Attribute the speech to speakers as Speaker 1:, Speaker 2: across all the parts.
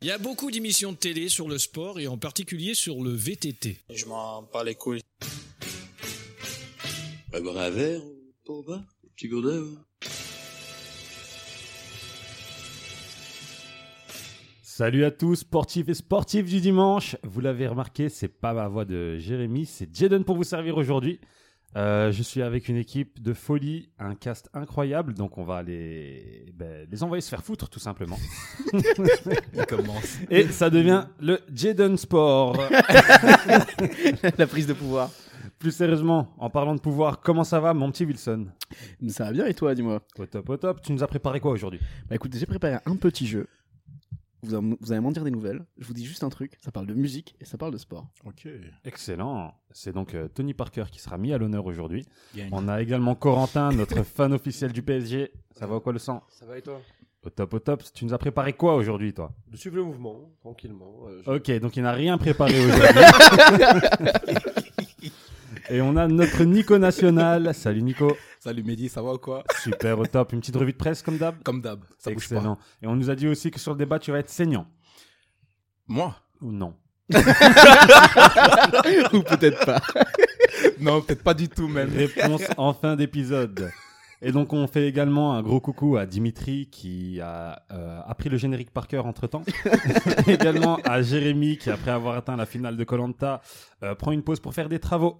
Speaker 1: Il y a beaucoup d'émissions de télé sur le sport et en particulier sur le VTT.
Speaker 2: Je m'en bats les couilles.
Speaker 3: Bah, boire un verre, ou pas au bar, un petit gourdin. hein.
Speaker 4: Salut à tous, sportifs et sportifs du dimanche. Vous l'avez remarqué, c'est pas ma voix de Jérémy, c'est Jaden pour vous servir aujourd'hui. Euh, je suis avec une équipe de folie, un cast incroyable, donc on va les, ben, les envoyer se faire foutre tout simplement.
Speaker 5: commence.
Speaker 4: Et ça devient le Jaden Sport.
Speaker 6: La prise de pouvoir.
Speaker 4: Plus sérieusement, en parlant de pouvoir, comment ça va mon petit Wilson
Speaker 6: Ça va bien et toi, dis-moi
Speaker 4: Au top, au top, tu nous as préparé quoi aujourd'hui
Speaker 6: Bah écoute, j'ai préparé un petit jeu. Vous, allez- vous allez m'en dire des nouvelles. Je vous dis juste un truc. Ça parle de musique et ça parle de sport.
Speaker 5: Ok.
Speaker 4: Excellent, c'est donc euh, Tony Parker qui sera mis à l'honneur aujourd'hui. On a également Corentin, notre fan officiel du PSG. Ça va ou quoi le sang
Speaker 7: Ça va et toi
Speaker 4: Au top, au top. Tu nous as préparé quoi aujourd'hui, toi
Speaker 7: De suivre le mouvement, tranquillement. euh, je-
Speaker 4: Ok, donc il n'a rien préparé aujourd'hui. Et on a notre Nico National. Salut Nico.
Speaker 5: Salut Mehdi, ça va ou quoi
Speaker 4: Super, au top. Une petite revue de presse comme d'hab.
Speaker 5: Comme d'hab, ça bouge pas.
Speaker 4: Excellent. Et on nous a dit aussi que sur le débat, tu vas être saignant.
Speaker 5: Moi
Speaker 4: Ou non
Speaker 6: Ou peut-être pas.
Speaker 5: Non, peut-être pas du tout même.
Speaker 4: Réponse en fin d'épisode. Et donc on fait également un gros coucou à Dimitri qui a euh, appris le générique par cœur entre temps. également à Jérémy qui après avoir atteint la finale de Colanta prend une pause pour faire des travaux.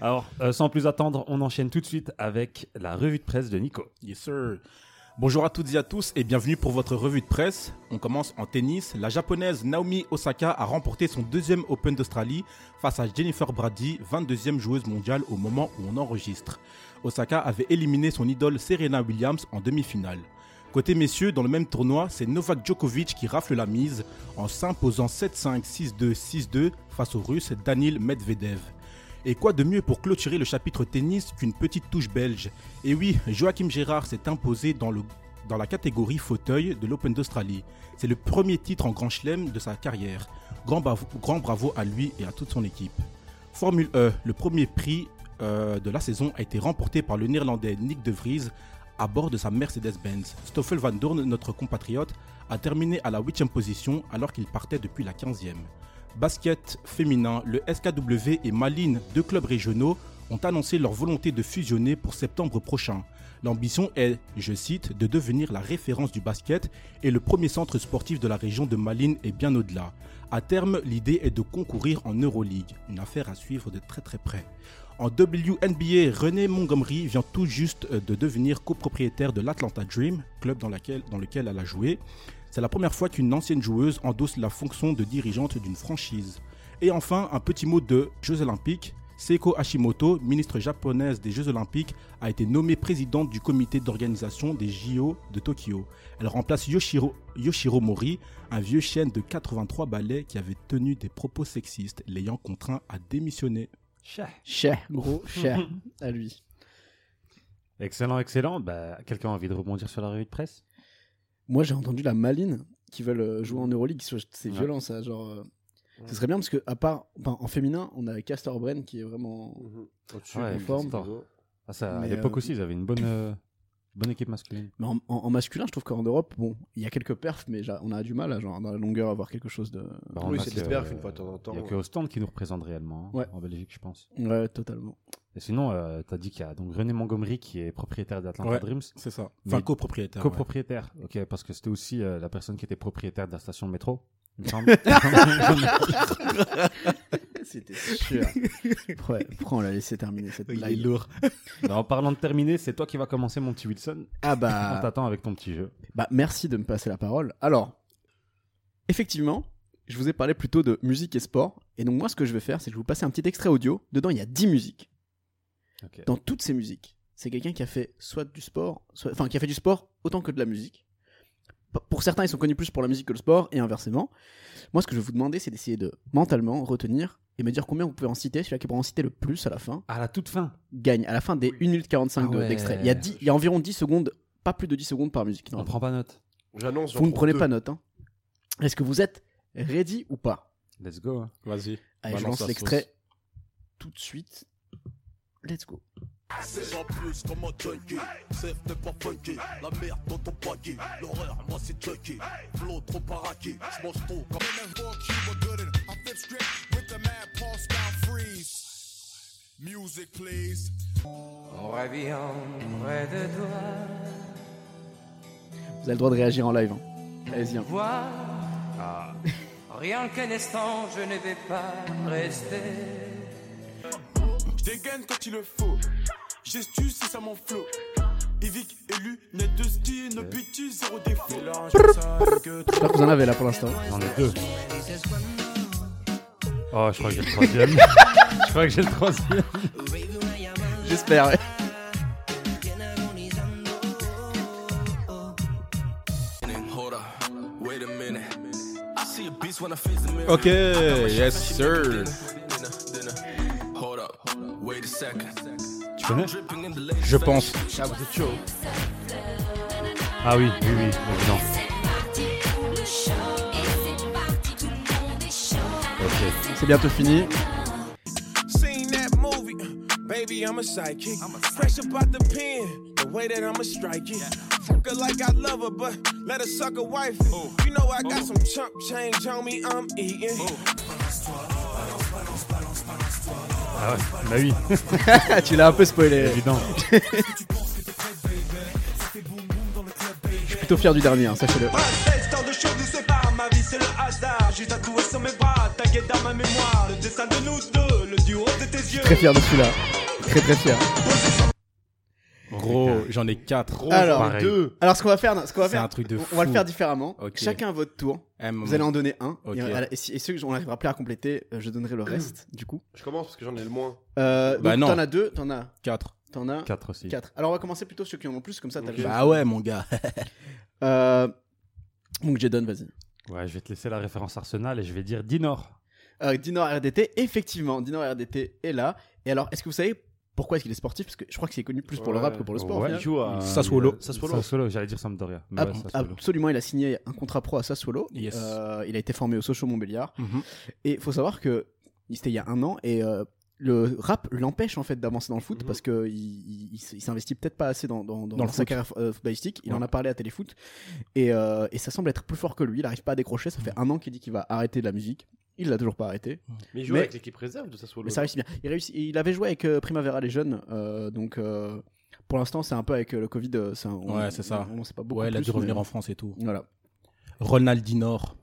Speaker 4: Alors euh, sans plus attendre, on enchaîne tout de suite avec la revue de presse de Nico.
Speaker 5: Yes sir. Bonjour à toutes et à tous et bienvenue pour votre revue de presse. On commence en tennis. La japonaise Naomi Osaka a remporté son deuxième Open d'Australie face à Jennifer Brady, 22e joueuse mondiale au moment où on enregistre. Osaka avait éliminé son idole Serena Williams en demi-finale. Côté messieurs, dans le même tournoi, c'est Novak Djokovic qui rafle la mise en s'imposant 7-5, 6-2, 6-2 face au russe Danil Medvedev. Et quoi de mieux pour clôturer le chapitre tennis qu'une petite touche belge et oui, Joachim Gérard s'est imposé dans, le- dans la catégorie fauteuil de l'Open d'Australie. C'est le premier titre en Grand Chelem de sa carrière. Grand bravo, grand bravo à lui et à toute son équipe. Formule E, le premier prix euh, de la saison a été remporté par le Néerlandais Nick de Vries à bord de sa Mercedes-Benz. Stoffel Van Doorn, notre compatriote, a terminé à la 8e position alors qu'il partait depuis la 15e. Basket féminin, le SKW et Malines, deux clubs régionaux, ont annoncé leur volonté de fusionner pour septembre prochain. L'ambition est, je cite, de devenir la référence du basket et le premier centre sportif de la région de Malines et bien au-delà. À terme, l'idée est de concourir en Euroleague, une affaire à suivre de très très près. En WNBA, René Montgomery vient tout juste euh, de devenir copropriétaire de l'Atlanta Dream, club dans, laquelle- dans lequel elle a joué. C'est la première fois qu'une ancienne joueuse endosse la fonction de dirigeante d'une franchise. Et enfin, un petit mot de Jeux Olympiques. Seiko Hashimoto, ministre japonaise des Jeux Olympiques, a été nommée présidente du comité d'organisation des JO de Tokyo. Elle remplace Yoshiro, Yoshiro Mori, un vieux chien de 83 balais qui avait tenu des propos sexistes, l'ayant contraint à démissionner.
Speaker 6: Cher, gros, cher. À lui.
Speaker 4: Excellent, excellent. Bah, quelqu'un a envie de rebondir sur la revue de presse
Speaker 6: Moi, j'ai entendu la maline qui veulent euh, jouer en Euroleague. C'est
Speaker 4: Ouais.
Speaker 6: violent, ça. Genre, euh, ce serait bien parce que, à part, enfin, en féminin, on a Castor Bren qui est vraiment.
Speaker 7: Mhm. Au-dessus,
Speaker 4: Ouais,
Speaker 7: du
Speaker 6: forme.
Speaker 7: niveau.
Speaker 4: Ah, ça, À
Speaker 6: Mais,
Speaker 4: l'époque
Speaker 6: euh,
Speaker 4: aussi, ils avaient une bonne, euh, bonne équipe masculine.
Speaker 6: Mais en, en- en masculin, je trouve qu'en Europe, bon, il y a quelques perfs, mais j'a- on a du mal, à, genre, dans la longueur, à avoir quelque chose de.
Speaker 4: Bah, on
Speaker 7: Oui,
Speaker 4: a
Speaker 7: c'est
Speaker 4: que-
Speaker 7: des perfs une fois de temps en temps.
Speaker 4: Il n'y a que Ostende qui nous représente réellement hein,
Speaker 6: Ouais.
Speaker 4: en Belgique, je pense.
Speaker 6: Ouais, totalement.
Speaker 4: Et sinon, euh, t'as dit qu'il y a donc René Montgomery qui est propriétaire d'Atlanta
Speaker 5: Ouais.
Speaker 4: Dreams,
Speaker 5: C'est ça. Enfin,
Speaker 4: Mais-
Speaker 7: Ah,
Speaker 5: copropriétaire. ouais.
Speaker 4: copropriétaire. Ok, parce que c'était aussi euh, la personne qui était propriétaire de la station de métro. il me semble.
Speaker 6: C'était sûr. ouais, prends, on l'a laissé terminer cette
Speaker 5: Il est
Speaker 6: blague.
Speaker 5: lourd.
Speaker 4: Non, Bah, en parlant de terminer, c'est toi qui vas commencer, mon petit Wilson.
Speaker 6: Ah
Speaker 4: On
Speaker 6: bah,
Speaker 4: t'attend avec ton petit jeu.
Speaker 6: bah, merci de me passer la parole. Alors, effectivement, je vous ai parlé plutôt de musique et sport. Et donc, moi, ce que je vais faire, c'est que je vais vous passer un petit extrait audio. Dedans, il y a 10 musiques.
Speaker 4: Ok.
Speaker 6: Dans toutes ces musiques, c'est quelqu'un qui a fait soit du sport, soit- enfin, qui a fait du sport autant que de la musique. P- Pour certains, ils sont connus plus pour la musique que le sport, et inversement. Moi, ce que je vais vous demander, c'est d'essayer de mentalement retenir et me dire combien vous pouvez en citer. Celui qui pourra en citer le plus à la fin
Speaker 4: À la toute fin.
Speaker 6: gagne à la fin des 1 minute 45
Speaker 4: Ah
Speaker 6: de-
Speaker 4: ouais.
Speaker 6: d'extrait. Il, y a dix- il y a environ 10 secondes, pas plus de 10 secondes par musique.
Speaker 4: On
Speaker 6: normalement.
Speaker 4: prend pas note.
Speaker 7: J'annonce.
Speaker 6: Vous ne prenez pas note. hein. Est-ce que vous êtes ready ou pas
Speaker 4: Let's go. hein.
Speaker 5: Vas-y.
Speaker 6: Allez, je
Speaker 5: Balance
Speaker 6: lance
Speaker 5: la
Speaker 6: l'extrait tout de suite. Let's go.
Speaker 2: C'est en plus comme un junkie, safe n'est pas funky, la merde dans ton paquet, l'horreur moi c'est Chucky, flow trop baraqué, j'mange trop comme
Speaker 8: in the hood, Cuba Gooding. I flip script with the mad Paul style freeze. Music, please.
Speaker 9: En rêvant près de toi,
Speaker 6: Vous avez le droit de réagir en live. hein. Allez-y. hein.
Speaker 9: voir. Ah. Rien qu'un instant, je ne vais pas rester.
Speaker 8: Je dégaine quand il le faut. Gestu, c'est ça mon flow. Evic, élu, net de style, no pitié, zéro défaut.
Speaker 6: J'espère que vous en avez là pour l'instant.
Speaker 4: J'en ai deux. Oh, je crois que j'ai le troisième. je crois que j'ai le troisième.
Speaker 6: J'espère, ouais.
Speaker 5: Ok, yes sir.
Speaker 4: Tu connais
Speaker 5: Je pense.
Speaker 4: Ah oui, oui, oui, évident. Ok.
Speaker 6: C'est bientôt fini.
Speaker 8: Seen that movie, baby, I'm a psychic. Fresh about the pen, the way that I'ma strike it. Fuck her like I love her, but let her suck a wife. You know I got some chump change on me, I'm eating.
Speaker 4: Ah ouais, bah oui,
Speaker 6: Ah, tu l'as un peu spoilé.
Speaker 4: évident.
Speaker 6: Je suis plutôt fier du dernier, hein, sachez-le.
Speaker 8: Bref, tant de choses nous séparent, ma vie c'est le hasard. J'ai tatoué sur mes bras, ta guette dans ma mémoire. Le dessin de nous deux, le duo de tes yeux.
Speaker 6: Très fier de celui-là. Très très fier.
Speaker 5: Gros, j'en ai quatre.
Speaker 6: Alors,
Speaker 4: pareil.
Speaker 7: deux.
Speaker 6: Alors ce qu'on va faire, ce qu'on va
Speaker 5: C'est
Speaker 6: faire,
Speaker 5: un truc de
Speaker 6: on-
Speaker 5: fou.
Speaker 6: on va le faire différemment.
Speaker 5: Ok.
Speaker 6: Chacun à votre tour.
Speaker 5: Eh, maman.
Speaker 6: Vous allez en donner un.
Speaker 5: Ok.
Speaker 6: Et, voilà, et si- et ceux qu'on n'arrivera plus à compléter, euh, je donnerai le reste, du coup.
Speaker 7: Je commence parce que j'en ai le moins.
Speaker 6: Euh,
Speaker 5: Bah
Speaker 6: donc,
Speaker 5: non.
Speaker 6: T'en as deux, t'en as,
Speaker 5: Quatre.
Speaker 6: t'en as quatre.
Speaker 4: Quatre aussi.
Speaker 6: Alors on va commencer plutôt ceux qui en ont plus, comme ça t'as
Speaker 7: Ok.
Speaker 6: le choix.
Speaker 5: Bah ouais, mon gars.
Speaker 6: Euh, donc Jedon, vas-y.
Speaker 4: Ouais, je vais te laisser la référence Arsenal et je vais dire Dinor.
Speaker 6: Euh, Dinor RDT, effectivement, Dinor RDT est là. Et alors, est-ce que vous savez pourquoi est-ce qu'il est sportif Parce que je crois que c'est connu plus pour le rap
Speaker 7: Ouais.
Speaker 6: que pour le sport. au final.
Speaker 4: joue à
Speaker 5: Sassuolo.
Speaker 4: Oh Sassuolo. j'allais dire Sampdoria. Mais
Speaker 6: Ab-
Speaker 4: ouais, Sassuolo.
Speaker 6: absolument, il a signé un contrat pro à Sassuolo.
Speaker 5: Yes.
Speaker 6: Euh, il a été formé au Sochaux Montbéliard.
Speaker 5: Mhm.
Speaker 6: Et il faut savoir que il- c'était il y a un an et euh, le rap l'empêche en fait d'avancer dans le foot
Speaker 7: Mhm.
Speaker 6: parce que il, il- il s- il s'investit peut-être pas assez dans, dans, dans,
Speaker 5: Dans le
Speaker 6: sa
Speaker 5: foot.
Speaker 6: carrière euh, footballistique. Il
Speaker 5: Ouais.
Speaker 6: en a parlé à Téléfoot et, euh, et ça semble être plus fort que lui. Il n'arrive pas à décrocher. Ça
Speaker 5: Mhm.
Speaker 6: fait un an qu'il dit qu'il va arrêter de la musique. Il l'a toujours pas arrêté.
Speaker 7: Mais il joue
Speaker 6: Mais-
Speaker 7: avec l'équipe réserve de
Speaker 5: Oh
Speaker 7: Sassuolo.
Speaker 6: Mais ça réussit bien. Il, réussit- il avait joué avec euh, Primavera les jeunes, euh, donc euh, pour l'instant c'est un peu avec euh, le Covid. euh, ça, on,
Speaker 5: Ouais, c'est ça.
Speaker 6: On, on sait pas beaucoup.
Speaker 5: Ouais, il a
Speaker 6: plus,
Speaker 5: dû revenir
Speaker 6: mais-
Speaker 5: en France et tout.
Speaker 6: Voilà.
Speaker 5: Ronaldinor.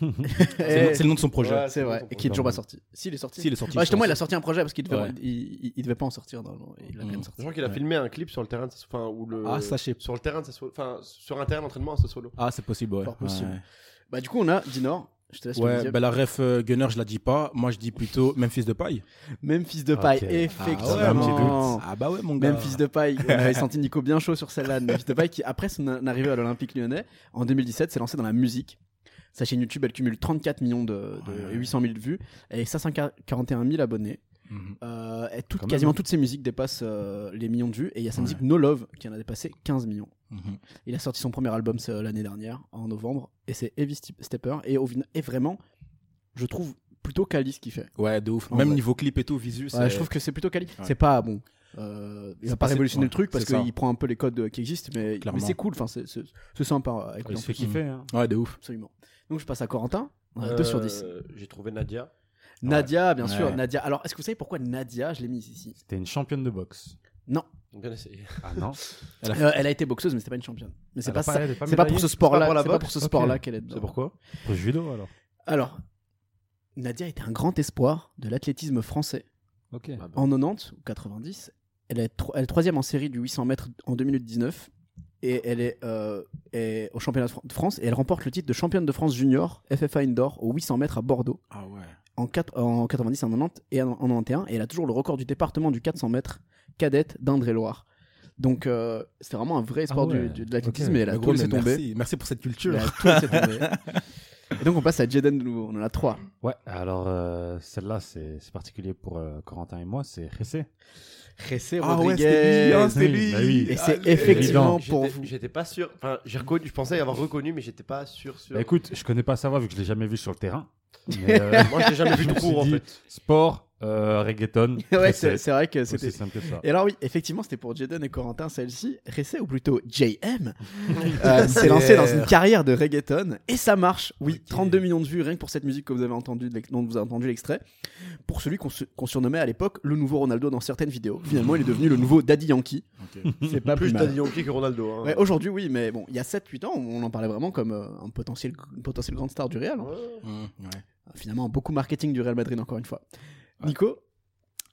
Speaker 5: C'est le- c'est le nom de son projet.
Speaker 7: Ouais,
Speaker 6: Ah, C'est vrai, et qui est toujours pas sorti. S'il est sorti.
Speaker 5: Si, il est sorti.
Speaker 6: Eh. Ouais, justement,
Speaker 5: je
Speaker 6: il a
Speaker 5: pense.
Speaker 6: sorti un projet parce qu'il devait,
Speaker 5: Ouais.
Speaker 6: il, il- il devait pas en sortir. normalement, et il l'a quand même
Speaker 5: Mm.
Speaker 7: Je
Speaker 6: sorti.
Speaker 7: crois qu'il a
Speaker 5: Ouais.
Speaker 7: filmé un clip sur le terrain de Sassuolo. Enfin, ou le...
Speaker 5: Ah, ça, je sais pas.
Speaker 7: Sur le terrain de Sassuolo. Enfin, sur un terrain d'entraînement à Sassuolo.
Speaker 5: Ah, c'est possible, ouais.
Speaker 6: Fort possible.
Speaker 5: Ouais.
Speaker 6: Bah, du coup, on a Dinor. Je te laisse
Speaker 5: Ouais,
Speaker 6: le dire.
Speaker 5: bah la ref euh, Gunner, je la dis pas. Moi, je dis plutôt Memphis de paille.
Speaker 6: Même fils de paille,
Speaker 4: Ok.
Speaker 5: Ah, ouais,
Speaker 6: effectivement.
Speaker 5: Ah bah ouais, mon gars.
Speaker 6: Même fils de paille, on avait senti Nico bien chaud sur celle-là. Memphis de paille qui, après son arrivée à l'Olympique lyonnais, en 2017, s'est lancé dans la musique. Sa chaîne YouTube, elle cumule 34 millions de, de-
Speaker 5: Ouais.
Speaker 6: et 800 000 vues et 541 000 abonnés.
Speaker 5: Mhm.
Speaker 6: Euh, et toutes-
Speaker 4: Quand même,
Speaker 6: quasiment
Speaker 4: hein.
Speaker 6: toutes ses musiques dépassent euh, les millions de vues et il y a sa
Speaker 5: Ouais.
Speaker 6: musique No Love qui en a dépassé 15 millions.
Speaker 5: Mhm.
Speaker 6: Il a sorti son premier album c'est, euh, l'année dernière, en novembre, et c'est Heavy Ste- Stepper. Et, au vin- et vraiment, je trouve plutôt quali ce qu'il fait.
Speaker 5: Ouais, de ouf.
Speaker 6: En
Speaker 5: Même
Speaker 6: vrai.
Speaker 5: niveau clip et tout, visu.
Speaker 6: Ouais, je trouve que c'est plutôt quali.
Speaker 5: Ouais.
Speaker 6: C'est pas bon. euh, il
Speaker 5: C'est
Speaker 6: va
Speaker 5: pas-
Speaker 6: pas
Speaker 5: c'est-
Speaker 6: révolutionner
Speaker 5: ouais,
Speaker 6: le truc parce
Speaker 5: c'est ça.
Speaker 6: qu'il prend un peu les codes euh, qui existent, mais,
Speaker 5: Clairement.
Speaker 6: mais c'est cool. Enfin, c'est c'est- c'est sympa euh, à écouter
Speaker 4: Il
Speaker 6: ah, en
Speaker 4: se fait
Speaker 6: plus.
Speaker 4: kiffer. Hein.
Speaker 5: Ouais, de ouf.
Speaker 6: Absolument. Donc je passe à Corentin. 2 sur 10.
Speaker 7: Euh, J'ai trouvé Nadia.
Speaker 6: Nadia, bien sûr.
Speaker 5: Ouais.
Speaker 6: Nadia. Alors, est-ce que vous savez pourquoi Nadia Je l'ai mise ici.
Speaker 4: C'était une championne de boxe.
Speaker 7: Bien essayé.
Speaker 4: Ah non
Speaker 6: Euh, elle a été boxeuse, mais c'était pas une championne. Mais c'est
Speaker 4: Elle
Speaker 6: pas
Speaker 4: a
Speaker 6: ça.
Speaker 4: elle est
Speaker 6: C'est pas
Speaker 4: médaillée
Speaker 6: pour ce sport-là.
Speaker 7: pour la
Speaker 6: C'est pas
Speaker 7: boxe
Speaker 6: pour ce
Speaker 4: Ok.
Speaker 6: sport-là qu'elle est dedans.
Speaker 7: C'est pourquoi
Speaker 4: Pour le judo alors.
Speaker 6: Alors, Nadia était un grand espoir de l'athlétisme français.
Speaker 4: Ok.
Speaker 7: Ah, bah,
Speaker 6: En 90 ou 90, elle est, tro- elle est troisième en série du 800 mètres en 2 minutes 19. Et elle est, euh, est au championnat de Fran- de France et elle remporte le titre de championne de France junior FFA Indoor au 800 mètres à Bordeaux
Speaker 5: Ah ouais.
Speaker 6: en, quatre- en 90, en 90 et en, en 91. Et elle a toujours le record du département du 400 mètres cadette d'Indre-et-Loire. Donc euh, c'était vraiment un vrai espoir
Speaker 4: Ah ouais.
Speaker 6: du- du- de l'athlétisme
Speaker 4: Ok.
Speaker 6: et elle a
Speaker 5: Mais
Speaker 6: tout
Speaker 5: gros,
Speaker 6: laissé
Speaker 5: mais
Speaker 6: tomber.
Speaker 5: merci. Merci pour cette
Speaker 6: Elle
Speaker 5: culture.
Speaker 6: a tout laissé tomber. Et donc on passe à Jaden de nouveau, on en a 3.
Speaker 4: Ouais, alors euh, celle-là, c'est c'est particulier pour euh, Corentin et moi, c'est Ressé.
Speaker 6: Jesse
Speaker 5: Ah ouais, c'était lui. hein, c'était
Speaker 4: Oui,
Speaker 5: lui.
Speaker 4: bah oui.
Speaker 6: Et c'est
Speaker 5: Allez.
Speaker 6: effectivement
Speaker 7: J'étais-
Speaker 6: pour vous.
Speaker 7: J'étais pas sûr. Enfin, j'ai reconnu. Je pensais avoir reconnu, mais j'étais pas sûr. sûr.
Speaker 4: Bah, écoute, je connais pas sa voix vu que je l'ai jamais vu sur le terrain. Mais, euh,
Speaker 7: Moi, je l'ai jamais vu
Speaker 4: je
Speaker 7: tout
Speaker 4: me suis
Speaker 7: court, en
Speaker 4: dit,
Speaker 7: fait.
Speaker 4: Sport, euh, reggaeton.
Speaker 6: ouais, c'est
Speaker 4: cassette.
Speaker 6: c'est vrai que c'était.
Speaker 4: Aussi simple que ça.
Speaker 6: Et alors oui, effectivement, c'était pour Jaden et Corentin celle-ci. Ressé ou plutôt JM euh, s'est lancé dans une carrière de reggaeton et ça marche. Oui, 32 millions de vues rien que pour cette musique que vous avez entendu, de l'ex- dont vous avez entendu l'extrait. Pour celui qu'on se- qu'on surnommait à l'époque le nouveau Ronaldo dans certaines vidéos. Finalement, il est devenu le nouveau Daddy Yankee. C'est pas plus
Speaker 7: Plus
Speaker 6: mal.
Speaker 7: Daddy Yankee que Ronaldo. hein.
Speaker 6: Ouais, Aujourd'hui, oui, mais bon, il y a 7-8 ans, on en parlait vraiment comme euh, un potentiel, une potentielle grande star du Real. hein.
Speaker 7: Ouais.
Speaker 5: Mhm,
Speaker 6: Finalement, beaucoup marketing du Real Madrid, encore une fois. Nico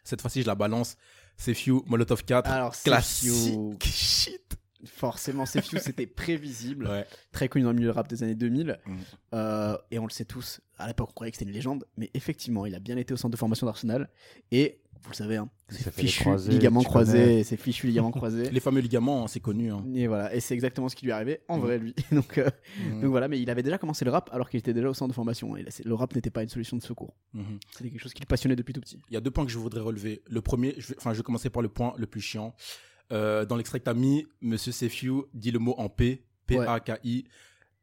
Speaker 5: Cette fois-ci, je la balance. C'est Few, Molotov 4.
Speaker 6: Alors, Ah, c'est Few.
Speaker 5: classique. Shit.
Speaker 6: Forcément, c'est Few, c'était prévisible.
Speaker 5: Ouais.
Speaker 6: Très connu dans le milieu rap des années 2000.
Speaker 5: Mm.
Speaker 6: Euh, et on le sait tous, à l'époque, on croyait que c'était une légende. Mais effectivement, il a bien été au centre de formation d'Arsenal. Et, vous le savez, hein,
Speaker 4: Il
Speaker 6: c'est
Speaker 4: s'est fait les
Speaker 6: fichu,
Speaker 4: croisés,
Speaker 6: ligament
Speaker 4: tu
Speaker 6: croisé.
Speaker 4: connais.
Speaker 6: C'est fichu, ligament croisé.
Speaker 5: Les fameux ligaments, c'est connu. hein.
Speaker 6: Et voilà, et c'est exactement ce qui lui est arrivé en
Speaker 5: Mm.
Speaker 6: vrai, lui. Donc, euh,
Speaker 5: Mhm.
Speaker 6: donc voilà, mais il avait déjà commencé le rap alors qu'il était déjà au centre de formation. Et là, c'est- le rap n'était pas une solution de secours.
Speaker 5: Mhm.
Speaker 6: C'était quelque chose qui le passionnait depuis tout petit.
Speaker 5: Il y a deux points que je voudrais relever. Le premier, je vais, enfin, je vais commencer par le point le plus chiant. Euh, dans l'extrait que t'as mis, Monsieur Sefiu dit le mot en P, P-A-K-I.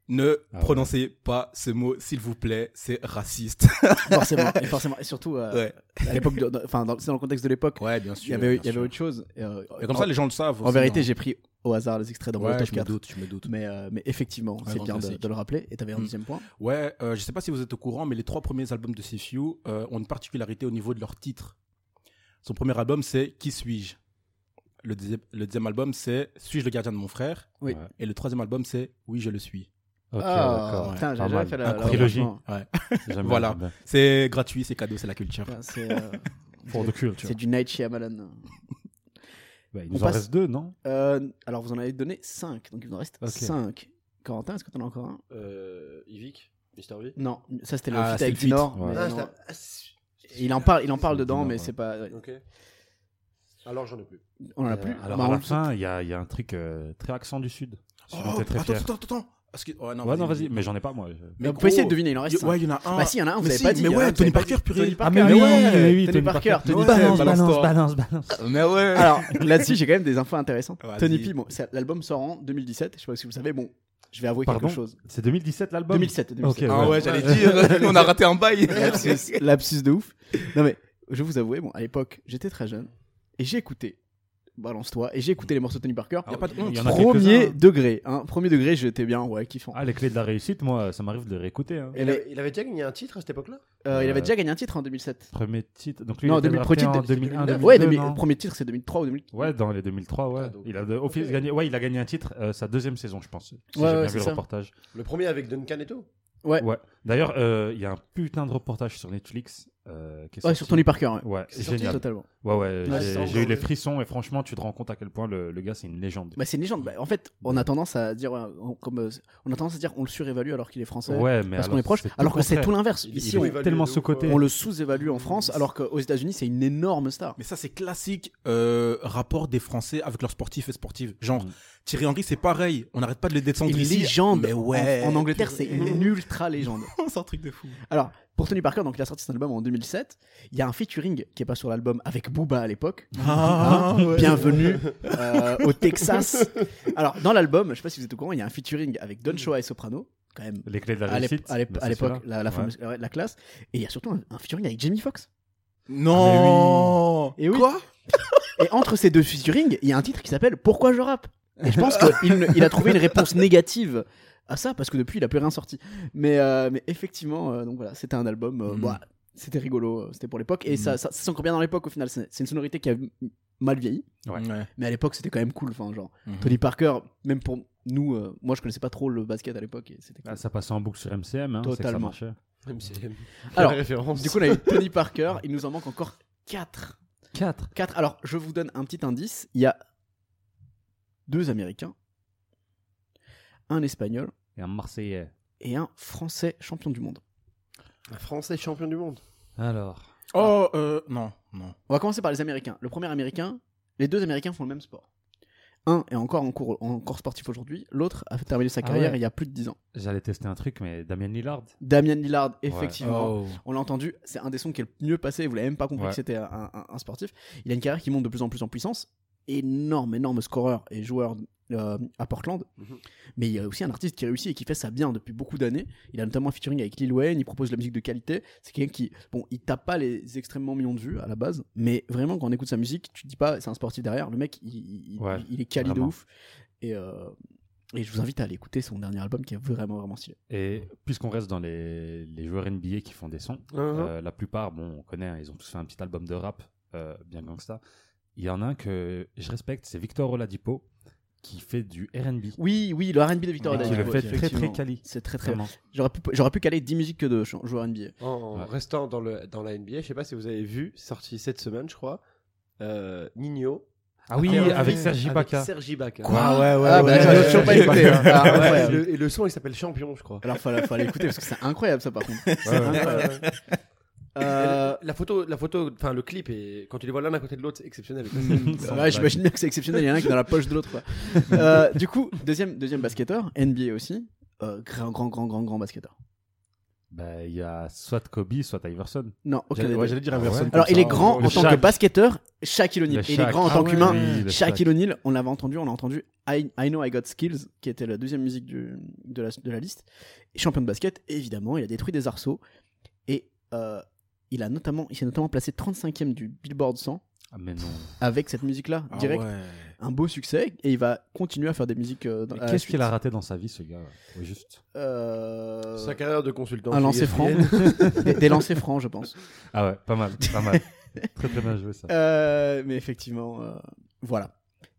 Speaker 5: Ne
Speaker 4: Ah ouais.
Speaker 5: prononcez pas ce mot, s'il vous plaît, c'est raciste.
Speaker 6: forcément, et forcément, et surtout euh,
Speaker 5: Ouais.
Speaker 6: à l'époque, de- de- enfin, dans, c'est dans le contexte de l'époque,
Speaker 5: Ouais, bien sûr.
Speaker 6: il y avait,
Speaker 5: bien
Speaker 6: il y avait
Speaker 5: sûr.
Speaker 6: autre chose. Et, euh,
Speaker 5: Et comme
Speaker 6: en,
Speaker 5: ça, les gens le savent.
Speaker 6: en
Speaker 5: aussi,
Speaker 6: vérité,
Speaker 5: hein.
Speaker 6: j'ai pris au hasard les extraits dans
Speaker 5: Ouais,
Speaker 6: mon top
Speaker 5: je me
Speaker 6: 4.
Speaker 5: doute, je me doute.
Speaker 6: Mais, euh, mais effectivement, c'est
Speaker 5: grand
Speaker 6: bien de,
Speaker 5: classique.
Speaker 6: de le rappeler. Et t'avais un
Speaker 5: Mm.
Speaker 6: deuxième point.
Speaker 5: Ouais, euh, je sais pas si vous êtes au courant, mais les trois premiers albums de Sefiu euh, ont une particularité au niveau de leur titre. Son premier album, c'est Qui suis-je le, deuxième- le deuxième album, c'est Suis-je le gardien de mon frère
Speaker 6: Oui.
Speaker 4: Ouais.
Speaker 5: Et le troisième album, c'est Oui, je le suis.
Speaker 4: Ok, d'accord.
Speaker 6: Ah, putain,
Speaker 4: Pas
Speaker 6: j'avais jamais
Speaker 4: mal.
Speaker 6: fait la, la
Speaker 4: Trilogie.
Speaker 6: franchement,
Speaker 4: J'aime
Speaker 5: Voilà.
Speaker 4: bien, j'aime
Speaker 5: C'est gratuit, c'est cadeau, c'est la culture.
Speaker 6: putain, C'est euh,
Speaker 4: bien. Pour de culture.
Speaker 6: c'est du Night Shyamalan.
Speaker 4: Bah, il
Speaker 6: On
Speaker 4: nous en
Speaker 6: passe-
Speaker 4: reste deux, non
Speaker 6: Euh, alors, vous en avez donné 5, donc il vous en reste
Speaker 4: Ok.
Speaker 6: 5. Corentin, est-ce que t'en as encore un
Speaker 7: Euh, Yvick, Mr. V.
Speaker 6: Non, ça c'était le
Speaker 5: Ah,
Speaker 6: feat
Speaker 5: c'est
Speaker 6: avec
Speaker 5: le feat.
Speaker 6: Dinor.
Speaker 4: Ouais.
Speaker 6: mais
Speaker 7: Ah,
Speaker 6: non.
Speaker 7: c'est- ah, c'est-
Speaker 6: Il en parle, il en parle
Speaker 4: C'est le
Speaker 6: dedans,
Speaker 4: Dinor,
Speaker 6: mais
Speaker 4: ouais.
Speaker 6: c'est pas.
Speaker 7: Ok. Alors j'en ai plus.
Speaker 6: On en a
Speaker 7: Euh,
Speaker 6: plus.
Speaker 4: Alors
Speaker 6: Bah,
Speaker 4: à
Speaker 6: on
Speaker 4: la
Speaker 6: le-
Speaker 4: fin, il y a, il y a un truc euh, très accent du sud. Je suis monté très
Speaker 5: Oh, attends,
Speaker 4: fier.
Speaker 5: attends, attends, attends. Parce que- ouais, non,
Speaker 4: ouais, non, vas-y, mais j'en ai pas moi. je-
Speaker 5: Mais
Speaker 6: on
Speaker 5: gros,
Speaker 6: peut essayer de deviner, il en reste.
Speaker 5: y- Ouais, il y en a un.
Speaker 6: Bah si, il y en a un, vous
Speaker 5: Mais
Speaker 6: avez
Speaker 5: si,
Speaker 6: pas dit.
Speaker 5: mais
Speaker 6: hein,
Speaker 5: ouais,
Speaker 6: vous
Speaker 5: Tony
Speaker 6: avez pas
Speaker 5: Parker,
Speaker 6: dit.
Speaker 5: purée.
Speaker 6: Tony
Speaker 5: Ah,
Speaker 6: Parker,
Speaker 5: mais oui,
Speaker 6: ouais.
Speaker 5: mais
Speaker 4: oui,
Speaker 6: Tony Parker.
Speaker 5: Tony
Speaker 6: Tony
Speaker 5: Parker.
Speaker 6: Parker.
Speaker 5: balance toi.
Speaker 4: balance, balance.
Speaker 5: Mais ouais.
Speaker 6: Alors là-dessus, j'ai quand même des infos intéressantes.
Speaker 5: Vas-y.
Speaker 6: Tony P, bon, ça- l'album sort en 2017. Je sais pas si vous le savez. Bon, je vais avouer
Speaker 4: Pardon
Speaker 6: quelque chose.
Speaker 4: C'est 2017 l'album
Speaker 6: 2007.
Speaker 4: Ok,
Speaker 6: 2007.
Speaker 5: Ah ouais, j'allais dire, nous, on a raté un bail.
Speaker 6: Lapsus, lapsus de ouf. Non mais je vous avouer, bon, à l'époque, j'étais très jeune et j'ai écouté. Balance-toi et j'ai écouté les morceaux de Tony Parker.
Speaker 5: Il y a pas de honte.
Speaker 4: Ah, Il y en a
Speaker 6: Premier
Speaker 4: quelques-uns.
Speaker 6: degré, hein. Premier degré, j'étais bien, ouais, kiffant.
Speaker 4: Ah, les clés de la réussite, moi, ça m'arrive de les réécouter. hein.
Speaker 6: Et
Speaker 7: Il,
Speaker 6: les-
Speaker 7: a- il avait déjà gagné un titre à cette époque-là
Speaker 6: Euh, il avait
Speaker 4: Euh,
Speaker 6: déjà gagné un titre en 2007.
Speaker 4: Premier titre. Donc lui,
Speaker 6: non,
Speaker 4: il était
Speaker 6: demi-
Speaker 4: drafté
Speaker 6: premier titre,
Speaker 4: en 2001, 2002.
Speaker 6: ouais, demi-
Speaker 4: non
Speaker 6: le premier titre c'est 2003 ou 2004.
Speaker 4: Ouais, dans les 2003, ouais.
Speaker 7: Ah, donc-
Speaker 4: il a de- office
Speaker 7: Ok.
Speaker 4: gagné. Ouais, il a gagné un titre euh, sa deuxième saison, je pense. Si j'ai
Speaker 6: Ouais, ouais,
Speaker 4: bien
Speaker 6: c'est
Speaker 4: vu le
Speaker 6: ça.
Speaker 4: reportage.
Speaker 7: Le premier avec Duncan et tout
Speaker 6: Ouais.
Speaker 4: Ouais. D'ailleurs, euh, il y a un putain de reportage sur Netflix euh, qui est
Speaker 6: Ouais,
Speaker 4: sorti.
Speaker 6: sur Tony Parker. Ouais.
Speaker 4: Ouais,
Speaker 6: C'est
Speaker 4: c'est
Speaker 6: sorti
Speaker 4: génial.
Speaker 6: totalement.
Speaker 4: Ouais, ouais,
Speaker 6: Ouais,
Speaker 4: j'ai-
Speaker 6: c'est
Speaker 4: j'ai eu
Speaker 6: encore-
Speaker 4: les frissons et franchement, tu te rends compte à quel point le, le gars c'est une légende.
Speaker 6: Bah, c'est une légende. Bah, en fait, on a tendance à dire, ouais, on, comme, euh, on a tendance à dire, on le surévalue alors qu'il est français,
Speaker 4: ouais, mais
Speaker 6: parce qu'on
Speaker 4: alors,
Speaker 6: est proche,
Speaker 4: c'est tout
Speaker 6: alors que c'est
Speaker 4: contraire.
Speaker 6: tout l'inverse.
Speaker 7: Il-
Speaker 6: Ici,
Speaker 7: il
Speaker 6: on,
Speaker 7: évalue
Speaker 4: tellement
Speaker 7: de ouf,
Speaker 4: sous-coté.
Speaker 7: ouais.
Speaker 6: on le sous-évalue en France, alors qu'aux États-Unis, c'est une énorme star.
Speaker 5: Mais ça, c'est classique euh, rapport des Français avec leurs sportifs et sportives. Genre,
Speaker 4: Mm.
Speaker 5: Thierry Henry, c'est pareil. On n'arrête pas de le descendre
Speaker 6: Une
Speaker 5: ici.
Speaker 6: légende.
Speaker 5: Mais ouais.
Speaker 6: En, en Angleterre, c'est
Speaker 5: purée.
Speaker 6: une ultra légende.
Speaker 5: c'est un truc de fou.
Speaker 6: Alors, pour Tony Parker, donc il a sorti son album en 2007. Il y a un featuring qui est pas sur l'album avec Booba à l'époque.
Speaker 5: Ah,
Speaker 6: Hein Bienvenue euh, au Texas. Alors, dans l'album, je sais pas si vous êtes au courant, il y a un featuring avec Don Shoah et Soprano, quand même.
Speaker 4: Les clés de la
Speaker 6: À l'ép-
Speaker 4: réussite.
Speaker 6: à l'ép-
Speaker 4: bah,
Speaker 6: à
Speaker 4: c'est
Speaker 6: l'époque,
Speaker 4: celui-là.
Speaker 6: la, la
Speaker 4: Ouais.
Speaker 6: fameuse- ouais, la classe. Et il y a surtout un, un featuring avec Jamie Foxx.
Speaker 5: Non.
Speaker 6: Et oui.
Speaker 5: Quoi
Speaker 6: Et entre ces deux featuring, il y a un titre qui s'appelle Pourquoi je rappe Et je pense qu'il il a trouvé une réponse négative à ça parce que depuis il a plus rien sorti. Mais, euh, mais effectivement, euh, donc voilà, c'était un album. euh,
Speaker 5: Mm.
Speaker 6: bah, c'était rigolo, euh, c'était pour l'époque. Et
Speaker 5: Mm.
Speaker 6: ça, ça, ça s'ancre bien dans l'époque au final. C'est c'est une sonorité qui a mal vieilli.
Speaker 4: Ouais.
Speaker 5: Ouais.
Speaker 6: Mais à l'époque, c'était quand même cool. Enfin, genre,
Speaker 4: Mm-hmm.
Speaker 5: Mhm.
Speaker 6: Tony Parker, même pour nous, euh, moi je connaissais pas trop le basket à l'époque. et c'était cool.
Speaker 4: Ah, ça passait en boucle sur MCM, hein, c'est que ça
Speaker 6: Totalement.
Speaker 4: marchait.
Speaker 7: MCM.
Speaker 6: Alors,
Speaker 7: La référence.
Speaker 6: Du coup, on a eu Tony Parker. Il nous en manque encore 4.
Speaker 4: 4.
Speaker 6: 4. Alors, je vous donne un petit indice. Il y a deux Américains, un Espagnol
Speaker 4: Et un Marseillais.
Speaker 6: et un Français champion du monde.
Speaker 7: un Français champion du monde.
Speaker 4: Alors.
Speaker 5: Oh, euh, non, non.
Speaker 6: On va commencer par les Américains. Le premier Américain, les deux Américains font le même sport. Un est encore en cours, encore sportif aujourd'hui. L'autre a terminé sa
Speaker 4: Ah
Speaker 6: carrière
Speaker 4: ouais.
Speaker 6: il y a plus de 10 ans.
Speaker 4: J'allais tester un truc, mais Damien Lillard.
Speaker 6: Damien Lillard, effectivement.
Speaker 5: Oh.
Speaker 6: On l'a entendu, c'est un des sons qui est le mieux passé. Vous l'avez même pas compris
Speaker 4: Ouais.
Speaker 6: que c'était un, un- un sportif. Il a une carrière qui monte de plus en plus en puissance. Énorme, énorme scoreur et joueur euh, à Portland. Mais il y a aussi un artiste qui réussit et qui fait ça bien depuis beaucoup d'années. Il a notamment un featuring avec Lil Wayne, il propose de la musique de qualité. C'est quelqu'un qui, bon, il tape pas les extrêmement millions de vues à la base, mais vraiment, quand on écoute sa musique, tu te dis pas, c'est un sportif derrière. Le mec, il, il-
Speaker 4: Ouais,
Speaker 6: il est quali de
Speaker 4: vraiment.
Speaker 6: ouf. Et, euh, et je vous invite à aller écouter son dernier album qui est vraiment, vraiment stylé.
Speaker 4: Et puisqu'on reste dans les, les joueurs NBA qui font des sons,
Speaker 6: Uh-huh.
Speaker 7: Uh-huh.
Speaker 4: euh, la plupart, bon, on connaît, hein, ils ont tous fait un petit album de rap, euh, bien gangsta. Il y en a un que je respecte, c'est Victor Oladipo, qui fait du RB.
Speaker 6: Oui, oui, le RB de Victor
Speaker 4: Et
Speaker 6: Adamo,
Speaker 4: qui le
Speaker 6: ouais,
Speaker 4: fait très très
Speaker 6: effectivement.
Speaker 4: quali.
Speaker 6: C'est très très
Speaker 4: Vraiment.
Speaker 6: J'aurais pu, j'aurais pu caler 10 musiques que de ch- joueurs NBA.
Speaker 7: En, en
Speaker 4: Ouais.
Speaker 7: restant dans, le, dans la NBA, je sais pas si vous avez vu, sorti cette semaine, je crois, euh, Nino.
Speaker 4: Ah oui,
Speaker 7: Après,
Speaker 4: avec
Speaker 7: oui,
Speaker 4: Sergi Ibaka.
Speaker 7: Avec Sergi Ibaka.
Speaker 4: Ah
Speaker 6: ouais, ah, bah, j'aurais toujours pas écouté. Ah,
Speaker 7: Ah ouais,
Speaker 6: ouais.
Speaker 7: et le- et le son, il s'appelle Champion, je crois.
Speaker 6: Alors, fallait, fallait écouter parce que c'est incroyable ça par contre.
Speaker 4: Ouais, ouais.
Speaker 6: Euh,
Speaker 7: La photo, la photo, enfin le clip est quand tu les vois l'un à côté de l'autre, c'est exceptionnel.
Speaker 6: ouais, j'imagine bien que c'est exceptionnel. Il y en a un qui est dans la poche de l'autre. quoi. Euh, du coup, deuxième, deuxième basketteur, NBA aussi. Euh, grand, grand, grand, grand, grand basketteur.
Speaker 4: Bah, il y a soit Kobe, soit Iverson.
Speaker 6: Non, aucun des
Speaker 5: J'allais
Speaker 6: deux.
Speaker 5: ouais, j'allais dire inversion.
Speaker 4: ouais.
Speaker 6: Alors, il est grand
Speaker 4: Le
Speaker 6: en tant
Speaker 4: Shaq.
Speaker 6: que basketteur, Shaquille
Speaker 4: Le
Speaker 6: O'Neal. Et il est
Speaker 4: Shaq.
Speaker 6: grand en
Speaker 4: Ah
Speaker 6: tant
Speaker 4: ouais,
Speaker 6: qu'humain,
Speaker 4: oui, le Shaq.
Speaker 6: Shaquille O'Neal, on l'avait entendu, on a entendu I, I Know I Got Skills, qui était la deuxième musique du- de, la, de la liste. Champion de basket, évidemment, il a détruit des arceaux. Et euh, il, a notamment, il s'est notamment placé 35e du Billboard 100
Speaker 4: Ah, mais non.
Speaker 6: avec cette musique-là,
Speaker 5: Ah
Speaker 6: direct. Un beau succès, et il va continuer à faire des musiques. euh, dans-
Speaker 4: Mais
Speaker 6: à la
Speaker 4: Qu'est-ce qu'il
Speaker 6: suite.
Speaker 4: a raté dans sa vie, ce gars Ouais, Juste.
Speaker 6: Euh,
Speaker 7: Sa carrière de consultant.
Speaker 6: Un lancer
Speaker 7: chez E
Speaker 6: franc.
Speaker 7: ESPN.
Speaker 6: des, des lancers francs, je pense.
Speaker 4: Ah ouais, pas mal, pas mal. très très bien joué ça.
Speaker 6: Euh, mais effectivement, euh, voilà.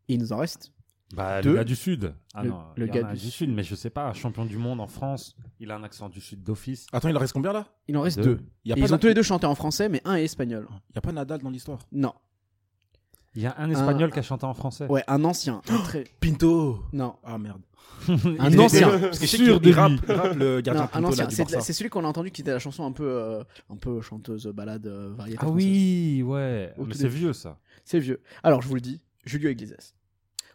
Speaker 6: Et il nous en reste
Speaker 4: Bah,
Speaker 6: deux.
Speaker 4: le gars du Sud. Ah
Speaker 6: Le-
Speaker 4: non,
Speaker 6: le
Speaker 4: il y en
Speaker 6: gars
Speaker 4: a
Speaker 6: du
Speaker 4: Sud, mais je sais pas, champion du monde en France, il a un accent du Sud d'office.
Speaker 5: Attends, il en reste combien là
Speaker 6: Il en reste
Speaker 4: Deux.
Speaker 6: deux.
Speaker 5: Il
Speaker 6: Et
Speaker 5: n'y
Speaker 6: ils ont tous les deux chanté en français, mais un est espagnol.
Speaker 5: a pas Nadal dans l'histoire.
Speaker 6: Non.
Speaker 4: Il y a un espagnol qui a chanté en français.
Speaker 6: Ouais, un ancien. un très-
Speaker 5: Pinto
Speaker 6: Non.
Speaker 5: Ah merde.
Speaker 6: Un ancien.
Speaker 5: Parce que je sais
Speaker 4: Sûr
Speaker 5: qu'il
Speaker 4: de
Speaker 5: rappe,
Speaker 4: lui.
Speaker 5: rappe le gardien
Speaker 6: Non, un
Speaker 5: Pinto
Speaker 6: ancien.
Speaker 5: là du
Speaker 6: C'est de la-
Speaker 5: Barça.
Speaker 6: c'est celui qu'on a entendu qui était la chanson un peu, euh, un peu chanteuse, balade, euh, variété.
Speaker 4: Ah
Speaker 6: française.
Speaker 4: oui, ouais.
Speaker 6: Au
Speaker 4: Mais
Speaker 6: tout
Speaker 4: c'est
Speaker 6: début.
Speaker 4: vieux ça.
Speaker 6: C'est vieux. Alors, je vous le dis, Julio Iglesias.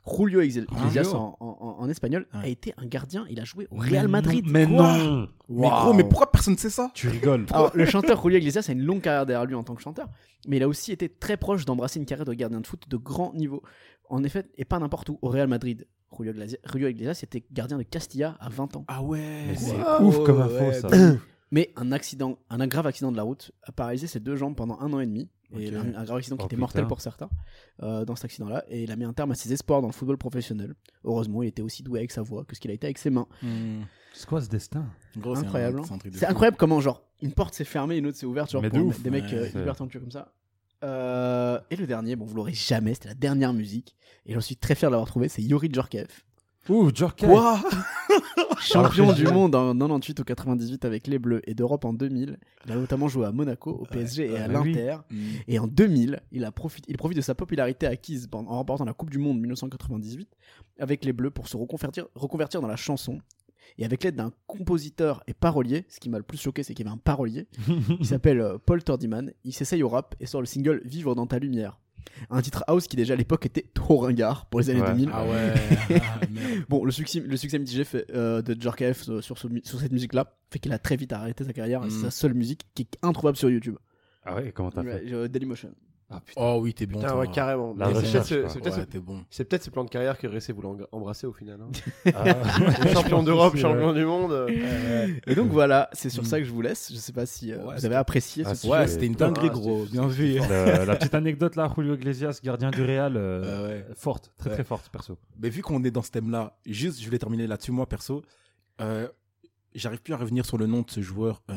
Speaker 6: Julio Iglesias
Speaker 4: Julio.
Speaker 6: en, en- en espagnol
Speaker 5: Ouais.
Speaker 6: a été un gardien. Il a joué au
Speaker 4: Mais
Speaker 6: Real
Speaker 4: non,
Speaker 6: Madrid.
Speaker 4: Mais
Speaker 6: Quoi
Speaker 4: non
Speaker 5: Mais gros, mais pourquoi personne ne sait ça
Speaker 4: Tu rigoles.
Speaker 6: Alors, le chanteur Julio Iglesias a une longue carrière derrière lui en tant que chanteur, mais il a aussi été très proche d'embrasser une carrière de gardien de foot de grand niveau. En effet, et pas n'importe où, au Real Madrid. Julio Iglesias, Julio Iglesias était gardien de Castilla à 20 ans.
Speaker 5: Ah ouais.
Speaker 4: Mais c'est
Speaker 7: Quoi
Speaker 4: ouf comme info
Speaker 7: Ouais,
Speaker 4: ça.
Speaker 6: Mais un accident, un grave accident de la route a paralysé ses deux jambes pendant un an et demi. Et
Speaker 5: Ok.
Speaker 6: un, un grave accident qui
Speaker 4: Oh,
Speaker 6: était mortel
Speaker 4: putain.
Speaker 6: pour certains euh, dans cet accident-là. Et il a mis un terme à ses espoirs dans le football professionnel. Heureusement, il était aussi doué avec sa voix que ce qu'il a été avec ses mains.
Speaker 5: Hmm.
Speaker 4: C'est quoi ce destin
Speaker 5: Gros, c'est un-
Speaker 6: Incroyable, hein.
Speaker 5: C'est un truc de
Speaker 6: C'est
Speaker 5: fou.
Speaker 6: incroyable comment, genre, une porte s'est fermée, une autre s'est ouverte, genre,
Speaker 4: Mais
Speaker 6: pour
Speaker 4: de
Speaker 6: un-
Speaker 4: ouf.
Speaker 6: des mecs
Speaker 5: Ouais,
Speaker 6: euh,
Speaker 4: c'est-
Speaker 6: hyper talentueux comme ça. Euh, et le dernier, bon, vous l'aurez jamais, c'était la dernière musique. Et j'en suis très fier de l'avoir trouvé, c'est Yuri Djorkaeff.
Speaker 4: Ouh, Jorka
Speaker 5: Quoi
Speaker 6: Champion du monde en 98 ou 98 avec les Bleus et d'Europe en 2000. Il a notamment joué à Monaco, au PSG et à
Speaker 4: bah oui.
Speaker 6: l'Inter.
Speaker 5: Mm.
Speaker 6: Et en 2000, il, a profite, il profite de sa popularité acquise pendant- en remportant la Coupe du Monde 1998 avec les Bleus pour se reconvertir, reconvertir dans la chanson. Et avec l'aide d'un compositeur et parolier, ce qui m'a le plus choqué, c'est qu'il y avait un parolier, il s'appelle euh, Paul Tordiman, il s'essaye au rap et sort le single Vivre dans ta lumière. Un titre house qui déjà à l'époque était trop ringard pour les années
Speaker 4: Ouais.
Speaker 6: 2000.
Speaker 5: Ah ouais. Ah, merde.
Speaker 6: Bon, le succès, le succès mitigé fait, euh, de Djorkaeff euh, sur, ce mu- sur cette musique-là fait qu'il a très vite arrêté sa carrière et
Speaker 5: Mm.
Speaker 6: c'est sa seule musique qui est introuvable sur YouTube.
Speaker 4: Ah ouais, comment t'as fait
Speaker 6: Ouais, euh, Dailymotion.
Speaker 4: Ah putain.
Speaker 5: Oh oui, t'es bon.
Speaker 7: Putain,
Speaker 5: toi.
Speaker 7: ouais, carrément.
Speaker 4: La
Speaker 7: Mais c'est
Speaker 4: recherche,
Speaker 7: peut-être ce-
Speaker 4: quoi.
Speaker 7: c'est peut-être ce-
Speaker 5: Ouais, t'es bon.
Speaker 7: c'est peut-être ce plan de carrière que Ressé voulait en- embrasser au final. hein.
Speaker 4: Ah.
Speaker 7: champion d'Europe,
Speaker 4: Ouais.
Speaker 7: champion du monde. euh,
Speaker 6: Et donc voilà, c'est sur
Speaker 5: Mm.
Speaker 6: ça que je vous laisse. Je sais pas si euh,
Speaker 5: Ouais,
Speaker 6: vous avez apprécié
Speaker 4: Ah,
Speaker 6: ce
Speaker 4: c'est-
Speaker 6: sujet.
Speaker 5: Ouais, c'était une dinguerie,
Speaker 7: Ah,
Speaker 5: gros.
Speaker 7: c'est-
Speaker 5: Bien vu.
Speaker 4: Le- la petite anecdote là, Julio Iglesias, gardien du Real, euh,
Speaker 5: Ah ouais.
Speaker 4: forte, très
Speaker 5: Ouais.
Speaker 4: très forte perso.
Speaker 5: Mais vu qu'on est dans ce thème-là, juste, je voulais terminer là-dessus, moi, perso. Euh, J'arrive plus à revenir sur le nom de ce joueur. euh,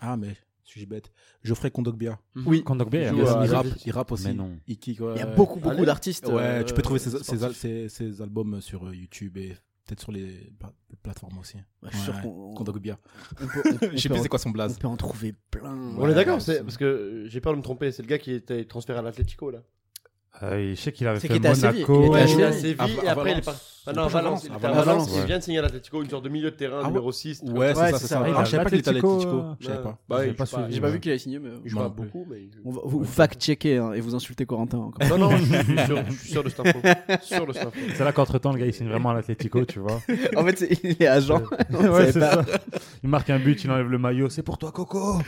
Speaker 5: Ah, mais suis-je bête Geoffrey Kondogbia.
Speaker 4: Oui, Kondogbia,
Speaker 7: Joue
Speaker 5: il,
Speaker 4: il y a-
Speaker 7: à-
Speaker 5: rappe, il rappe aussi.
Speaker 4: Mais non.
Speaker 5: Il kick, ouais.
Speaker 6: Il y a beaucoup, beaucoup
Speaker 7: Allez.
Speaker 6: d'artistes.
Speaker 5: euh, Ouais,
Speaker 6: euh,
Speaker 5: tu peux trouver ses, ses-
Speaker 6: sportifs.
Speaker 5: ses- ses albums sur euh, YouTube et peut-être sur les pla- plateformes aussi.
Speaker 6: Ouais, je suis sûr
Speaker 5: Ouais,
Speaker 6: qu'on-
Speaker 5: Kondogbia.
Speaker 6: on peut- on-
Speaker 5: Je sais
Speaker 6: on
Speaker 5: plus
Speaker 6: peut
Speaker 5: c'est quoi
Speaker 6: en-
Speaker 5: son
Speaker 6: On
Speaker 5: blaze.
Speaker 6: peut en trouver plein.
Speaker 7: On
Speaker 5: Ouais,
Speaker 7: est d'accord,
Speaker 5: c'est-
Speaker 7: c'est parce que euh, j'ai peur de me tromper. C'est le gars qui était transféré à l'Atlético là.
Speaker 4: Euh, je sais qu'il avait fait
Speaker 6: C'est qu'il était à Séville, il
Speaker 4: Monaco.
Speaker 6: était à
Speaker 7: Ouais,
Speaker 6: Séville.
Speaker 7: il est
Speaker 6: à
Speaker 7: à Séville
Speaker 5: À-
Speaker 7: et
Speaker 5: à
Speaker 7: après il est
Speaker 5: Valence.
Speaker 7: parti.
Speaker 5: Il
Speaker 7: Ah
Speaker 5: est
Speaker 7: non,
Speaker 5: pas
Speaker 7: Valence.
Speaker 5: à
Speaker 7: Il était à
Speaker 5: Valence.
Speaker 7: Valence.
Speaker 4: Ouais.
Speaker 7: Il vient de signer à l'Atlético, une sorte de milieu de terrain,
Speaker 5: Ah
Speaker 7: numéro 6.
Speaker 5: Ouais, c'est
Speaker 6: Ouais,
Speaker 5: ça,
Speaker 6: c'est
Speaker 5: c'est
Speaker 6: ça.
Speaker 5: ça.
Speaker 6: Il
Speaker 5: Ah,
Speaker 4: a
Speaker 5: je savais pas qu'il était à
Speaker 4: l'Atlético,
Speaker 10: euh,
Speaker 5: l'Atlético. Je savais
Speaker 7: ouais.
Speaker 5: pas.
Speaker 7: Bah,
Speaker 4: J'avais
Speaker 7: il-
Speaker 4: pas
Speaker 7: je sais pas,
Speaker 4: suivi,
Speaker 6: J'ai
Speaker 7: j'ai
Speaker 6: pas
Speaker 4: ouais.
Speaker 6: vu qu'il avait signé, mais
Speaker 7: Je
Speaker 5: Non
Speaker 7: parle
Speaker 5: plus.
Speaker 7: beaucoup, mais.
Speaker 6: on va- vous, vous fact-checker hein, et vous insultez Corentin. encore.
Speaker 7: Non, non, je suis sûr, je suis sûr de cette info. Sûr de cette info.
Speaker 4: C'est là qu'entre temps, le gars il signe vraiment à l'Atlético, tu vois.
Speaker 6: en fait, c'est- il est agent. On
Speaker 4: ouais,
Speaker 6: savait
Speaker 4: c'est ça.
Speaker 6: pas.
Speaker 4: Il marque un but, il enlève le maillot, c'est pour toi, Coco.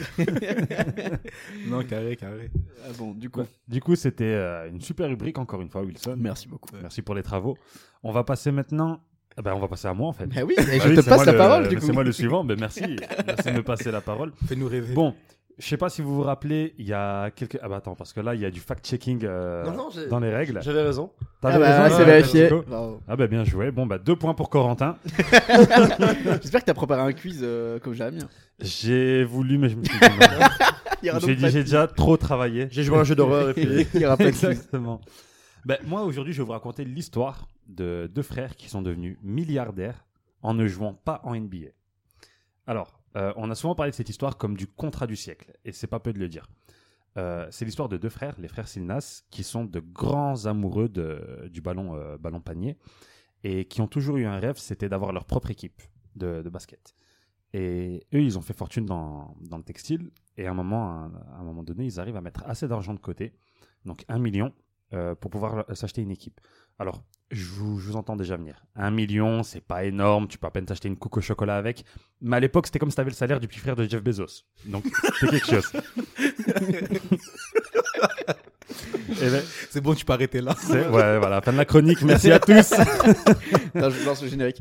Speaker 5: Non, carré, carré.
Speaker 6: Ah bon, du coup,
Speaker 4: Ouais. Du coup, c'était euh, une super rubrique encore une fois, Wilson.
Speaker 6: merci beaucoup.
Speaker 4: Merci pour les travaux. On va passer maintenant. eh ben, on va passer à moi en fait.
Speaker 6: Bah oui,
Speaker 4: Ah
Speaker 6: et je
Speaker 4: oui,
Speaker 6: te
Speaker 4: c'est
Speaker 6: passe
Speaker 4: moi
Speaker 6: la
Speaker 4: le-
Speaker 6: parole du coup.
Speaker 4: C'est moi le suivant, mais merci. merci de me passer la parole.
Speaker 5: Fais-nous rêver.
Speaker 4: Bon, je sais pas si vous vous rappelez, il y a quelques. Ah bah attends, parce que là, il y a du fact-checking euh,
Speaker 7: Non, non, j'ai-
Speaker 4: dans les règles.
Speaker 7: J'avais raison.
Speaker 6: Ah
Speaker 4: T'avais
Speaker 6: bah,
Speaker 4: raison,
Speaker 6: c'est
Speaker 4: euh,
Speaker 6: vérifié.
Speaker 4: Chico
Speaker 6: Bravo.
Speaker 4: Ah bah bien joué. Bon, bah deux points pour Corentin.
Speaker 6: J'espère que t'as préparé un quiz euh, comme j'avais mis.
Speaker 4: J'ai voulu, mais je me suis dit. non.
Speaker 6: Il
Speaker 4: Je
Speaker 6: y
Speaker 4: me
Speaker 6: aura donc
Speaker 4: suis
Speaker 6: pas
Speaker 4: dit,
Speaker 6: de
Speaker 4: j'ai déjà trop travaillé.
Speaker 7: J'ai joué à un jeu d'horreur et puis.
Speaker 6: quiz. Il y aura pas de quiz.
Speaker 4: Exactement. Ben, moi, aujourd'hui, je vais vous raconter l'histoire de deux frères qui sont devenus milliardaires en ne jouant pas en NBA. Alors, euh, on a souvent parlé de cette histoire comme du contrat du siècle, et c'est pas peu de le dire. Euh, c'est l'histoire de deux frères, les frères Silnas, qui sont de grands amoureux de- du ballon, euh, ballon panier, et qui ont toujours eu un rêve, c'était d'avoir leur propre équipe de, de basket. Et eux, ils ont fait fortune dans, dans le textile, et à un, moment, à un moment donné, ils arrivent à mettre assez d'argent de côté donc un million euh, pour pouvoir euh, s'acheter une équipe. Alors, je vous, je vous entends déjà venir. Un million, c'est pas énorme, tu peux à peine t'acheter une coupe au chocolat avec. Mais à l'époque, c'était comme si t'avais le salaire du petit frère de Jeff Bezos. Donc, c'était quelque chose. Eh ben,
Speaker 5: C'est bon, tu peux arrêter là.
Speaker 4: c'est- ouais, voilà, fin de la chronique, merci à tous.
Speaker 6: Attends, je lance le générique.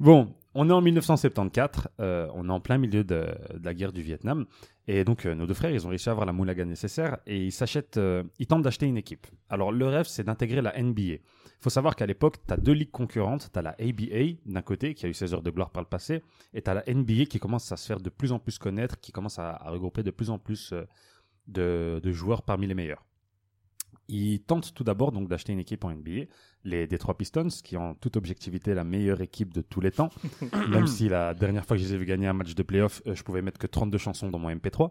Speaker 4: Bon, on est en 1974, euh, on est en plein milieu de, de la guerre du Vietnam, et donc euh, nos deux frères, ils ont réussi à avoir la moulaga nécessaire, et ils s'achètent, euh, ils tentent d'acheter une équipe. Alors le rêve, c'est d'intégrer la NBA. faut savoir qu'à l'époque, tu as deux ligues concurrentes, tu as la ABA d'un côté, qui a eu ses heures de gloire par le passé, et tu as la NBA qui commence à se faire de plus en plus connaître, qui commence à, à regrouper de plus en plus euh, de, de joueurs parmi les meilleurs. Ils tentent tout d'abord donc d'acheter une équipe en NBA, les Detroit Pistons, qui ont en toute objectivité la meilleure équipe de tous les temps, même si la dernière fois que je les ai vus gagner un match de playoff, euh, je pouvais mettre que 32 chansons dans mon MP3.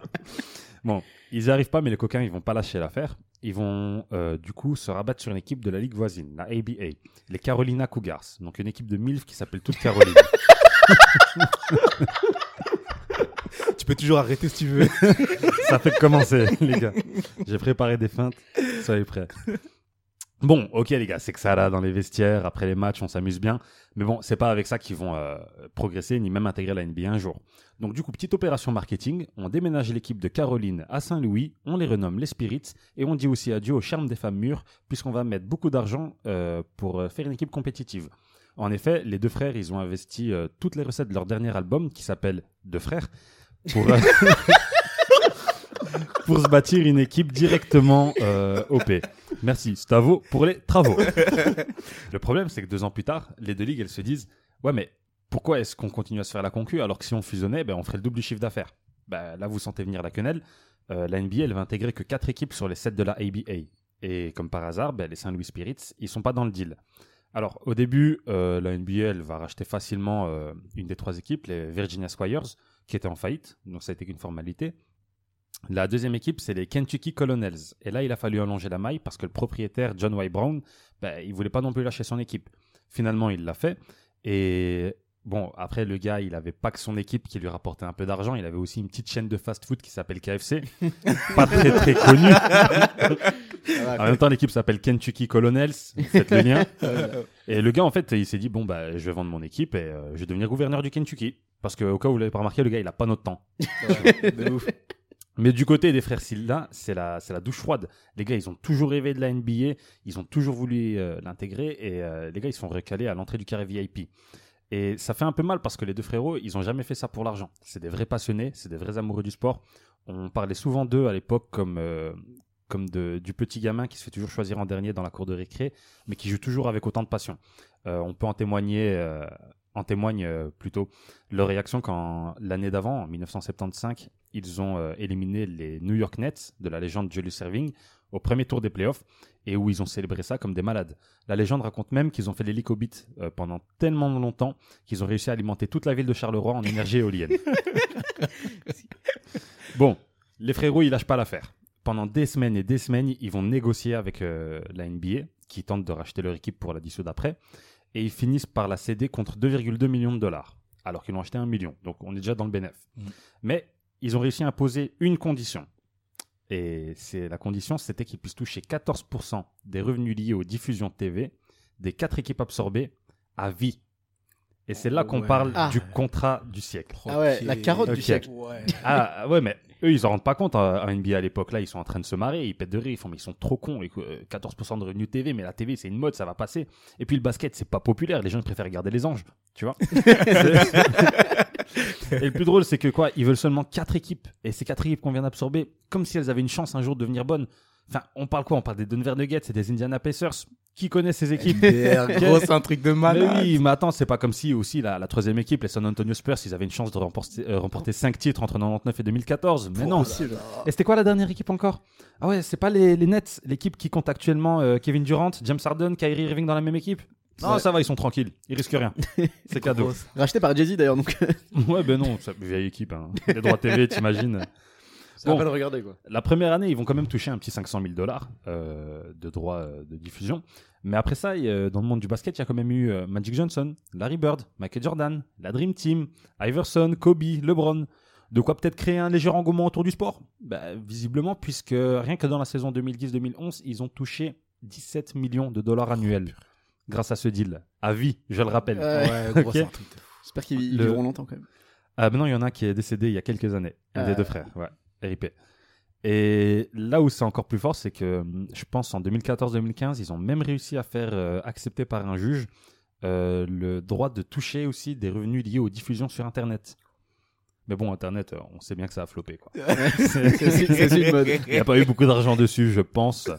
Speaker 4: bon, ils n'y arrivent pas, mais les coquins, ils vont pas lâcher l'affaire. Ils vont euh, du coup se rabattre sur une équipe de la ligue voisine, la ABA, les Carolina Cougars, donc une équipe de MILF qui s'appelle toute Caroline.
Speaker 5: Tu peux toujours arrêter si tu veux.
Speaker 4: Ça fait commencer, les gars. J'ai préparé des feintes. Soyez prêts. Bon, ok les gars, c'est que ça là dans les vestiaires, après les matchs, on s'amuse bien. Mais bon, c'est pas avec ça qu'ils vont euh, progresser ni même intégrer la NBA un jour. Donc du coup, petite opération marketing, on déménage l'équipe de Caroline à Saint-Louis, on les renomme les Spirits et on dit aussi adieu au charme des femmes mûres puisqu'on va mettre beaucoup d'argent euh, pour euh, faire une équipe compétitive. En effet, les deux frères, ils ont investi euh, toutes les recettes de leur dernier album qui s'appelle Deux frères pour, euh, pour se bâtir une équipe directement euh, OP. Merci, c'est à vous pour les travaux. Le problème, c'est que deux ans plus tard, les deux ligues, elles se disent Ouais, mais pourquoi est-ce qu'on continue à se faire la concu alors que si on fusionnait, ben, on ferait le double du chiffre d'affaires ben, Là, vous sentez venir la quenelle. Euh, la NBA, elle va intégrer que quatre équipes sur les 7 de la ABA. Et comme par hasard, ben, les Saint Louis Spirits, ils sont pas dans le deal. Alors, au début, euh, la NBA, elle va racheter facilement euh, une des trois équipes, les Virginia Squires, qui étaient en faillite, donc ça a été qu'une formalité. La deuxième équipe, c'est les Kentucky Colonels. Et là, il a fallu allonger la maille parce que le propriétaire, John Y. Brown, ben, il voulait pas non plus lâcher son équipe. Finalement, il l'a fait. Et bon, après, le gars, il avait pas que son équipe qui lui rapportait un peu d'argent. Il avait aussi une petite chaîne de fast-food qui s'appelle KFC. pas très, très connue. en même temps, l'équipe s'appelle Kentucky Colonels. Faites le lien. Et le gars, en fait, il s'est dit bon, bah, je vais vendre mon équipe et euh, je vais devenir gouverneur du Kentucky. Parce que, au cas où vous l'avez pas remarqué, le gars, il a pas notre temps. Mais du côté des frères Silda, c'est la, c'est la douche froide. Les gars, ils ont toujours rêvé de la NBA, ils ont toujours voulu euh, l'intégrer, et euh, les gars, ils sont recalés à l'entrée du carré VIP. Et ça fait un peu mal parce que les deux frérots, ils ont jamais fait ça pour l'argent. C'est des vrais passionnés, c'est des vrais amoureux du sport. On parlait souvent d'eux à l'époque comme, euh, comme de, du petit gamin qui se fait toujours choisir en dernier dans la cour de récré, mais qui joue toujours avec autant de passion. Euh, on peut en témoigner, euh, en témoigne euh, plutôt leur réaction quand l'année d'avant, en 1975, ils ont euh, éliminé les New York Nets de la légende Julius Erving au premier tour des playoffs et où ils ont célébré ça comme des malades. La légende raconte même qu'ils ont fait l'hélicobite euh, pendant tellement longtemps qu'ils ont réussi à alimenter toute la ville de Charleroi en énergie éolienne. bon, les frérots, ils lâchent pas l'affaire. Pendant des semaines et des semaines, ils vont négocier avec euh, la NBA qui tente de racheter leur équipe pour la dissoudre après et ils finissent par la céder contre 2,2 millions de dollars alors qu'ils l'ont acheté un million. Donc on est déjà dans le bénéf. Mais ils ont réussi à imposer une condition. Et c'est la condition, c'était qu'ils puissent toucher 14% des revenus liés aux diffusions TV des quatre équipes absorbées à vie. Et c'est là qu'on
Speaker 1: Ouais.
Speaker 4: parle
Speaker 6: Ah.
Speaker 4: du contrat du siècle.
Speaker 6: Ah ouais, la carotte
Speaker 4: Bah, Ok.
Speaker 6: du siècle.
Speaker 9: Ouais.
Speaker 4: Ah ouais, mais eux, ils en rendent pas compte. hein. À NBA à l'époque, là, ils sont en train de se marrer, ils pètent de rire, ils font, mais ils sont trop cons. écou- euh, 14% de revenus TV, mais la TV, c'est une mode, ça va passer. Et puis le basket, c'est pas populaire, les gens ils préfèrent regarder les anges, tu vois. C'est- et le plus drôle, c'est que quoi, ils veulent seulement 4 équipes, et ces 4 équipes qu'on vient d'absorber, comme si elles avaient une chance un jour de devenir bonnes. Enfin, on parle quoi On parle des Denver Nuggets et des Indiana Pacers. Qui connaît ces équipes
Speaker 10: gros, c'est un truc de
Speaker 4: mais
Speaker 10: malade.
Speaker 4: oui, mais attends, c'est pas comme si aussi la, la troisième équipe, les San Antonio Spurs, ils avaient une chance de remporter, euh, remporter 5 titres entre 99 et 2014. Mais
Speaker 6: Oh
Speaker 4: non. Et c'était quoi la dernière équipe encore Ah ouais, c'est pas les, les Nets, l'équipe qui compte actuellement euh, Kevin Durant, James Harden, Kyrie Irving dans la même équipe Non,
Speaker 6: Ouais.
Speaker 4: ça va, ils sont tranquilles, ils risquent rien. C'est cadeau.
Speaker 6: Racheté par Jay-Z d'ailleurs, donc. euh,
Speaker 4: Ouais, ben non, c'est une vieille équipe. hein. Les droits TV, t'imagines
Speaker 7: Ça va
Speaker 4: Bon.
Speaker 7: pas le regarder quoi.
Speaker 4: la première année, ils vont quand même toucher un petit 500 000 dollars de droits euh, de diffusion. Mais après ça, il y a- euh, dans le monde du basket, il y a quand même eu euh, Magic Johnson, Larry Bird, Michael Jordan, la Dream Team, Iverson, Kobe, LeBron. De quoi peut-être créer un léger engouement autour du sport Bah, Visiblement, puisque rien que dans la saison 2010-2011, ils ont touché 17 millions de dollars annuels grâce à ce deal. À vie, je le rappelle.
Speaker 5: Euh,
Speaker 6: Ouais.
Speaker 10: Ouais, gros,
Speaker 4: Ok.
Speaker 10: c'est un truc de
Speaker 6: J'espère qu'ils ils
Speaker 4: Le-
Speaker 6: vivront longtemps quand même.
Speaker 4: Ah ben non, il y en a un qui est décédé il y a quelques années. Un
Speaker 6: Euh.
Speaker 4: des deux frères, ouais. RIP. Et là où c'est encore plus fort, c'est que hum, je pense en 2014-2015, ils ont même réussi à faire euh, accepter par un juge euh, le droit de toucher aussi des revenus liés aux diffusions sur Internet. Mais bon, Internet, euh, on sait bien que ça a floppé. quoi.
Speaker 6: C'est aussi- c'est aussi une mode.
Speaker 4: Il n'y a pas eu beaucoup d'argent dessus, je pense.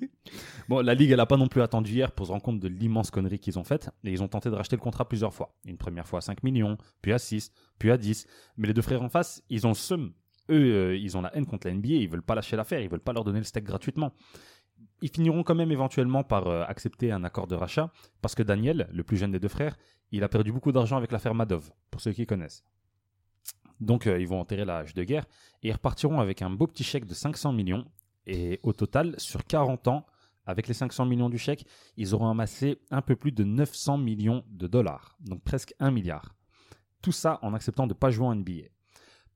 Speaker 4: bon, la Ligue, elle n'a pas non plus attendu hier pour se rendre compte de l'immense connerie qu'ils ont faite. Et ils ont tenté de racheter le contrat plusieurs fois. Une première fois à 5 millions, puis à 6, puis à 10. Mais les deux frères en face, ils ont le seum. Eux, euh, ils ont la haine contre la NBA, ils veulent pas lâcher l'affaire, ils veulent pas leur donner le steak gratuitement. Ils finiront quand même éventuellement par euh, accepter un accord de rachat, parce que Daniel, le plus jeune des deux frères, il a perdu beaucoup d'argent avec l'affaire Madov, pour ceux qui connaissent. Donc euh, ils vont enterrer la hache de guerre et ils repartiront avec un beau petit chèque de 500 millions. Et au total, sur 40 ans, avec les 500 millions du chèque, ils auront amassé un peu plus de 900 millions de dollars, donc presque 1 milliard. Tout ça en acceptant de ne pas jouer en NBA.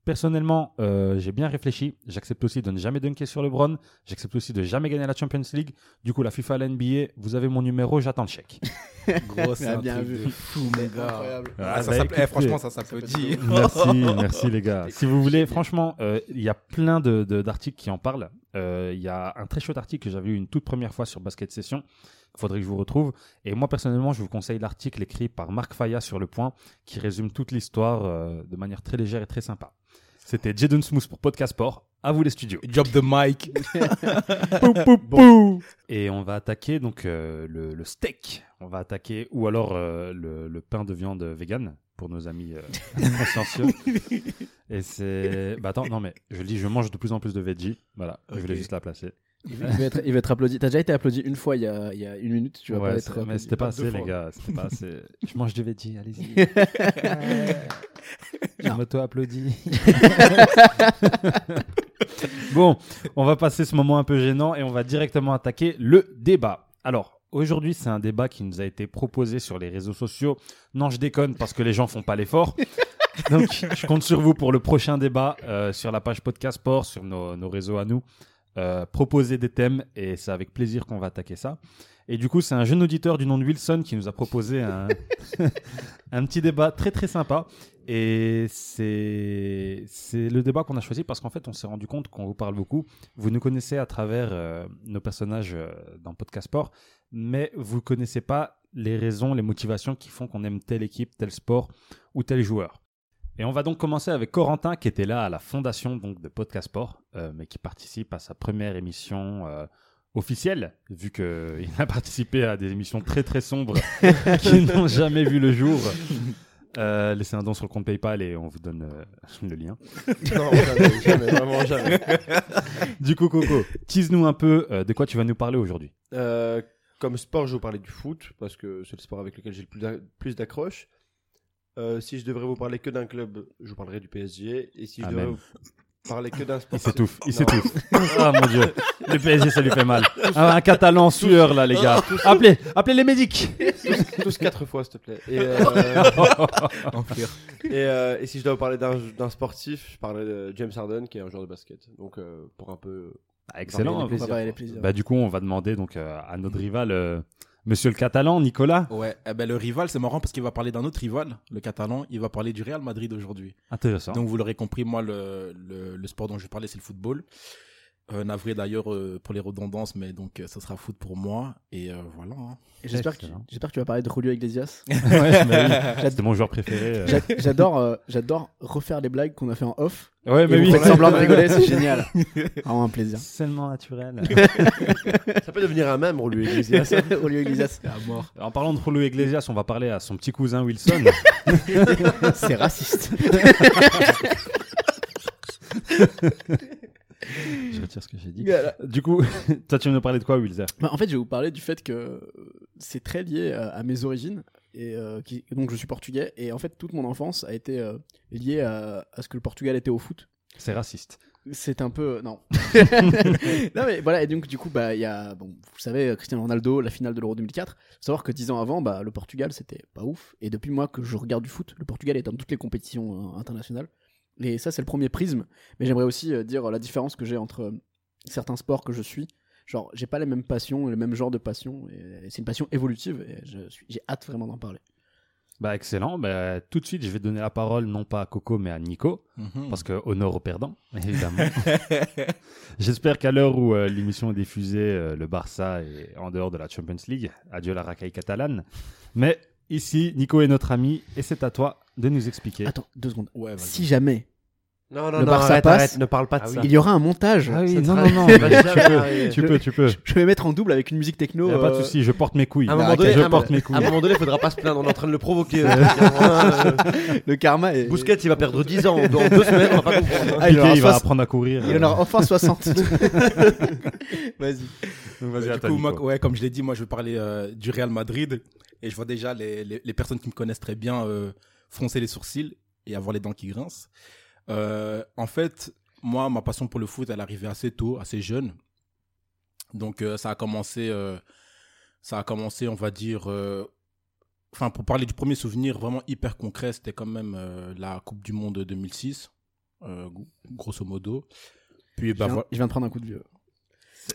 Speaker 4: Personnellement, euh, j'ai bien réfléchi. J'accepte aussi de ne jamais dunker sur LeBron. J'accepte aussi de jamais gagner la Champions League. Du coup, la FIFA, la NBA, vous avez mon numéro, j'attends le chèque.
Speaker 10: Gros, c'est un
Speaker 6: Ah, bien
Speaker 10: truc
Speaker 6: vu.
Speaker 10: de fou, mon gars.
Speaker 6: Incroyable.
Speaker 10: Ah, ça
Speaker 4: Bah,
Speaker 10: s'appla- eh,
Speaker 4: écoutez,
Speaker 10: franchement, ça s'applaudit.
Speaker 4: Merci, merci les gars. Si vous voulez, franchement, euh, il y a plein de- de- d'articles qui en parlent. Euh, Il y a un très chaud article que j'avais eu une toute première fois sur Basket Session. Il faudrait que je vous retrouve. Et moi, personnellement, je vous conseille l'article écrit par Marc Faya sur Le Point qui résume toute l'histoire euh, de manière très légère et très sympa. C'était Jaden Smooth pour Podcast Sport. À vous les studios.
Speaker 10: Job de Mike.
Speaker 4: Pou, pou, pou. Et on va attaquer donc euh, le, le steak. On va attaquer ou alors euh, le, le pain de viande vegan pour nos amis euh, consciencieux. Et c'est. Bah attends, non mais je le dis, je mange de plus en plus de veggie. Voilà, je voulais
Speaker 10: Ok.
Speaker 4: juste la placer.
Speaker 6: Il va il va être, il va être applaudi. T'as déjà été applaudi une fois il y a, il y a une minute, tu vas
Speaker 4: Ouais,
Speaker 6: pas
Speaker 4: c'est-
Speaker 6: être.
Speaker 4: mais
Speaker 6: applaudi
Speaker 4: c'était pas
Speaker 6: deux
Speaker 4: assez, les
Speaker 6: fois.
Speaker 4: gars. C'était pas assez. Je mange du veggie, allez-y. Euh, je m'auto-applaudis. bon, on va passer ce moment un peu gênant et on va directement attaquer le débat. Alors. Aujourd'hui, c'est un débat qui nous a été proposé sur les réseaux sociaux. Non, je déconne parce que les gens font pas l'effort. Donc, je compte sur vous pour le prochain débat euh, sur la page Podcast Sport, sur nos, nos réseaux à nous. Euh, proposer des thèmes et c'est avec plaisir qu'on va attaquer ça. Et du coup, c'est un jeune auditeur du nom de Wilson qui nous a proposé un, un petit débat très très sympa. Et c'est c'est le débat qu'on a choisi parce qu'en fait, on s'est rendu compte qu'on vous parle beaucoup. Vous nous connaissez à travers euh, nos personnages euh, dans Podcast Sport, mais vous connaissez pas les raisons, les motivations qui font qu'on aime telle équipe, tel sport ou tel joueur. Et on va donc commencer avec Corentin qui était là à la fondation donc de Podcast Sport, euh, mais qui participe à sa première émission. euh, officiel, vu qu'il a participé à des émissions très très sombres qui n'ont jamais vu le jour. Euh, laissez un don sur le compte PayPal et on vous donne euh, le lien.
Speaker 7: Non, jamais, jamais, vraiment jamais.
Speaker 4: Du coup, Coco, tease-nous un peu euh, de quoi tu vas nous parler aujourd'hui.
Speaker 7: Euh, comme sport, je vais vous parler du foot parce que c'est le sport avec lequel j'ai le plus d'a- plus d'accroche. Euh, si je devrais vous parler que d'un club, je vous parlerai du PSG. Et si je
Speaker 4: Amen.
Speaker 7: devrais vous parler que d'un sport,
Speaker 4: Il s'étouffe, il
Speaker 7: Non.
Speaker 4: s'étouffe. Ah mon dieu, le PSG ça lui fait mal. Ah, un catalan en sueur là, les gars. Appelez, appelez les médics.
Speaker 7: Tous quatre fois, s'il te plaît. Et, euh, et, euh, et si je dois vous parler d'un d'un sportif, je parlerai de James Harden, qui est un joueur de basket. Donc, euh, pour un peu.
Speaker 4: Ah, Excellent.
Speaker 7: varier les plaisirs. Bah,
Speaker 6: Ça va, elle est plaisir.
Speaker 4: Bah, du coup, on va demander donc euh, à notre rival euh, Monsieur le Catalan, Nicolas.
Speaker 5: Ouais, eh ben le rival, c'est marrant parce qu'il va parler d'un autre rival, le catalan, il va parler du Real Madrid aujourd'hui.
Speaker 10: Ah.
Speaker 4: Intéressant.
Speaker 5: Donc vous l'aurez compris, moi, le, le, le sport dont je parlais, c'est le football. Euh, navré d'ailleurs euh, pour les redondances, mais donc euh, ça sera foot pour moi. Et euh, voilà. hein.
Speaker 6: Et J'espère que,
Speaker 4: Excellent.
Speaker 6: j'espère que tu vas parler de Julio Iglesias.
Speaker 4: Ouais, mais oui,
Speaker 6: J'ad-
Speaker 4: c'était mon joueur préféré. euh.
Speaker 6: j'a- J'adore, euh, j'adore refaire les blagues qu'on a fait en off.
Speaker 4: Ouais, Ah, mais
Speaker 6: et
Speaker 4: oui.
Speaker 6: vous faites semblant de rigoler, c'est génial. Vraiment un plaisir.
Speaker 4: C'est Seulement naturel.
Speaker 7: Ça peut devenir un même, on lui Iglesias.
Speaker 6: Julio Iglesias,
Speaker 5: À mort.
Speaker 4: en parlant de Julio Iglesias, on va parler à son petit cousin Wilson.
Speaker 6: c'est raciste.
Speaker 4: Je retire ce que j'ai dit. Du coup, toi, tu veux nous parler de quoi, Wilson
Speaker 6: Bah, en fait, je vais vous parler du fait que euh, c'est très lié euh, à, à mes origines. Et euh, qui- donc, je suis portugais. Et en fait, toute mon enfance a été euh, liée à, à ce que le Portugal était au foot.
Speaker 4: C'est raciste.
Speaker 6: C'est un peu. Non. non, mais voilà. Et donc, du coup, bah, il y a. Bon, vous savez, euh, Cristiano Ronaldo, la finale de l'Euro 2004. Faut savoir que dix ans avant, bah, le Portugal, c'était pas ouf. Et depuis moi que je regarde du foot, le Portugal est dans toutes les compétitions euh, internationales. Et ça, c'est le premier prisme. Mais j'aimerais aussi euh, dire la différence que j'ai entre euh, certains sports que je suis. Genre, j'ai pas les mêmes passions, le même genre de passion. Et, et c'est une passion évolutive. Et je suis- j'ai hâte vraiment d'en parler.
Speaker 4: Bah, excellent. Bah, tout de suite, je vais donner la parole non pas à Coco, mais à Nico.
Speaker 5: Mhm.
Speaker 4: Parce que honneur au perdant, évidemment. J'espère qu'à l'heure où euh, l'émission est diffusée, euh, le Barça est en dehors de la Champions League. Adieu la racaille catalane. Mais ici, Nico est notre ami et c'est à toi de nous expliquer.
Speaker 6: Attends, deux secondes.
Speaker 5: Ouais, vas-y.
Speaker 6: Si jamais
Speaker 7: Non, non,
Speaker 6: Le
Speaker 7: non,
Speaker 6: Barça
Speaker 7: arrête,
Speaker 6: passe.
Speaker 7: arrête, ne parle pas de
Speaker 4: Ah oui.
Speaker 7: ça.
Speaker 6: il y aura un montage,
Speaker 4: Ah oui,
Speaker 7: Ça
Speaker 4: non,
Speaker 7: sera-
Speaker 4: non, non,
Speaker 7: ça
Speaker 4: mais
Speaker 7: va
Speaker 4: tu
Speaker 7: jamais
Speaker 4: peux,
Speaker 7: arriver.
Speaker 4: tu peux, tu peux.
Speaker 6: je vais mettre en double avec une musique techno.
Speaker 4: Y a pas de
Speaker 6: euh,
Speaker 4: souci, je porte mes couilles.
Speaker 7: À un moment donné,
Speaker 4: je
Speaker 7: à un
Speaker 4: porte mes
Speaker 7: À un
Speaker 4: couilles.
Speaker 7: moment donné, faudra pas se plaindre, on est en train de le provoquer. Euh,
Speaker 6: Le karma est.
Speaker 7: Bousquet, il va perdre 10 ans. Dans deux semaines, on va pas comprendre.
Speaker 6: Ah, il
Speaker 4: Piqué,
Speaker 6: aura
Speaker 4: il va
Speaker 6: soix-
Speaker 4: apprendre à courir.
Speaker 6: Il en aura enfin 60. Vas-y.
Speaker 4: Donc, vas-y,
Speaker 5: Ouais,
Speaker 4: à
Speaker 5: du
Speaker 4: toi,
Speaker 5: coup, moi,
Speaker 4: Nico.
Speaker 5: ouais, comme je l'ai dit, moi, je vais parler euh, du Real Madrid. Et je vois déjà les, les, les personnes qui me connaissent très bien euh, froncer les sourcils et avoir les dents qui grincent. Euh, en fait, moi, ma passion pour le foot, elle est arrivée assez tôt, assez jeune. Donc, euh, ça a commencé, euh, ça a commencé, on va dire. euh, Enfin, pour parler du premier souvenir vraiment hyper concret, c'était quand même euh, la Coupe du Monde 2006, euh, gro- grosso modo. Puis,
Speaker 6: je,
Speaker 5: bah,
Speaker 6: viens,
Speaker 5: voilà.
Speaker 6: je viens de prendre un coup de vieux.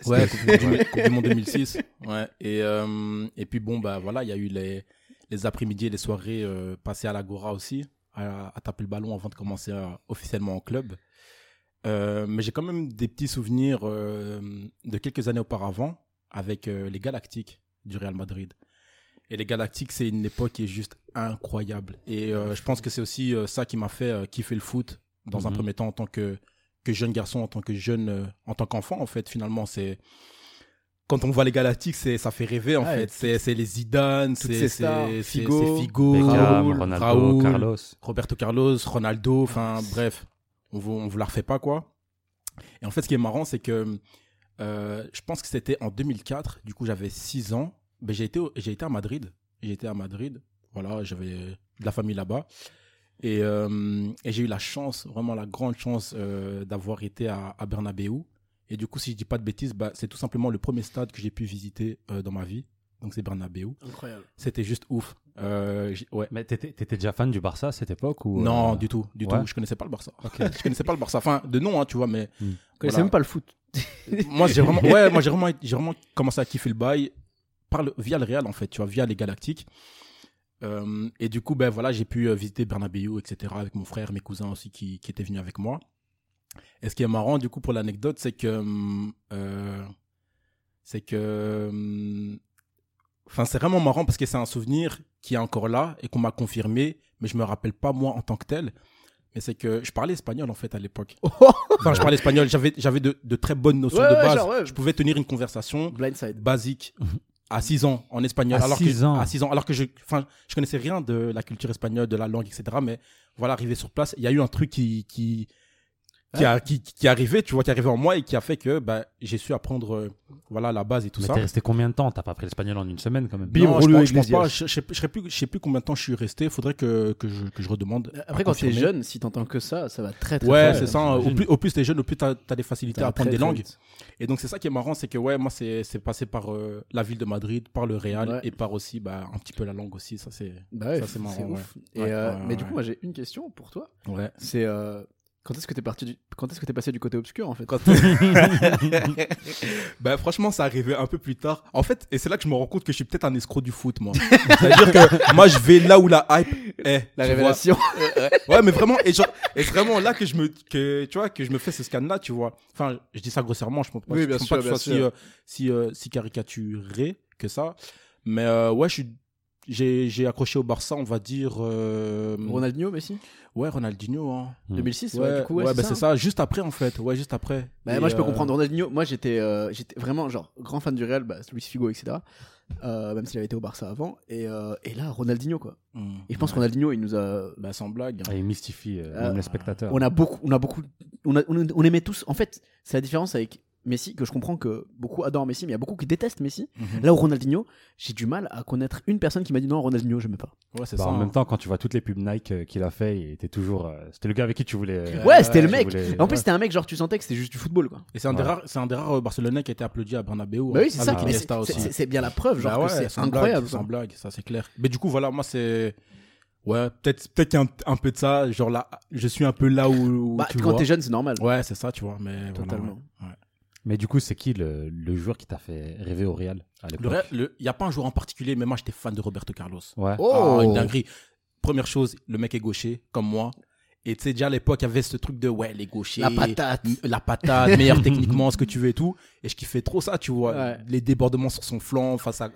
Speaker 5: Ouais, Coupe du Monde- Coupe du Monde 2006. Ouais. Et, euh, et puis bon, bah voilà, il y a eu les, les après-midi et les soirées euh, passées à l'Agora aussi, à, à taper le ballon avant de commencer à- officiellement en club. Euh, mais j'ai quand même des petits souvenirs euh, de quelques années auparavant avec euh, les Galactiques du Real Madrid. Et les Galactiques, c'est une époque qui est juste incroyable. Et euh, je pense que c'est aussi euh, ça qui m'a fait euh, kiffer le foot dans un
Speaker 4: Mhm.
Speaker 5: premier temps en tant que, que jeune garçon, en tant que jeune, euh, en tant qu'enfant en fait. Finalement, c'est quand on voit les Galactiques, c'est ça fait rêver en
Speaker 6: Ouais,
Speaker 5: fait. C'est c'est les Zidane,
Speaker 6: toutes
Speaker 5: c'est
Speaker 6: ces
Speaker 5: c'est-
Speaker 6: stars,
Speaker 5: c'est-
Speaker 6: Figo,
Speaker 5: c'est Figo,
Speaker 4: Beckham,
Speaker 5: Raoul,
Speaker 4: Ronaldo,
Speaker 5: Raoul,
Speaker 4: Carlos.
Speaker 5: Roberto Carlos, Ronaldo, enfin bref, on vous, on vous la refait pas quoi. Et en fait, ce qui est marrant, c'est que euh, je pense que c'était en 2004, du coup j'avais 6 ans, mais j'ai été, au- j'ai été à Madrid, j'ai été à Madrid, voilà, j'avais de la famille là-bas. Et, euh, et j'ai eu la chance, vraiment la grande chance euh, d'avoir été à, à Bernabeu. Et du coup, si je dis pas de bêtises, bah, c'est tout simplement le premier stade que j'ai pu visiter euh, dans ma vie. Donc c'est Bernabeu.
Speaker 6: Incroyable.
Speaker 5: C'était juste ouf. Euh, j'ai- ouais.
Speaker 4: Mais t'étais t'étais déjà fan du Barça à cette époque ou
Speaker 5: Non,
Speaker 4: euh,
Speaker 5: du tout, du
Speaker 4: ouais.
Speaker 5: tout. Je connaissais pas le Barça. je connaissais pas le Barça. Enfin, de nom, hein, tu vois, mais
Speaker 6: Je connaissais
Speaker 5: Voilà.
Speaker 6: même pas le foot.
Speaker 5: moi, j'ai vraiment, ouais, moi, j'ai vraiment, j'ai vraiment commencé à kiffer le bail par le, via le Real, en fait, tu vois, via les Galactiques. Euh, et du coup, ben voilà, j'ai pu euh, visiter Bernabeu, etc., avec mon frère, mes cousins aussi qui, qui étaient venus avec moi. Et ce qui est marrant, du coup, pour l'anecdote, c'est que, hum, euh, c'est que, hum, enfin, c'est vraiment marrant parce que c'est un souvenir qui est encore là et qu'on m'a confirmé, mais je me rappelle pas moi en tant que tel. Mais c'est que je parlais espagnol en fait à l'époque.
Speaker 6: Oh
Speaker 5: Enfin, je parlais espagnol, j'avais j'avais de, de très bonnes notions
Speaker 6: Ouais,
Speaker 5: de
Speaker 6: ouais,
Speaker 5: base.
Speaker 6: genre, ouais.
Speaker 5: Je pouvais tenir une conversation
Speaker 6: Blindside.
Speaker 5: basique à 6 ans en espagnol
Speaker 4: À
Speaker 5: alors
Speaker 4: six
Speaker 5: que
Speaker 4: ans.
Speaker 5: à 6 ans alors que je enfin je connaissais rien de la culture espagnole de la langue etc mais voilà arrivé sur place il y a eu un truc qui qui qui, a, qui qui est arrivé tu vois qui est arrivé en moi et qui a fait que bah j'ai su apprendre euh, voilà la base et tout
Speaker 4: Mais
Speaker 5: ça
Speaker 4: t'es resté combien de temps T'as pas pris l'espagnol en une semaine quand même
Speaker 7: Bim,
Speaker 5: non, je,
Speaker 7: Julio
Speaker 5: pense, je pense
Speaker 7: Iglesias.
Speaker 5: pas je, je sais, plus- je sais plus je sais plus combien de temps je suis resté faudrait que que je que je redemande
Speaker 6: Après, quand t'es
Speaker 5: Confirmé.
Speaker 6: jeune, si t'entends que ça, ça va très très
Speaker 5: ouais
Speaker 6: fort.
Speaker 5: c'est ça au
Speaker 4: j'imagine.
Speaker 5: plus au plus t'es jeune au plus t'as as des facilités
Speaker 6: Ça
Speaker 5: à
Speaker 6: va
Speaker 5: apprendre
Speaker 6: très,
Speaker 5: des
Speaker 6: très
Speaker 5: langues
Speaker 6: vite.
Speaker 5: Et donc c'est ça qui est marrant, c'est que ouais, moi c'est c'est passé par euh, la ville de Madrid, par le Real
Speaker 6: Ouais.
Speaker 5: et par aussi bah un petit peu la langue aussi, ça c'est
Speaker 6: Bah ouais,
Speaker 5: Ça, c'est
Speaker 6: c'est
Speaker 5: marrant,
Speaker 6: ouf.
Speaker 5: ouais.
Speaker 6: Et,
Speaker 5: Ouais,
Speaker 6: euh,
Speaker 5: ouais,
Speaker 6: mais
Speaker 5: ouais,
Speaker 6: du coup,
Speaker 5: ouais.
Speaker 6: moi j'ai une question pour toi.
Speaker 5: ouais.
Speaker 6: C'est euh, Quand est-ce que t'es parti du... Quand est-ce que t'es passé du côté obscur en fait
Speaker 5: bah franchement, ça arrivait un peu plus tard. En fait, et c'est là que je me rends compte que je suis peut-être un escroc du foot, moi. C'est-à-dire que moi, je vais là où la hype est.
Speaker 6: La
Speaker 5: tu vois.
Speaker 6: révélation.
Speaker 5: ouais, mais vraiment, et, genre- et vraiment là que je me, que tu vois, que je me fais ce scan-là, tu vois. Enfin, je dis ça grossièrement, je pense pas,
Speaker 6: Oui,
Speaker 5: je
Speaker 6: bien
Speaker 5: pense
Speaker 6: sûr,
Speaker 5: pas que ce
Speaker 6: bien
Speaker 5: soit si,
Speaker 6: sûr.
Speaker 5: euh, si, euh, si caricaturé que ça. Mais euh, ouais, je suis, j'ai, j'ai accroché au Barça, on va dire. euh,
Speaker 6: Ronaldinho, Messi
Speaker 5: Ouais, Ronaldinho. Hein.
Speaker 6: 2006, ouais, du coup, ouais, c'est
Speaker 5: bah,
Speaker 6: ça. hein.
Speaker 5: c'est ça, juste après en fait. Ouais, juste après.
Speaker 6: Bah,
Speaker 5: Et,
Speaker 6: moi, je peux
Speaker 5: euh,
Speaker 6: comprendre Ronaldinho. Moi, j'étais euh, j'étais vraiment genre grand fan du Real, bah, Luis Figo, etc. Euh, même s'il avait été au Barça avant. Et, euh, et là, Ronaldinho, quoi.
Speaker 5: hmm,
Speaker 6: Et je pense que Ronaldinho, il nous a.
Speaker 5: Bah, sans blague.
Speaker 4: Ah, il mystifie euh,
Speaker 6: Euh,
Speaker 4: même les spectateurs.
Speaker 6: On a beaucoup. On, a beaucoup on, a- on- on aimait tous. En fait, c'est la différence avec Messi, que je comprends que beaucoup adorent Messi, mais il y a beaucoup qui détestent Messi.
Speaker 5: Mhm.
Speaker 6: Là où Ronaldinho, j'ai du mal à connaître une personne qui m'a dit non, Ronaldinho, je pas.
Speaker 5: Ouais, c'est
Speaker 4: Bah,
Speaker 5: ça.
Speaker 4: en même
Speaker 5: hein.
Speaker 4: temps, quand tu vois toutes les pubs Nike euh, qu'il a fait, il était toujours. euh, C'était le gars avec qui tu voulais. euh,
Speaker 6: Ouais, c'était le
Speaker 4: tu
Speaker 6: mec.
Speaker 4: voulais-
Speaker 6: En plus,
Speaker 4: ouais.
Speaker 6: c'était un mec, genre, tu sentais que c'était juste du football, quoi.
Speaker 5: Et c'est un, des
Speaker 4: Ouais.
Speaker 5: rares- c'est un des rares euh, Barcelonais qui a été applaudi à Bernabeu.
Speaker 6: Bah
Speaker 5: hein,
Speaker 6: oui, c'est ça.
Speaker 5: avec
Speaker 6: mais c'est-
Speaker 5: Iniesta aussi.
Speaker 6: c'est- C'est c'est bien la preuve, genre,
Speaker 5: Bah
Speaker 6: que
Speaker 5: ouais,
Speaker 6: c'est
Speaker 5: sans blague,
Speaker 6: incroyable.
Speaker 5: sans
Speaker 6: quoi.
Speaker 5: blague, ça c'est clair. Mais du coup, voilà, moi c'est. Ouais, peut-être peut-être qu'il y a un, un peu de ça. Genre là, je suis un peu là où. où
Speaker 6: Bah,
Speaker 5: tu
Speaker 6: quand
Speaker 5: vois.
Speaker 6: t'es jeune, c'est normal.
Speaker 5: Ouais, c'est ça, tu vois. Mais voilà,
Speaker 6: Totalement.
Speaker 5: ouais.
Speaker 4: Mais du coup, c'est qui le, le joueur qui t'a fait rêver au Real à l'époque
Speaker 5: Le ré- le- Il n'y a pas un joueur en particulier, mais moi j'étais fan de Roberto Carlos.
Speaker 4: Ouais.
Speaker 5: Oh, une dinguerie. Première chose, le mec est gaucher, comme moi. Et tu sais, déjà à l'époque, il y avait ce truc de ouais, les gauchers.
Speaker 6: La patate.
Speaker 5: m- La patate, meilleur techniquement, ce que tu veux et tout. Et je kiffais trop ça, tu vois.
Speaker 6: Ouais.
Speaker 5: Les débordements sur son flanc face à.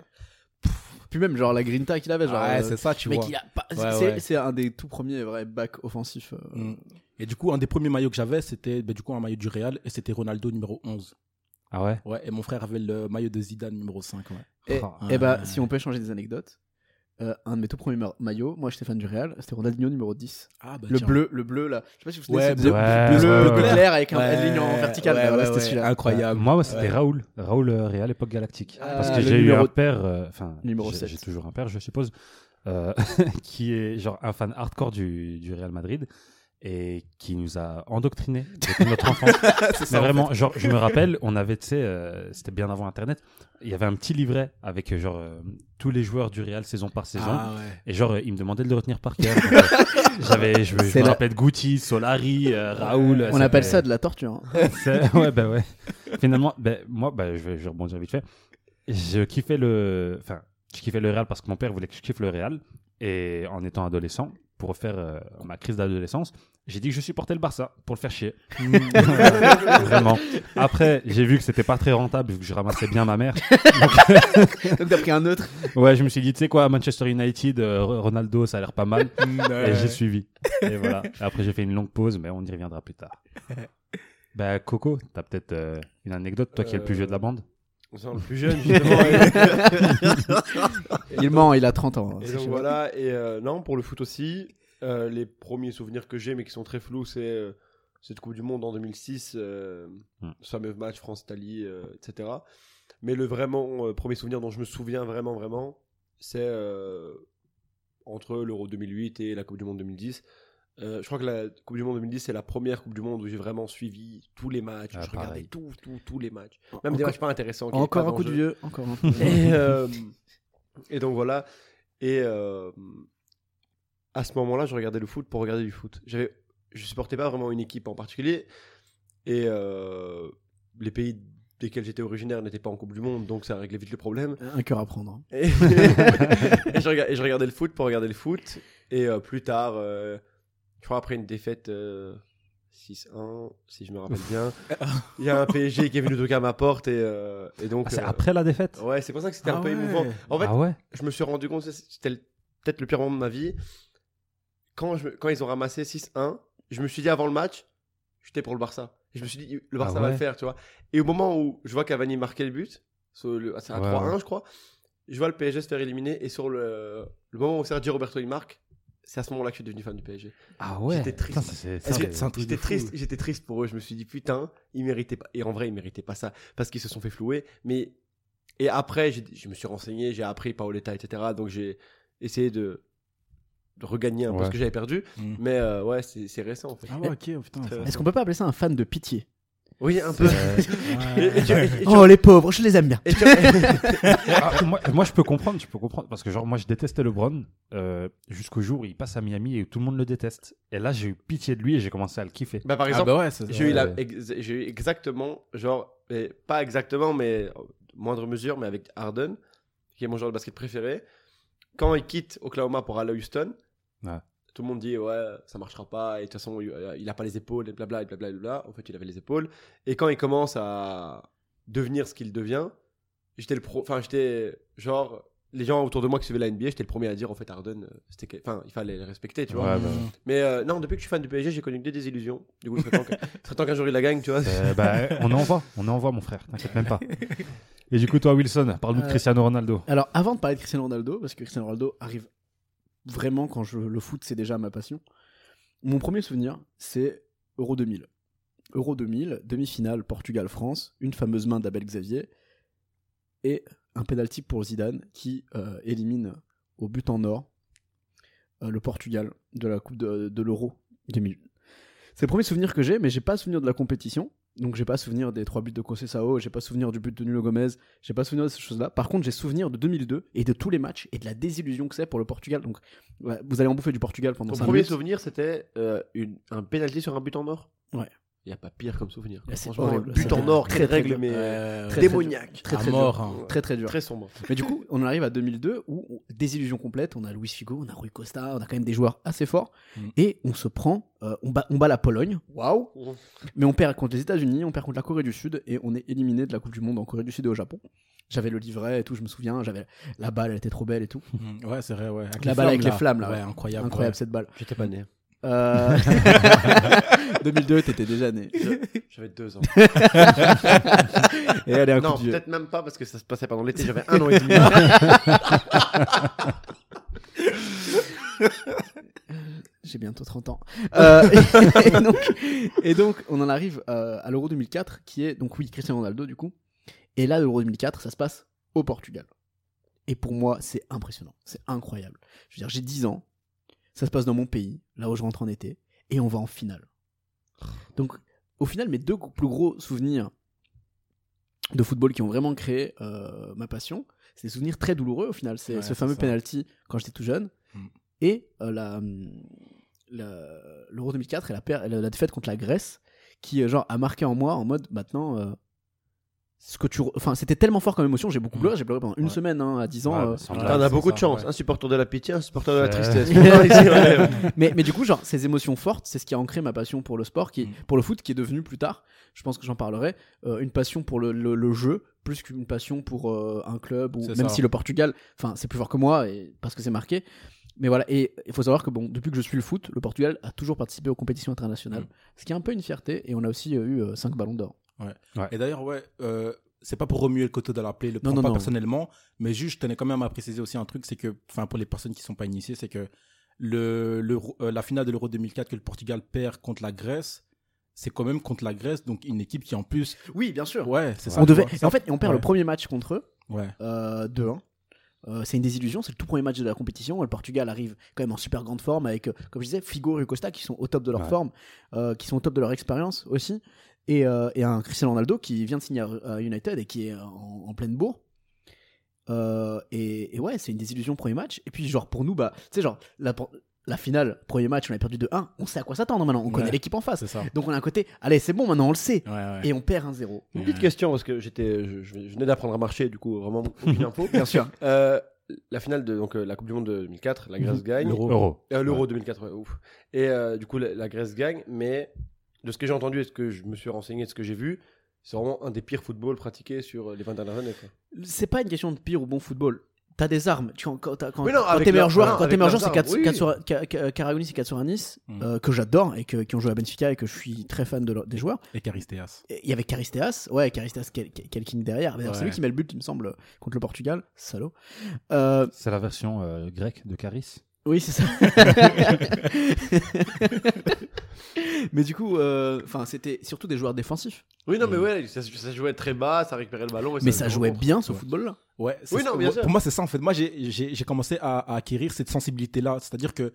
Speaker 6: Puis même, genre, la grinta qu'il avait, genre.
Speaker 5: ouais,
Speaker 6: euh,
Speaker 5: c'est ça, tu
Speaker 6: mec,
Speaker 5: vois.
Speaker 6: il a pas-
Speaker 5: Ouais,
Speaker 6: c'est,
Speaker 5: ouais.
Speaker 6: c'est un des tout premiers vrais backs offensifs. euh.
Speaker 5: Mm. Et du coup, un des premiers maillots que j'avais, c'était ben, du coup un maillot du Real et c'était Ronaldo numéro 11.
Speaker 4: Ah ouais
Speaker 5: Ouais, et mon frère avait le maillot de Zidane numéro 5. Ouais.
Speaker 6: Et,
Speaker 4: Ah,
Speaker 6: et bah,
Speaker 5: ouais.
Speaker 6: si on peut échanger des anecdotes, euh, un de mes tout premiers ma- maillots, moi j'étais fan du Real, c'était Ronaldinho numéro 10.
Speaker 5: Ah, bah,
Speaker 6: le bleu, le bleu là. Je sais pas si vous vous
Speaker 5: Ouais,
Speaker 6: souvenez, c'est
Speaker 5: bleu-
Speaker 4: Ouais,
Speaker 6: bleu,
Speaker 4: ouais,
Speaker 6: bleu
Speaker 4: ouais.
Speaker 6: clair avec un- une ligne en verticale. bah, voilà, c'était celui-là.
Speaker 5: Incroyable.
Speaker 4: Moi, ouais, c'était
Speaker 5: Ouais.
Speaker 4: Raoul. Raoul euh, Real, époque galactique.
Speaker 6: Ah,
Speaker 4: Parce que
Speaker 6: le
Speaker 4: j'ai eu
Speaker 6: numéro-
Speaker 4: un père, euh, enfin,
Speaker 6: Numéro
Speaker 4: j'ai-
Speaker 6: sept.
Speaker 4: j'ai toujours un père, je suppose, euh, qui est genre un fan hardcore du, du Real Madrid et qui nous a endoctrinés depuis notre enfance.
Speaker 5: c'est
Speaker 4: Mais
Speaker 5: ça, en
Speaker 4: vraiment, genre, je me rappelle, on avait, tu sais, euh, c'était bien avant Internet, il y avait un petit livret avec, euh, genre, euh, tous les joueurs du Real saison par
Speaker 5: fait.
Speaker 4: saison.
Speaker 5: Ah, ouais.
Speaker 4: Et genre, euh, il me demandait de le retenir par cœur. Donc, euh, J'avais, je, me- je
Speaker 6: C'est
Speaker 4: me
Speaker 6: la-
Speaker 4: rappelais de Guti, Solari, euh, Raoul.
Speaker 6: On appelle
Speaker 4: fait-
Speaker 6: ça de la torture. hein.
Speaker 4: c'est- ouais, bah ouais. Finalement, bah, moi, bah, je vais je vais rebondir vite fait. Je kiffais le. Enfin, je kiffais le Real parce que mon père voulait que je kiffe le Real. Et en étant adolescent, pour faire euh, ma crise d'adolescence, j'ai dit que je supportais le Barça pour le faire chier. Vraiment. Après, j'ai vu que c'était pas très rentable vu que je ramassais bien ma mère.
Speaker 6: Donc t'as pris un autre.
Speaker 4: Ouais, je me suis dit, tu sais quoi, Manchester United, euh, Ronaldo, ça a l'air pas mal. Et j'ai
Speaker 5: Ouais.
Speaker 4: suivi. Et voilà. Après, j'ai fait une longue pause, mais on y reviendra plus tard. Bah, Coco, t'as peut-être euh, une anecdote, toi qui es le plus vieux de la bande
Speaker 7: le plus jeune, justement.
Speaker 6: Il ment, il a 30 ans. hein,
Speaker 7: et
Speaker 6: c'est
Speaker 7: donc
Speaker 6: chaud.
Speaker 7: voilà, et euh, non, pour le foot aussi, euh, les premiers souvenirs que j'ai, mais qui sont très flous, c'est euh, cette Coupe du Monde en 2006, euh,
Speaker 4: Hmm.
Speaker 7: ce fameux match France-Italie, euh, etc. Mais le vraiment euh, premier souvenir dont je me souviens vraiment, vraiment, c'est euh, entre l'Euro 2008 et la Coupe du Monde 2010. Euh, je crois que la Coupe du Monde 2010, c'est la première Coupe du Monde où j'ai vraiment suivi tous les matchs.
Speaker 4: Ah,
Speaker 7: je regardais
Speaker 4: pareil.
Speaker 7: tous, tous, tous les matchs. Même des
Speaker 6: Encore-
Speaker 7: matchs pas intéressants. qui avaient
Speaker 6: Encore
Speaker 7: pas
Speaker 6: un coup de
Speaker 7: d'enjeu.
Speaker 6: vieux. Encore un coup de vieux.
Speaker 7: Et, euh, et donc voilà. Et euh, à ce moment-là, je regardais le foot pour regarder du foot. J'avais, je supportais pas vraiment une équipe en particulier. Et euh, les pays desquels j'étais originaire n'étaient pas en Coupe du Monde, donc ça réglait vite le problème.
Speaker 6: Un cœur à prendre. hein.
Speaker 7: Et, et je rega- et je regardais le foot pour regarder le foot. Et euh, plus tard, euh, je crois après une défaite euh, 6-1, si je me rappelle bien, il y a un PSG qui est venu toquer à ma porte. Et, euh, et donc,
Speaker 4: Ah, c'est
Speaker 7: euh,
Speaker 4: après la défaite
Speaker 7: ouais, c'est pour ça que c'était
Speaker 5: Ah
Speaker 7: un peu
Speaker 5: ouais.
Speaker 7: émouvant. En fait,
Speaker 4: Ah ouais
Speaker 7: je me suis rendu compte que c'était le- peut-être le pire moment de ma vie. Quand, je, quand ils ont ramassé 6-1, je me suis dit avant le match, j'étais pour le Barça. Et je me suis dit, le Barça
Speaker 4: Ah
Speaker 7: va
Speaker 4: ouais.
Speaker 7: le faire, tu vois. Et au moment où je vois Cavani marquer le but, sur le- ah, c'est à
Speaker 4: Ouais,
Speaker 7: 3-1,
Speaker 4: ouais.
Speaker 7: je crois, je vois le PSG se faire éliminer. Et sur le, le moment où Sergio Roberto il marque, c'est à ce moment-là que je suis devenu fan du PSG.
Speaker 4: Ah ouais
Speaker 7: J'étais triste.
Speaker 4: Putain, c'est- c'est-
Speaker 7: Parce
Speaker 4: c'est-
Speaker 7: que
Speaker 5: c'est un truc de
Speaker 7: J'étais
Speaker 5: fou.
Speaker 7: triste, j'étais triste pour eux. Je me suis dit putain, ils méritaient pas. Et en vrai, ils méritaient pas ça parce qu'ils se sont fait flouer. Mais et après, j'ai- je me suis renseigné, j'ai appris Paoletta, etc. Donc j'ai essayé de, de regagner un peu
Speaker 4: Ouais.
Speaker 7: ce que j'avais perdu.
Speaker 5: Mm.
Speaker 7: Mais euh, ouais, c'est c'est récent en fait.
Speaker 5: Ah ouais, ok, putain. ça-
Speaker 6: Est-ce qu'on peut pas appeler ça un fan de pitié
Speaker 7: Oui, un peu.
Speaker 4: Ouais.
Speaker 7: Et- et tu- et- et tu-
Speaker 6: Oh, les pauvres, je les aime bien.
Speaker 7: et tu-
Speaker 5: Oh.
Speaker 4: Ah, moi, moi, je peux comprendre, je peux comprendre. Parce que, genre, moi, je détestais LeBron euh, jusqu'au jour où il passe à Miami et où tout le monde le déteste. Et là, j'ai eu pitié de lui et j'ai commencé à le kiffer.
Speaker 7: Bah, par
Speaker 5: Ah
Speaker 7: exemple,
Speaker 5: bah ouais, c'est-
Speaker 7: j'ai eu, la-
Speaker 5: ouais.
Speaker 7: ex- j'ai eu exactement, genre, et pas exactement, mais euh, moindre mesure, mais avec Harden, qui est mon joueur de basket préféré. Quand il quitte Oklahoma pour aller à Houston,
Speaker 4: Ouais.
Speaker 7: tout le monde dit ouais, ça marchera pas, et de toute façon, il euh, il a pas les épaules, et blabla, et blabla, et blabla. En fait, il avait les épaules. Et quand il commence à devenir ce qu'il devient, j'étais le pro, enfin, j'étais genre. Les gens autour de moi qui suivaient la NBA, j'étais le premier à dire en fait Harden, euh, c'était, que- enfin, il fallait le respecter, tu vois.
Speaker 4: Ouais, bah,
Speaker 7: Mais euh, non, depuis que je suis fan du PSG, j'ai connu que des désillusions. Du coup, il serait temps que- il serait temps qu'un jour il la gagne, tu vois.
Speaker 4: euh, bah, on envoie, on envoie, mon frère. T'inquiète même pas. Et du coup, toi, Wilson, parle-nous de
Speaker 6: Euh,
Speaker 4: Cristiano Ronaldo.
Speaker 6: Alors, avant de parler de Cristiano Ronaldo, parce que Cristiano Ronaldo arrive vraiment quand je le foot, c'est déjà ma passion. Mon premier souvenir, c'est Euro 2000. Euro 2000, demi-finale Portugal-France, une fameuse main d'Abel Xavier et un penalty pour Zidane qui euh, élimine au but en or euh, le Portugal de la Coupe de, de l'Euro 2000. C'est le premier souvenir que j'ai, mais j'ai pas souvenir de la compétition. Donc j'ai pas souvenir des trois buts de Conceição, j'ai pas souvenir du but de Nuno Gomez, j'ai pas souvenir de ces choses-là. Par contre, j'ai souvenir de 2002 et de tous les matchs et de la désillusion que c'est pour le Portugal. Donc ouais, vous allez en bouffer du Portugal pendant
Speaker 7: Mon
Speaker 6: 5
Speaker 7: premier
Speaker 6: minutes.
Speaker 7: souvenir, c'était euh, une- un pénalty sur un but en or.
Speaker 6: Ouais.
Speaker 7: Il n'y a pas pire comme souvenir.
Speaker 6: Là, c'est
Speaker 7: Franchement,
Speaker 6: horrible.
Speaker 7: le but
Speaker 6: Ça,
Speaker 7: en or,
Speaker 6: très,
Speaker 7: quelle
Speaker 6: très
Speaker 7: règle,
Speaker 6: dur.
Speaker 7: mais euh,
Speaker 10: Euh,
Speaker 6: très,
Speaker 7: démoniaque.
Speaker 6: Très, très
Speaker 10: à mort.
Speaker 6: dur.
Speaker 10: hein.
Speaker 7: Ouais.
Speaker 6: Très très dur.
Speaker 7: Très sombre.
Speaker 6: Mais du coup, on arrive à 2002 où on- désillusion complète. On a Luis Figo, on a Rui Costa, on a quand même des joueurs assez forts.
Speaker 5: Mm.
Speaker 6: Et on se prend, euh, on, bat, on bat la Pologne. Waouh
Speaker 7: Mm.
Speaker 6: Mais on perd contre les États-Unis, on perd contre la Corée du Sud et on est éliminé de la Coupe du Monde en Corée du Sud et au Japon. J'avais le livret et tout, je me souviens. J'avais la balle, elle était trop belle et tout.
Speaker 5: Mm, Ouais, c'est vrai, ouais. Avec
Speaker 6: La balle avec les flammes, là,
Speaker 5: Ouais,
Speaker 6: ouais.
Speaker 5: incroyable.
Speaker 6: Incroyable cette balle.
Speaker 7: J'étais pas né.
Speaker 6: Euh, 2002, t'étais déjà né.
Speaker 7: Je- J'avais deux ans.
Speaker 6: Et elle est un
Speaker 7: non,
Speaker 6: coup de vieux.
Speaker 7: peut-être même pas parce que ça se passait pendant l'été. J'avais un an et demi.
Speaker 6: J'ai bientôt 30 ans. Euh, et, donc, et donc, on en arrive euh, à l'Euro 2004, qui est, donc oui, Cristiano Ronaldo, du coup. Et là, l'Euro 2004, ça se passe au Portugal. Et pour moi, c'est impressionnant. C'est incroyable. Je veux dire, j'ai 10 ans. Ça se passe dans mon pays, là où je rentre en été. Et on va en finale. Donc, au final, mes deux plus gros souvenirs de football qui ont vraiment créé euh, ma passion, c'est des souvenirs très douloureux au final. C'est
Speaker 5: Ouais,
Speaker 6: ce
Speaker 5: c'est
Speaker 6: fameux
Speaker 5: ça.
Speaker 6: penalty quand j'étais tout jeune
Speaker 5: Mm.
Speaker 6: et euh, la, hum, la- l'Euro 2004 et la, per- la- la défaite contre la Grèce qui euh, genre a marqué en moi en mode maintenant euh, ce que tu re- enfin c'était tellement fort comme émotion j'ai beaucoup
Speaker 5: Mm.
Speaker 6: pleuré j'ai pleuré pendant une
Speaker 4: Ouais.
Speaker 6: semaine hein, à 10
Speaker 4: Ouais,
Speaker 6: ans euh,
Speaker 4: bah, sans blague.
Speaker 7: T'en as
Speaker 5: c'est
Speaker 7: beaucoup
Speaker 5: ça,
Speaker 7: de chance.
Speaker 5: ouais.
Speaker 7: Un supporter de la pitié, un supporter de la
Speaker 4: Euh.
Speaker 7: tristesse. Ouais, ouais.
Speaker 6: mais, mais du coup, genre, ces émotions fortes, c'est ce qui a ancré ma passion pour le sport, qui,
Speaker 5: Mm.
Speaker 6: pour le foot, qui est devenue plus tard, je pense que j'en parlerai, euh, une passion pour le, le- le jeu, plus qu'une passion pour euh, un club, ou
Speaker 5: C'est
Speaker 6: même
Speaker 5: ça.
Speaker 6: si le Portugal, enfin, c'est plus fort que moi, et, parce que c'est marqué. Mais voilà, et il faut savoir que bon, depuis que je suis le foot, le Portugal a toujours participé aux compétitions internationales,
Speaker 5: Mm.
Speaker 6: ce qui est un peu une fierté, et on a aussi euh, eu 5 ballons d'or.
Speaker 5: Et d'ailleurs, ouais, euh, c'est pas pour remuer le coteau de la plaie, le
Speaker 6: Non,
Speaker 5: prends
Speaker 6: non,
Speaker 5: pas
Speaker 6: non.
Speaker 5: personnellement, mais juste, je tenais quand même à préciser aussi un truc, c'est que, enfin, pour les personnes qui sont pas initiées, c'est que le, l'Euro- euh, la finale de l'Euro 2004 que le Portugal perd contre la Grèce, c'est quand même contre la Grèce, donc une équipe qui en plus,
Speaker 6: Oui, bien sûr.
Speaker 5: ouais, c'est ça.
Speaker 6: On
Speaker 5: tu
Speaker 6: devait,
Speaker 5: vois,
Speaker 6: et en fait, on perd
Speaker 5: Ouais.
Speaker 6: le premier match contre eux,
Speaker 5: Ouais.
Speaker 6: euh, 2-1. Euh, c'est une désillusion, c'est le tout premier match de la compétition. Le Portugal arrive quand même en super grande forme avec, euh, comme je disais, Figo et Costa qui sont au top de leur
Speaker 4: Ouais.
Speaker 6: forme, euh, qui sont au top de leur expérience aussi. Et, euh, et un Cristiano Ronaldo qui vient de signer à, à United et qui est en, en pleine bourre. Euh, et, et ouais, c'est une désillusion premier match. Et puis, genre, pour nous, bah, tu sais, genre, la, la finale, premier match, on a perdu 2-1. On sait à quoi s'attendre maintenant, on connaît
Speaker 5: Ouais.
Speaker 6: l'équipe en face.
Speaker 5: C'est ça.
Speaker 6: Donc, on a un côté, allez, c'est bon, maintenant on le sait.
Speaker 5: Ouais, ouais.
Speaker 6: Et on perd 1-0.
Speaker 7: Une petite question parce que j'étais, je, je venais d'apprendre à marcher, du coup vraiment aucune info.
Speaker 6: Bien sûr.
Speaker 7: Euh, la finale de donc euh, la Coupe du Monde de 2004, la
Speaker 6: Mhm.
Speaker 7: Grèce gagne.
Speaker 4: Euro.
Speaker 7: Euh, L'Euro 2004, ouais, ouf. Et euh, du coup, la, la Grèce gagne, mais de ce que j'ai entendu et ce que je me suis renseigné, de ce que j'ai vu, c'est vraiment un des pires footballs pratiqués sur euh, les 20 dernières années. quoi.
Speaker 6: c'est pas une question de pire ou bon football. T'as des armes. Tu, quand t'as- quand,
Speaker 7: Oui, non,
Speaker 6: quand
Speaker 7: avec
Speaker 6: tes meilleurs
Speaker 7: leur-
Speaker 6: joueurs,
Speaker 7: voilà,
Speaker 6: quand tes
Speaker 7: avec
Speaker 6: meilleurs
Speaker 7: leurs
Speaker 6: joueurs, c'est
Speaker 7: armes,
Speaker 6: 4,
Speaker 7: oui. Mhm.
Speaker 6: sur, euh, Ca- Ca- Caragonis et 4 sur Nice,
Speaker 5: Mm.
Speaker 6: euh, que j'adore et que, qui ont joué à Benfica et que je suis très fan de leur- des joueurs.
Speaker 5: Et Caristeas.
Speaker 6: Et Il y avait Caristeas, ouais, Caristeas, quel, quel- quel king derrière. D'ailleurs, C'est
Speaker 5: Ouais.
Speaker 6: lui qui met le but, il me semble, contre le Portugal, salaud. Euh,
Speaker 4: C'est la version euh, grecque de Caris.
Speaker 6: oui, c'est ça. Mais du coup, euh, enfin, c'était surtout des joueurs défensifs.
Speaker 7: Oui, non, mais
Speaker 4: Mm.
Speaker 7: ouais, ça, ça jouait très bas, ça récupérait le ballon. Et
Speaker 6: Mais ça jouait
Speaker 7: rentre.
Speaker 6: bien ce
Speaker 5: ouais.
Speaker 6: football-là.
Speaker 5: Ouais, c'est
Speaker 7: Oui,
Speaker 5: ça.
Speaker 7: non, bien
Speaker 5: Moi,
Speaker 7: sûr.
Speaker 5: Pour moi, c'est ça, en fait. Moi, j'ai- j'ai j'ai commencé à, à acquérir cette sensibilité-là. C'est-à-dire que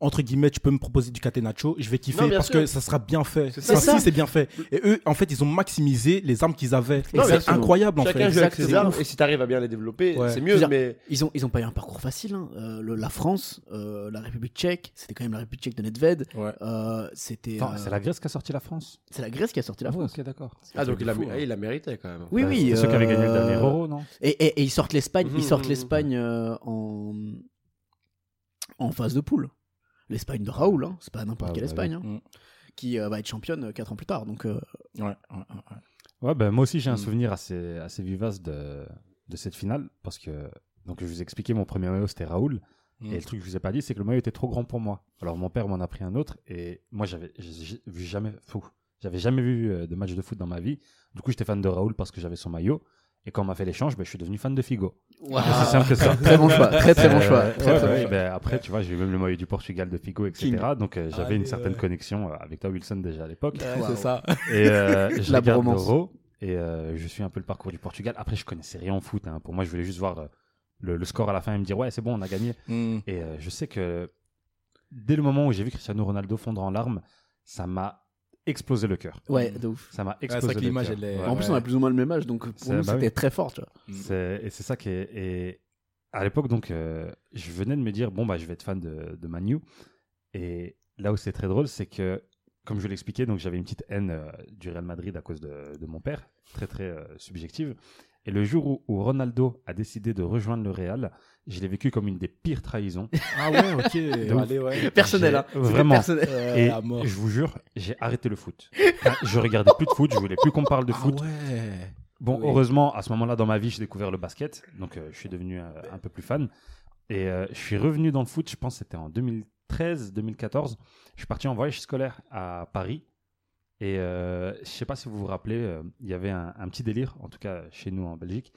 Speaker 5: entre guillemets, tu peux me proposer du catenaccio, je vais kiffer
Speaker 7: Non, bien
Speaker 5: parce
Speaker 7: sûr.
Speaker 5: que ça sera bien fait.
Speaker 7: C'est
Speaker 5: C'est
Speaker 7: ça. C'est ça.
Speaker 5: si c'est bien fait. Et eux, en fait, ils ont maximisé les armes qu'ils avaient.
Speaker 7: Non, bien
Speaker 5: C'est
Speaker 7: sûr.
Speaker 5: incroyable, en fait.
Speaker 7: Chacun joue avec ses
Speaker 5: Exactement.
Speaker 7: armes et si t'arrives à bien les développer,
Speaker 5: Ouais.
Speaker 7: c'est
Speaker 6: Je veux
Speaker 7: mieux.
Speaker 6: dire,
Speaker 7: Mais
Speaker 6: ils, ont, ils ont pas eu un parcours facile. hein. Euh, le- la France, euh, la République tchèque, c'était quand même la République tchèque de Nedved.
Speaker 5: Ouais.
Speaker 6: Euh, c'était,
Speaker 4: Attends,
Speaker 6: euh,
Speaker 4: c'est la Grèce qui a sorti la France.
Speaker 6: c'est la Grèce qui a sorti la
Speaker 4: Ah ouais,
Speaker 6: France.
Speaker 4: ok, d'accord.
Speaker 7: ah donc il a,
Speaker 4: Fou, hein.
Speaker 7: ah, il a mérité quand même.
Speaker 6: Oui, oui.
Speaker 4: C'est ceux qui avaient gagné le
Speaker 6: euh,
Speaker 4: dernier Euro, non
Speaker 6: Et, et- et ils sortent l'Espagne,
Speaker 4: Mmh,
Speaker 7: Mhm,
Speaker 6: ils sortent
Speaker 7: mhm.
Speaker 6: l'Espagne euh, en en phase de poule. L'Espagne de Raoul, hein, c'est pas n'importe
Speaker 4: Ah,
Speaker 6: quelle
Speaker 4: bah
Speaker 6: Espagne, hein,
Speaker 5: Mhm.
Speaker 6: qui euh, va être championne 4 ans plus tard. Donc euh,
Speaker 5: Ouais, ouais, ouais, ouais.
Speaker 4: Ouais, ben moi aussi j'ai un
Speaker 5: Mm.
Speaker 4: souvenir assez, assez vivace de, de cette finale parce que donc je vous ai expliqué mon premier maillot c'était Raoul
Speaker 5: Mm.
Speaker 6: Hmm.
Speaker 4: et le truc que je vous ai pas dit c'est que le maillot était trop grand pour moi. Alors mon père m'en a pris un autre et moi j'avais j'ai- j'ai vu jamais fou, j'avais jamais vu euh, de match de foot dans ma vie. Du coup j'étais fan de Raoul parce que j'avais son maillot et quand on m'a fait l'échange, ben, je suis devenu fan de Figo. C'est simple que ça.
Speaker 6: très bon choix, très très bon
Speaker 4: Euh,
Speaker 6: choix.
Speaker 4: ouais,
Speaker 6: Très, très
Speaker 4: ouais,
Speaker 6: bon
Speaker 4: ouais,
Speaker 6: choix.
Speaker 4: ben, après, tu vois, j'ai eu même le maillot du Portugal de Figo, etc. Donc, euh,
Speaker 5: Ah,
Speaker 4: j'avais une certaine connexion euh, avec toi, Wilson, déjà à l'époque.
Speaker 6: Waouh.
Speaker 4: Et euh, je
Speaker 6: La
Speaker 4: regarde
Speaker 6: bromance.
Speaker 4: l'Euro et euh, je suis un peu le parcours du Portugal. Après, je connaissais rien en foot. hein. Pour moi, je voulais juste voir euh, le, le score à la fin et me dire ouais, c'est bon, on a gagné.
Speaker 5: Mm.
Speaker 4: Et euh, je sais que dès le moment où j'ai vu Cristiano Ronaldo fondre en larmes, ça m'a explosé le cœur.
Speaker 6: Ouais, de ouf.
Speaker 4: Ça m'a
Speaker 5: c'est vrai
Speaker 4: explosé
Speaker 5: que
Speaker 4: le
Speaker 5: l'image,
Speaker 4: cœur.
Speaker 5: elle est-
Speaker 4: Ouais.
Speaker 6: en plus, on a plus ou moins le même âge, donc pour
Speaker 4: C'est-
Speaker 6: nous,
Speaker 4: bah
Speaker 6: c'était
Speaker 4: oui.
Speaker 6: très fort, tu vois.
Speaker 5: Mm.
Speaker 4: C'est- Et c'est ça qui est. Et à l'époque, donc, euh, je venais de me dire, bon, bah, je vais être fan de, de Manu. Et là où c'est très drôle, c'est que, comme je l'expliquais, donc, j'avais une petite haine euh, du Real Madrid à cause de, de mon père, très, très euh, subjective. Et le jour où, où Ronaldo a décidé de rejoindre le Real, je l'ai vécu comme une des pires trahisons.
Speaker 5: Ah ouais, ok. Allez, ouais.
Speaker 6: Personnel,
Speaker 4: J'ai-
Speaker 6: hein. C'était
Speaker 4: Vraiment.
Speaker 6: personnel.
Speaker 5: Euh,
Speaker 4: Et
Speaker 5: à mort.
Speaker 4: je vous jure, j'ai arrêté le foot. Enfin, je regardais plus de foot, je voulais plus qu'on parle de
Speaker 5: Ah
Speaker 4: foot.
Speaker 5: ouais.
Speaker 4: Bon,
Speaker 5: Oui.
Speaker 4: heureusement, à ce moment-là, dans ma vie, j'ai découvert le basket. Donc, euh, je suis devenu euh, un peu plus fan. Et euh, je suis revenu dans le foot, je pense que c'était en 2013-2014. Je suis parti en voyage scolaire à Paris. Et euh, je sais pas si vous vous rappelez, euh, il y avait un, un petit délire, en tout cas chez nous en Belgique,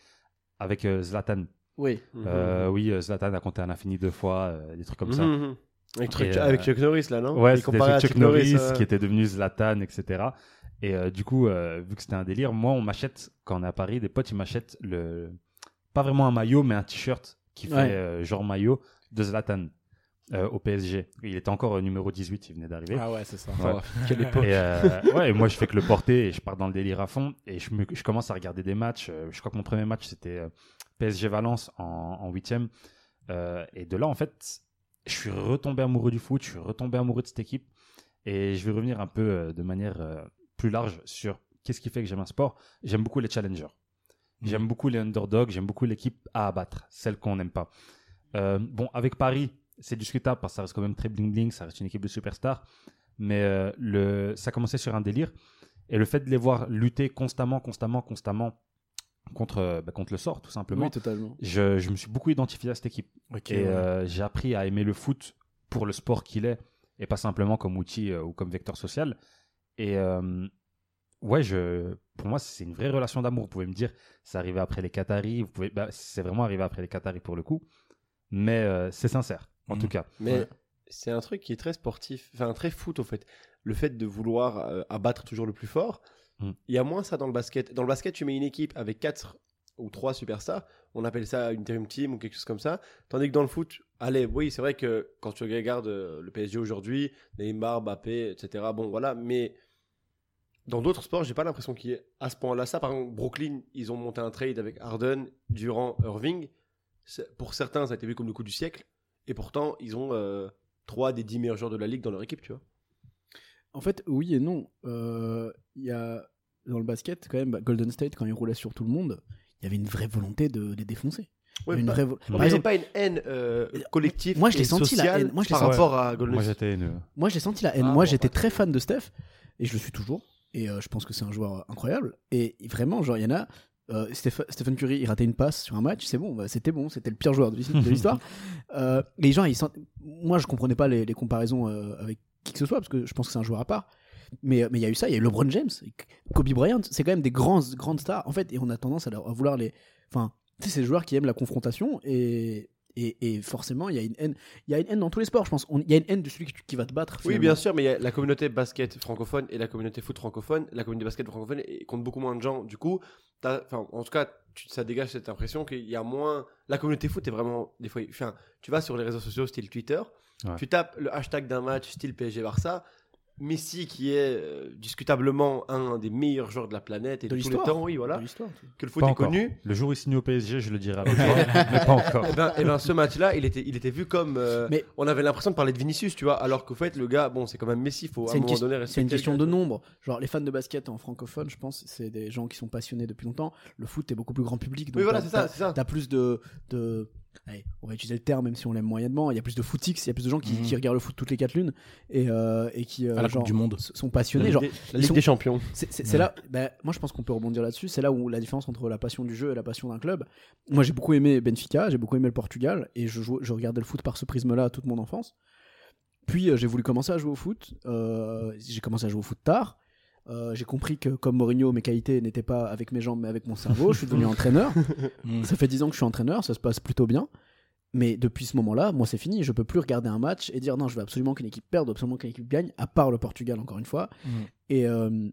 Speaker 4: avec euh, Zlatan.
Speaker 6: Oui.
Speaker 4: Euh, oui, euh, Zlatan a compté un infini deux fois, euh, des trucs comme ça.
Speaker 7: Mhm. Avec, truc-
Speaker 4: Et, euh,
Speaker 7: avec Chuck Norris là, non
Speaker 4: Ouais,
Speaker 7: Il
Speaker 4: c'était
Speaker 7: comparait à
Speaker 4: Chuck, Norris
Speaker 7: euh,
Speaker 4: qui était devenu Zlatan, etc. Et euh, du coup, euh, vu que c'était un délire, moi, on m'achète, quand on est à Paris, des potes, ils m'achètent le. Pas vraiment un maillot, mais un t-shirt qui fait
Speaker 6: Ouais.
Speaker 4: euh, genre maillot de Zlatan euh, au PSG. Il était encore euh, numéro 18, il venait d'arriver.
Speaker 5: Ah ouais, c'est ça.
Speaker 4: Ouais.
Speaker 5: Quelle époque.
Speaker 4: Et, euh, ouais, et moi, je fais que le porter et je pars dans le délire à fond. Et je, me- je commence à regarder des matchs. Euh, Je crois que mon premier match, c'était euh, PSG Valence en, en huitième. Euh, et de là, en fait, je suis retombé amoureux du foot. Je suis retombé amoureux de cette équipe. Et je vais revenir un peu euh, de manière euh, plus large sur qu'est-ce qui fait que j'aime un sport. J'aime beaucoup les challengers. J'aime beaucoup les underdogs. J'aime beaucoup l'équipe à abattre, celle qu'on n'aime pas. Euh, bon, avec Paris, c'est discutable parce que ça reste quand même très bling-bling. Ça reste une équipe de superstars mais euh, le, ça commençait sur un délire. Et le fait de les voir lutter constamment, constamment, constamment contre, euh, bah, contre le sort, tout simplement,
Speaker 6: Oui, totalement.
Speaker 4: je, je me suis beaucoup identifié à cette équipe.
Speaker 5: Ok,
Speaker 4: Et
Speaker 5: ouais.
Speaker 4: euh, j'ai appris à aimer le foot pour le sport qu'il est, et pas simplement comme outil euh, ou comme vecteur social. Et euh, ouais, je, pour moi, c'est une vraie relation d'amour. Vous pouvez me dire, c'est arrivé après les Qataris, vous pouvez, bah, c'est vraiment arrivé après les Qataris pour le coup, mais euh, c'est sincère, en
Speaker 6: Mm.
Speaker 5: Mhm.
Speaker 4: tout cas.
Speaker 7: Mais
Speaker 5: Ouais.
Speaker 7: c'est un truc qui est très sportif, enfin très foot au fait. Le fait de vouloir euh, abattre toujours le plus fort, il
Speaker 4: Mm.
Speaker 7: y a moins ça dans le basket. Dans le basket, tu mets une équipe avec 4 ou 3 superstars, on appelle ça une dream team ou quelque chose comme ça. Tandis que dans le foot, allez, oui, c'est vrai que quand tu regardes euh, le PSG aujourd'hui, Neymar, Mbappé, etc. Bon, voilà, mais dans d'autres sports, j'ai pas l'impression qu'il y ait à ce point-là ça. Par exemple, Brooklyn, ils ont monté un trade avec Harden, Durant, Irving. C'est- Pour certains, ça a été vu comme le coup du siècle. Et pourtant, ils ont euh, trois des 10 meilleurs joueurs de la ligue dans leur équipe, tu vois.
Speaker 6: En fait, oui et non. Euh, Il y a dans le basket quand même bah, Golden State quand ils roulaient sur tout le monde, il y avait une vraie volonté de les défoncer. Il y avait une
Speaker 5: bah,
Speaker 6: vraie vo-
Speaker 7: Par
Speaker 6: Par exemple,
Speaker 7: pas une haine euh, collective.
Speaker 6: Moi, je l'ai
Speaker 7: et
Speaker 6: senti, la
Speaker 7: sociale
Speaker 6: haine. Moi, je l'ai
Speaker 7: par
Speaker 6: senti.
Speaker 7: rapport à Golden
Speaker 4: Moi,
Speaker 7: State.
Speaker 4: j'étais une.
Speaker 6: moi j'ai senti la haine.
Speaker 5: Ah,
Speaker 6: moi
Speaker 5: bon,
Speaker 6: j'étais
Speaker 5: pas
Speaker 6: très fan de Steph et je le suis toujours. Et euh, je pense que c'est un joueur euh, incroyable. Et vraiment, genre, il y en a. euh, Steph- Stephen Curry, il ratait une passe sur un match, c'est bon, bah, c'était bon, c'était le pire joueur de l'histoire- de l'histoire. Euh, les gens, ils sent- moi je comprenais pas les, les comparaisons euh, avec qui que ce soit parce que je pense que c'est un joueur à part. Mais euh, mais il y a eu ça, il y a eu LeBron James, Kobe Bryant, c'est quand même des grands, grandes stars en fait, et on a tendance à, leur- à vouloir les, enfin, tu sais, ces joueurs qui aiment la confrontation et et, et forcément il y a une haine, il y a une haine dans tous les sports, je pense. On- Il y a une haine de celui qui, qui va te battre.
Speaker 7: Oui,
Speaker 6: finalement.
Speaker 7: bien sûr, mais il y a la communauté basket francophone et la communauté foot francophone. La communauté basket francophone et- compte beaucoup moins de gens. Du coup, t'as- enfin, en tout cas, tu- ça dégage cette impression qu'il y a moins. La communauté foot est vraiment. Des fois, enfin, tu vas sur les réseaux sociaux, style Twitter,
Speaker 4: Ouais.
Speaker 7: Tu tapes le hashtag d'un match style PSG Barça. Messi, qui est euh, discutablement un des meilleurs joueurs de la planète et
Speaker 6: De
Speaker 7: de, tous les
Speaker 6: l'histoire.
Speaker 7: temps, oui, voilà,
Speaker 6: De l'histoire.
Speaker 7: que le foot
Speaker 4: Pas
Speaker 7: est
Speaker 4: encore.
Speaker 7: connu.
Speaker 4: Le jour où il signe au PSG, je le dirai avec toi, mais pas encore.
Speaker 7: Et ben, eh ben, ce match-là, il était, il était vu comme. euh,
Speaker 6: Mais-
Speaker 7: on avait l'impression de parler de Vinicius, tu vois, alors qu'au fait, le gars, bon, c'est quand même Messi, faut à
Speaker 6: C'est
Speaker 7: un
Speaker 6: une,
Speaker 7: moment
Speaker 6: question-
Speaker 7: donné
Speaker 6: c'est une
Speaker 7: respecter
Speaker 6: question
Speaker 7: le
Speaker 6: de
Speaker 7: gars.
Speaker 6: nombre. Genre, les fans de basket en francophone, je pense, c'est des gens qui sont passionnés depuis longtemps. Le foot est beaucoup plus grand public. Donc
Speaker 7: Oui, voilà,
Speaker 6: t'as-
Speaker 7: c'est ça,
Speaker 6: t'as-
Speaker 7: c'est ça.
Speaker 6: T'as plus de. de... allez, on va utiliser le terme, même si on l'aime moyennement. Il y a plus de footix, il y a plus de gens qui,
Speaker 5: Mhm.
Speaker 6: qui regardent le foot toutes les 4 lunes et, euh, et qui euh,
Speaker 5: À la
Speaker 6: genre,
Speaker 5: Coupe du Monde.
Speaker 6: s- sont passionnés. Genre,
Speaker 7: La
Speaker 6: ils
Speaker 7: Ligue
Speaker 6: sont-
Speaker 7: des Champions.
Speaker 6: c'est c'est- c'est là, bah, moi je pense qu'on peut rebondir là-dessus. C'est là où la différence entre la passion du jeu et la passion d'un club. Moi j'ai beaucoup aimé Benfica, j'ai beaucoup aimé le Portugal et je, jouais- je regardais le foot par ce prisme-là toute mon enfance. Puis euh, j'ai voulu commencer à jouer au foot. euh, j'ai commencé à jouer au foot tard. Euh, j'ai compris que comme Mourinho, mes qualités n'étaient pas avec mes jambes mais avec mon cerveau. je suis devenu entraîneur.
Speaker 5: Mm.
Speaker 6: Ça fait 10 ans que je suis entraîneur, ça se passe plutôt bien. Mais depuis ce moment-là, moi c'est fini, je peux plus regarder un match et dire non, je veux absolument qu'une équipe perde, absolument qu'une équipe gagne, à part le Portugal encore une fois.
Speaker 5: Mm.
Speaker 6: Et, euh,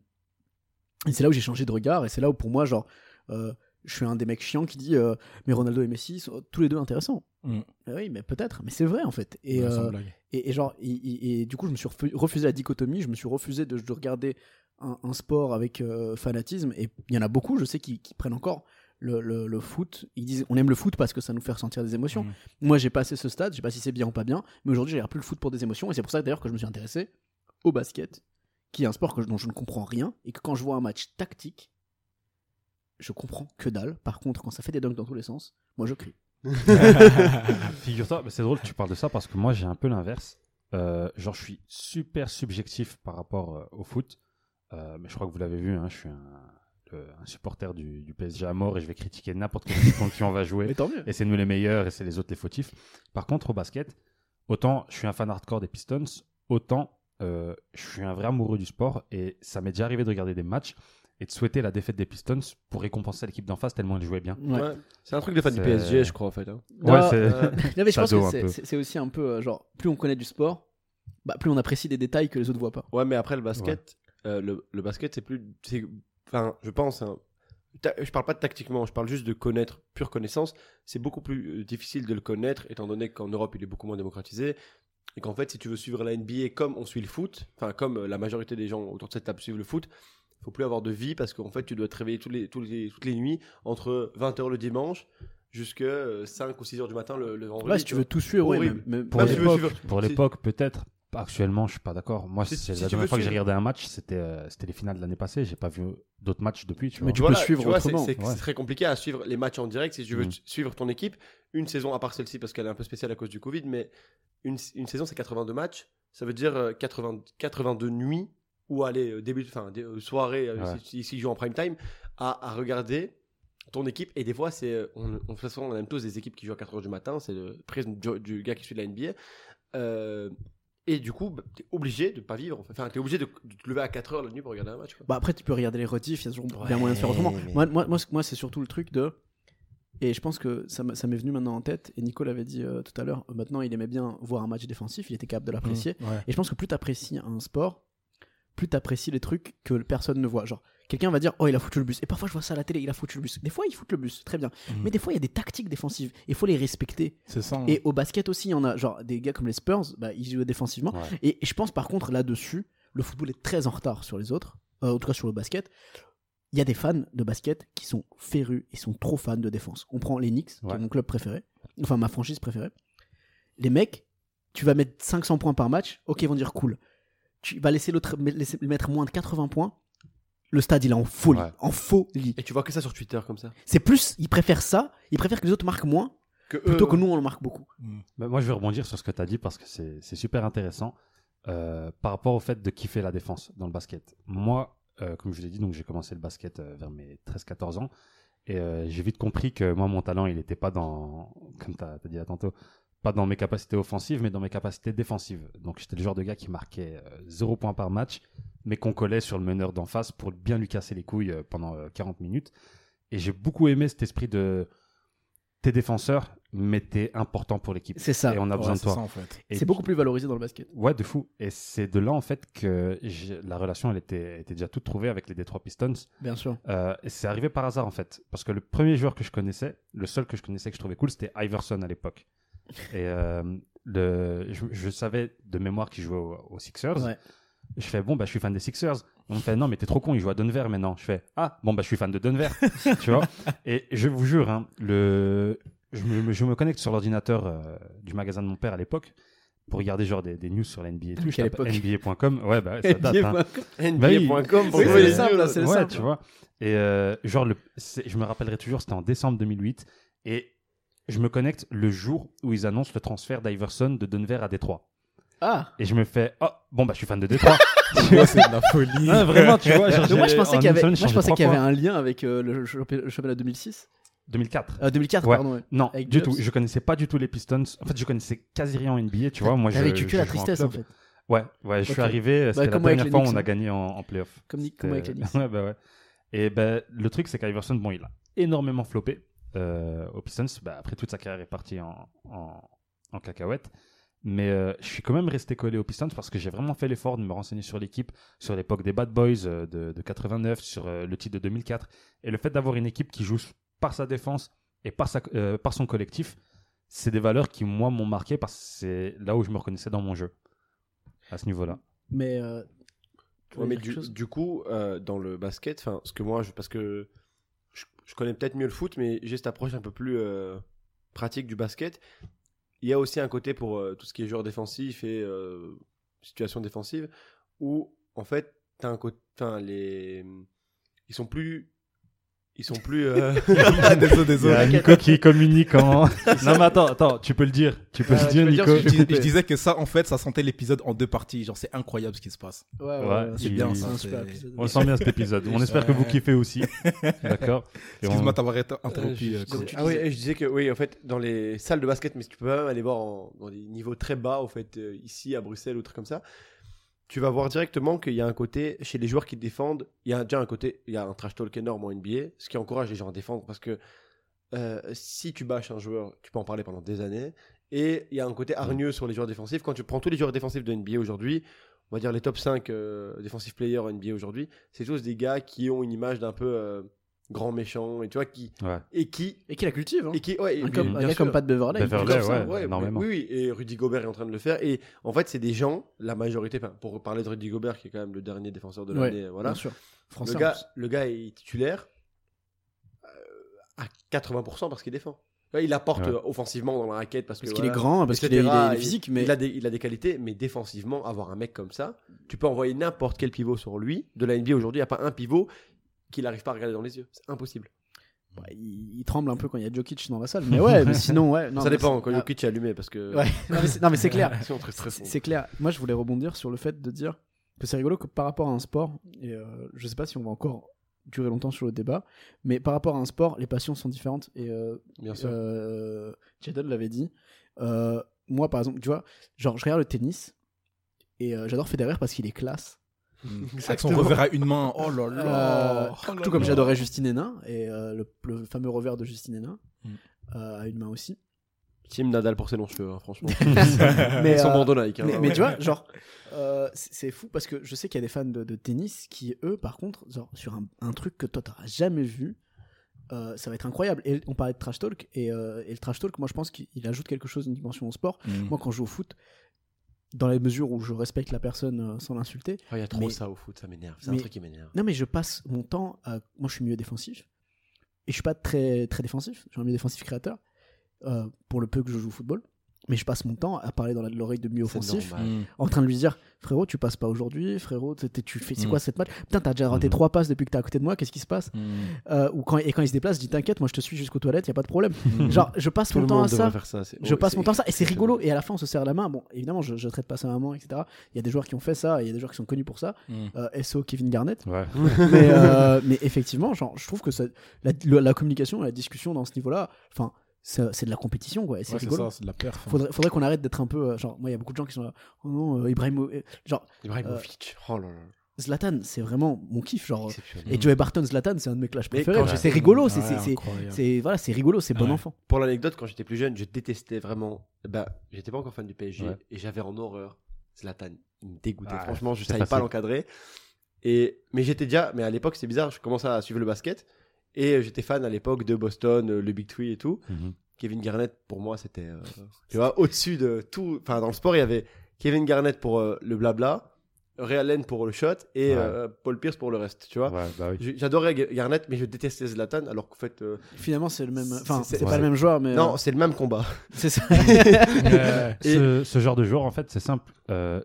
Speaker 6: et c'est là où j'ai changé de regard et c'est là où pour moi, genre, euh, je suis un des mecs chiants qui dit euh, mais Ronaldo et Messi sont tous les deux intéressants.
Speaker 5: Mm.
Speaker 6: Eh oui, mais peut-être, mais c'est vrai en fait. Et,
Speaker 5: Ouais, sans
Speaker 6: euh,
Speaker 5: blague.
Speaker 6: et, et genre, et, et- et du coup, je me suis refu- refusé la dichotomie, je me suis refusé de, de regarder un, un sport avec euh, fanatisme. Et il y en a beaucoup, je sais, qui, qui prennent encore le, le- le foot. Ils disent, on aime le foot parce que ça nous fait ressentir des émotions.
Speaker 5: Mhm.
Speaker 6: Moi, j'ai passé ce stade, je sais pas si c'est bien ou pas bien, mais aujourd'hui, je regarde plus le foot pour des émotions. Et c'est pour ça d'ailleurs que je me suis intéressé au basket, qui est un sport que, je- dont je ne comprends rien, et que quand je vois un match tactique, je comprends que dalle. Par contre, quand ça fait des dunks dans tous les sens, moi je crie.
Speaker 4: Figure-toi, mais c'est drôle que tu parles de ça parce que moi j'ai un peu l'inverse. Euh, genre, je suis super subjectif par rapport euh, au foot. Euh, mais je crois que vous l'avez vu, hein, je suis un, le- un supporter du, du PSG à mort et je vais critiquer n'importe quel équipe contre qui on va jouer.
Speaker 6: Mais tant mieux.
Speaker 4: Et c'est nous les meilleurs et c'est les autres les fautifs. Par contre, au basket, autant je suis un fan hardcore des Pistons, autant euh, je suis un vrai amoureux du sport et ça m'est déjà arrivé de regarder des matchs et de souhaiter la défaite des Pistons pour récompenser l'équipe d'en face tellement elle jouait bien.
Speaker 6: Ouais.
Speaker 7: Ouais. C'est un truc de fan du
Speaker 4: C'est-
Speaker 7: PSG, je crois, en fait. hein.
Speaker 6: Ouais,
Speaker 4: Ouais, c'est-
Speaker 7: Euh,
Speaker 6: Non, mais je
Speaker 4: Ça
Speaker 6: pense
Speaker 4: doit
Speaker 6: que
Speaker 4: un
Speaker 6: c'est-
Speaker 4: peu.
Speaker 6: c'est c'est aussi un peu euh, genre plus on connaît du sport, bah, plus on apprécie des détails que les autres voient pas.
Speaker 7: Ouais, mais après le basket, euh, le, le basket, c'est plus. c'est- Enfin, je pense. hein, ta- je parle pas de tactiquement, je parle juste de connaître, pure connaissance. C'est beaucoup plus euh, difficile de le connaître, étant donné qu'en Europe, il est beaucoup moins démocratisé. Et qu'en fait, si tu veux suivre la NBA comme on suit le foot, enfin, comme euh, la majorité des gens autour de cette table suivent le foot, faut plus avoir de vie parce qu'en fait, tu dois te réveiller tous les, tous les, toutes les nuits entre 20h le dimanche jusqu'à euh, 5 ou 6h du matin le, le vendredi.
Speaker 6: Ouais, si tu veux tout suivre, ouais,
Speaker 7: Horrible.
Speaker 6: mais- mais-
Speaker 4: Pour
Speaker 7: Là,
Speaker 6: mais-
Speaker 7: si tu veux suivre-
Speaker 4: Pour
Speaker 7: si-
Speaker 4: l'époque, peut-être. Actuellement, je suis pas d'accord. Moi, c'est
Speaker 7: Si- si
Speaker 4: la
Speaker 7: tu veux
Speaker 4: dernière fois que j'ai
Speaker 7: suivre-
Speaker 4: regardé un match, c'était euh, c'était les finales de l'année passée. J'ai pas vu d'autres matchs depuis. Tu
Speaker 6: Mais
Speaker 4: vois.
Speaker 6: tu- peux suivre
Speaker 7: tu vois, c'est-
Speaker 6: autrement.
Speaker 7: C'est
Speaker 4: Ouais.
Speaker 7: c'est très compliqué à suivre les matchs en direct si tu veux
Speaker 4: Mm.
Speaker 7: su- suivre ton équipe. Une saison, à part celle-ci, parce qu'elle est un peu spéciale à cause du Covid, mais une, une saison, c'est 82 matchs. Ça veut dire euh, 80 82 nuits ou aller euh, début, enfin, dé- euh, soirée, euh,
Speaker 4: Ouais.
Speaker 7: si- si- s'ils jouent en prime time, à, à regarder ton équipe. Et des fois, c'est, euh, on, on, de toute façon, on aime tous des équipes qui jouent à 4h du matin. C'est le prisme du, du gars qui suit de la NBA. Euh, et du coup, bah, t'es obligé de pas vivre. en fait. Enfin, t'es obligé de, de te lever à 4h la nuit pour regarder un match. quoi.
Speaker 6: Bah après, tu peux regarder les rediffs, il y a toujours bien moyen de faire autrement. Moi, moi, moi, c'est- moi, c'est surtout le truc de. Et je pense que ça m'a- ça m'est venu maintenant en tête, et Nico l'avait dit euh, tout à l'heure, euh, maintenant il aimait bien voir un match défensif, il était capable de l'apprécier.
Speaker 5: Mm, ouais.
Speaker 6: Et je pense que plus t'apprécies un sport, plus t'apprécies les trucs que personne ne voit. Genre, quelqu'un va dire, oh, il a foutu le bus. Et parfois, je vois ça à la télé, il a foutu le bus. Des fois, il fout le bus, très bien.
Speaker 4: Mm.
Speaker 5: Mhm.
Speaker 6: Mais des fois, il y a des tactiques défensives, et il faut les respecter.
Speaker 5: C'est ça. hein.
Speaker 6: Et au basket aussi, il y en a. Genre, des gars comme les Spurs, bah, ils jouent défensivement.
Speaker 4: Ouais.
Speaker 6: Et je pense, par contre, là-dessus, le football est très en retard sur les autres, euh, en tout cas sur le basket. Il y a des fans de basket qui sont férus et sont trop fans de défense. On prend les Knicks, qui
Speaker 4: Ouais.
Speaker 6: est mon club préféré, enfin ma franchise préférée. Les mecs, tu vas mettre 500 points par match, ok, ils vont dire cool. Tu vas laisser l'autre mais- laisser- mettre moins de 80 points. Le stade, il est en folie,
Speaker 4: Ouais.
Speaker 6: en folie.
Speaker 7: Et tu vois que ça sur Twitter comme ça.
Speaker 6: C'est plus, ils préfèrent ça, ils préfèrent que les autres marquent moins,
Speaker 7: Que
Speaker 6: plutôt
Speaker 4: Euh.
Speaker 7: eux- euh,
Speaker 6: que nous, on en marque beaucoup.
Speaker 4: Bah, moi, je vais rebondir sur ce que tu as dit parce que c'est c'est super intéressant euh, par rapport au fait de kiffer la défense dans le basket. Moi, euh, comme je vous l'ai dit, donc j'ai commencé le basket euh, vers mes 13-14 ans et euh, j'ai vite compris que moi, mon talent, il n'était pas dans, comme tu as, dit là tantôt, pas dans mes capacités offensives, mais dans mes capacités défensives. Donc, j'étais le genre de gars qui marquait 0 points par match, mais qu'on collait sur le meneur d'en face pour bien lui casser les couilles euh, pendant euh, 40 minutes. Et j'ai beaucoup aimé cet esprit de t'es défenseur, mais t'es important pour l'équipe
Speaker 6: C'est ça.
Speaker 4: et on a
Speaker 5: Ouais,
Speaker 4: besoin de
Speaker 5: c'est ça,
Speaker 4: toi.
Speaker 5: en fait.
Speaker 4: Et
Speaker 6: C'est beaucoup plus valorisé dans le basket.
Speaker 4: Ouais, de fou. Et c'est de là en fait que j'ai- la relation elle était, était déjà toute trouvée avec les Detroit Pistons.
Speaker 6: Bien sûr.
Speaker 4: Euh, et c'est arrivé par hasard en fait, parce que le premier joueur que je connaissais, le seul que je connaissais que je trouvais cool, c'était Iverson à l'époque. Et euh, le- je, je savais de mémoire qu'il jouait au- aux Sixers.
Speaker 6: Ouais.
Speaker 4: Je fais, bon, bah, je suis fan des Sixers. On me fait, non, mais t'es trop con, il joue à Denver maintenant. Je fais, ah, bon, bah, je suis fan de Denver. tu vois Et je vous jure, hein, le... je, me, je me connecte sur l'ordinateur euh, du magasin de mon père à l'époque pour regarder genre des, des news sur la NBA et tout. Je
Speaker 6: Quelle
Speaker 4: tape
Speaker 6: époque.
Speaker 4: NBA.com. Ouais, bah, ça date. hein. Bah
Speaker 7: NBA.com pour
Speaker 4: Oui,
Speaker 7: trouver
Speaker 4: c'est
Speaker 7: les
Speaker 6: simple,
Speaker 7: nuls.
Speaker 6: là, c'est-
Speaker 4: ouais,
Speaker 6: simple.
Speaker 4: tu vois. Et euh, genre, le, c'est- je me rappellerai toujours, c'était en décembre 2008. Et je me connecte le jour où ils annoncent le transfert d'Iverson de Denver à Détroit.
Speaker 6: Ah
Speaker 4: Et je me fais, oh, bon, bah, je suis fan de Détroit. Tu vois,
Speaker 10: c'est de la folie.
Speaker 4: Ah, vraiment, tu vois. genre,
Speaker 6: Mais moi je
Speaker 4: j'ai-
Speaker 6: pensais
Speaker 4: en
Speaker 6: qu'il y
Speaker 4: une
Speaker 6: avait,
Speaker 4: semaine,
Speaker 6: moi,
Speaker 4: j'ai
Speaker 6: je
Speaker 4: changé
Speaker 6: pensais
Speaker 4: trois
Speaker 6: qu'il y avait
Speaker 4: fois.
Speaker 6: un lien avec euh, le, championnat- le championnat 2006.
Speaker 4: 2004.
Speaker 6: Euh, 2004,
Speaker 4: Ouais.
Speaker 6: pardon. ouais.
Speaker 4: Non,
Speaker 6: avec
Speaker 4: du
Speaker 6: Jobs.
Speaker 4: tout. Je connaissais pas du tout les Pistons. En fait, je connaissais quasi rien en NBA, tu vois. Moi,
Speaker 6: T'as
Speaker 4: je-
Speaker 6: vécu
Speaker 4: je
Speaker 6: que la
Speaker 4: jouais en
Speaker 6: tristesse en
Speaker 4: club.
Speaker 6: fait.
Speaker 4: Ouais, ouais, je suis
Speaker 6: Ok.
Speaker 4: arrivé. C'était la
Speaker 6: comme avec
Speaker 4: dernière
Speaker 6: les
Speaker 4: fois où
Speaker 6: Knicks,
Speaker 4: on a
Speaker 6: hein.
Speaker 4: gagné en, en playoff.
Speaker 6: Comme, Nick- comme avec la
Speaker 4: C'était-
Speaker 6: Nice.
Speaker 4: Ouais, bah ouais. Et ben, le truc, c'est qu'Iverson, bon, il a énormément floppé euh, aux Pistons. Bah, après, toute sa carrière est partie en, en, en cacahuète. Mais euh, je suis quand même resté collé aux Pistons parce que j'ai vraiment fait l'effort de me renseigner sur l'équipe, sur l'époque des Bad Boys euh, de, de 89, sur euh, le titre de 2004. Et le fait d'avoir une équipe qui joue par sa défense et par, sa, euh, par son collectif, c'est des valeurs qui, moi, m'ont marqué parce que c'est là où je me reconnaissais dans mon jeu, à ce niveau-là.
Speaker 6: Mais. euh, tu
Speaker 7: Ouais,
Speaker 6: voulais
Speaker 7: mais
Speaker 6: dire
Speaker 7: du,
Speaker 6: quelque chose
Speaker 7: du coup, euh, dans le basket, enfin, ce que moi, je, parce que je, je connais peut-être mieux le foot, mais j'ai cette approche un peu plus euh, pratique du basket. Il y a aussi un côté pour euh, tout ce qui est joueur défensif et euh, situation défensive, où en fait, t'as un côté, enfin, les, ils sont plus, ils sont plus. euh,
Speaker 10: désolé,
Speaker 4: Il y a Nico qui communique en. non, mais attends, attends, tu peux le dire. Tu peux
Speaker 7: Ah,
Speaker 4: le
Speaker 7: tu
Speaker 4: dire,
Speaker 7: peux
Speaker 4: Nico.
Speaker 7: le dire
Speaker 10: Je,
Speaker 7: si tu
Speaker 10: dis-
Speaker 7: coupé.
Speaker 10: je disais que ça, en fait, ça sentait l'épisode en deux parties. Genre, c'est incroyable ce qui se passe.
Speaker 6: Ouais,
Speaker 4: Ouais,
Speaker 10: C'est
Speaker 4: il-
Speaker 10: bien
Speaker 6: C'est
Speaker 10: ça.
Speaker 6: un
Speaker 10: c'est-
Speaker 6: super épisode.
Speaker 4: On sent bien cet épisode. On espère que vous kiffez aussi. D'accord. Et on-
Speaker 10: Excuse-moi d'avoir été
Speaker 7: Euh, je-
Speaker 10: interrompu. euh,
Speaker 7: je-
Speaker 10: Coco.
Speaker 7: ah oui, et je disais que oui, en fait, dans les salles de basket, mais tu peux même aller voir en- dans des niveaux très bas, en fait, euh, ici à Bruxelles ou trucs comme ça, tu vas voir directement qu'il y a un côté chez les joueurs qui défendent, il y a déjà un côté, il y a un trash talk énorme en NBA, ce qui encourage les gens à défendre parce que euh, si tu bâches un joueur, tu peux en parler pendant des années. Et il y a un côté hargneux sur les joueurs défensifs. Quand tu prends tous les joueurs défensifs de NBA aujourd'hui, on va dire les top 5 euh, défensifs players NBA aujourd'hui, c'est tous des gars qui ont une image d'un peu euh, grand méchant et tu vois qui
Speaker 4: Ouais.
Speaker 7: et qui
Speaker 6: Et qui la cultive. Hein.
Speaker 7: et qui ouais, et-
Speaker 6: Un, comme,
Speaker 7: bien
Speaker 6: un gars
Speaker 7: sûr.
Speaker 6: comme Pat Beverley.
Speaker 4: Beverley,
Speaker 6: il fait comme ça.
Speaker 4: ouais. énormément.
Speaker 7: Oui, oui, et Rudy Gobert est en train de le faire. Et en fait, c'est des gens, la majorité, enfin, pour parler de Rudy Gobert, qui est quand même le dernier défenseur de
Speaker 6: Ouais,
Speaker 7: l'année, voilà.
Speaker 6: Bien sûr. Français.
Speaker 7: Le
Speaker 6: en
Speaker 7: gars,
Speaker 6: plus.
Speaker 7: le gars est titulaire euh, à 80% parce qu'il défend. Ouais, Il apporte
Speaker 4: Ouais.
Speaker 7: euh, offensivement dans la raquette parce,
Speaker 6: Parce
Speaker 7: que,
Speaker 6: qu'il est
Speaker 7: voilà,
Speaker 6: grand, parce qu'il est,
Speaker 7: etc.,
Speaker 6: il est physique, mais.
Speaker 7: il a, des, il a des qualités, mais défensivement, avoir un mec comme ça, tu peux envoyer n'importe quel pivot sur lui. De la NBA aujourd'hui, il n'y a pas un pivot qu'il n'arrive pas à regarder dans les yeux. C'est impossible.
Speaker 6: Bah, il, il tremble un peu quand il y a Jokic dans la salle. Mais ouais, mais sinon, ouais. non,
Speaker 7: ça
Speaker 6: mais
Speaker 7: dépend
Speaker 6: c'est-
Speaker 7: quand
Speaker 6: ah,
Speaker 7: Jokic euh. est allumé parce que.
Speaker 6: Ouais. non, mais c'est- Non, mais c'est clair.
Speaker 7: Sinon, très stressant.
Speaker 6: C'est c'est clair. Moi, je voulais rebondir sur le fait de dire que c'est rigolo que par rapport à un sport, et euh, je sais pas si on va encore durer longtemps sur le débat, mais par rapport à un sport, les passions sont différentes. Et euh,
Speaker 7: Bien sûr.
Speaker 6: euh, Jadon l'avait dit. Euh, moi, par exemple, tu vois, genre, je regarde le tennis et euh, j'adore Federer parce qu'il est classe.
Speaker 10: Avec Mm. son revers à une main. Oh là
Speaker 6: Euh,
Speaker 10: là. Oh là
Speaker 6: tout comme
Speaker 10: là.
Speaker 6: j'adorais Justine Hénin et euh, le, le fameux revers de Justine Hénin
Speaker 10: Mm.
Speaker 6: euh, à une main aussi.
Speaker 7: Team Nadal pour ses longs cheveux, hein, franchement.
Speaker 6: Mais,
Speaker 7: Et son
Speaker 6: euh,
Speaker 7: bandeau Nike. hein,
Speaker 6: mais,
Speaker 7: ouais.
Speaker 6: mais tu vois, genre, euh, c'est c'est fou parce que je sais qu'il y a des fans de, de tennis qui, eux, par contre, genre, sur un, un truc que toi, t'auras jamais vu, euh, ça va être incroyable. Et on parlait de trash talk et, euh, et le trash talk, moi, je pense qu'il il ajoute quelque chose, une dimension au sport.
Speaker 10: Mm.
Speaker 6: Moi, quand je joue au foot, dans la mesure où je respecte la personne euh, sans l'insulter,
Speaker 7: Ah, Il y a trop
Speaker 6: mais-
Speaker 7: ça au foot, ça m'énerve. C'est un
Speaker 6: mais-
Speaker 7: truc qui m'énerve.
Speaker 6: non, mais je passe mon temps à. Moi, je suis milieu défensif. Et je suis pas très, très défensif. Je suis un milieu défensif créateur. euh, pour le peu que je joue au football. Mais je passe mon temps à parler dans la- l'oreille de milieu
Speaker 7: C'est
Speaker 6: offensif.
Speaker 7: normal.
Speaker 10: Mm.
Speaker 6: En train de lui dire Frérot, tu passes pas aujourd'hui. Frérot, t'es- t'es- tu fais, c'est
Speaker 10: Mm.
Speaker 6: quoi cette match Putain, t'as déjà raté
Speaker 4: Mhm.
Speaker 6: trois passes depuis que t'es à côté de moi. Qu'est-ce qui se passe
Speaker 10: Mm.
Speaker 6: Euh, ou quand, Et quand il se déplace, je dis T'inquiète, moi, je te suis jusqu'aux toilettes. Y a pas de problème.
Speaker 10: Mm.
Speaker 6: Genre, je passe
Speaker 7: Tout
Speaker 6: mon
Speaker 7: le
Speaker 6: temps à
Speaker 7: monde
Speaker 6: ça.
Speaker 7: devrait faire ça. c'est-
Speaker 6: Je
Speaker 7: ouais,
Speaker 6: passe
Speaker 7: c'est-
Speaker 6: mon temps à ça et c'est rigolo et à la fin on se serre la main. Bon, évidemment, je, je traite pas ça à maman, etc. Il y a des joueurs qui ont fait ça, il y a des joueurs qui sont connus pour ça.
Speaker 10: Mm.
Speaker 6: Euh, SO Kevin Garnett.
Speaker 4: Ouais.
Speaker 6: mais, euh, mais effectivement, genre, je trouve que ça, la, le- la communication, la discussion dans ce niveau-là, enfin, ça- c'est de la compétition, quoi. et C'est
Speaker 10: Ouais, c'est
Speaker 6: rigolo.
Speaker 10: ça, c'est de la perf. hein.
Speaker 6: Faudrait, faudrait qu'on arrête d'être un peu, euh, genre, moi, il y a beaucoup de gens qui sont là, oh non, euh, Ibrahimo- euh, genre,
Speaker 7: Ibrahimovic.
Speaker 6: Euh,
Speaker 7: Oh là là.
Speaker 6: Zlatan, c'est vraiment mon kiff, genre.
Speaker 7: Exceptionnel.
Speaker 6: Et Joey Barton, Zlatan, c'est un de mes clashs
Speaker 7: Mais
Speaker 6: préférés.
Speaker 7: quand
Speaker 6: Mm. C'est rigolo, c'est,
Speaker 10: Ouais,
Speaker 6: c'est, c'est,
Speaker 10: incroyable.
Speaker 6: c'est- voilà, c'est rigolo, c'est bon
Speaker 10: Ouais.
Speaker 6: enfant.
Speaker 7: Pour l'anecdote, quand j'étais plus jeune, je détestais vraiment. Bah, j'étais pas encore fan du PSG
Speaker 4: Ouais.
Speaker 7: et j'avais en horreur Zlatan. Il me dégoûtait.
Speaker 4: Ah,
Speaker 7: Franchement, je
Speaker 4: c'est
Speaker 7: savais pas
Speaker 4: facile.
Speaker 7: l'encadrer. Et mais j'étais déjà. Mais à l'époque, c'est bizarre. Je commençais à suivre le basket et j'étais fan à l'époque de Boston, euh, le euh, Big Three et tout.
Speaker 4: Mhm.
Speaker 7: Kevin Garnett, pour moi, c'était. euh, tu vois, au-dessus de tout. Enfin, dans le sport, il y avait Kevin Garnett pour euh, le blabla, Ray Allen pour le shot et
Speaker 4: Ouais.
Speaker 7: euh, Paul Pierce pour le reste, tu vois.
Speaker 4: Ouais, bah oui.
Speaker 7: J- J'adorais Ga- Garnett, mais je détestais Zlatan, alors qu'en fait. euh,
Speaker 6: Finalement, c'est le même. Enfin,
Speaker 7: C'est-
Speaker 6: c'est
Speaker 7: c'est-
Speaker 6: pas le même joueur, mais.
Speaker 7: Non,
Speaker 6: euh,
Speaker 7: c'est le même combat.
Speaker 6: c'est ça.
Speaker 4: Euh, ce, ce genre de joueur, en fait, c'est simple. Euh,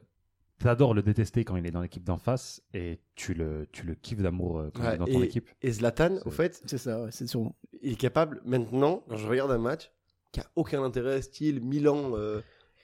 Speaker 4: T'adores le détester quand il est dans l'équipe d'en face et tu le, tu le kiffes d'amour euh, quand il
Speaker 7: Ouais,
Speaker 4: est dans ton équipe.
Speaker 7: Et Zlatan,
Speaker 4: C'est-
Speaker 7: au fait,
Speaker 6: c'est ça, ouais, c'est sûrement.
Speaker 7: il est capable maintenant, quand je regarde un match qui a aucun intérêt, style Milan, euh,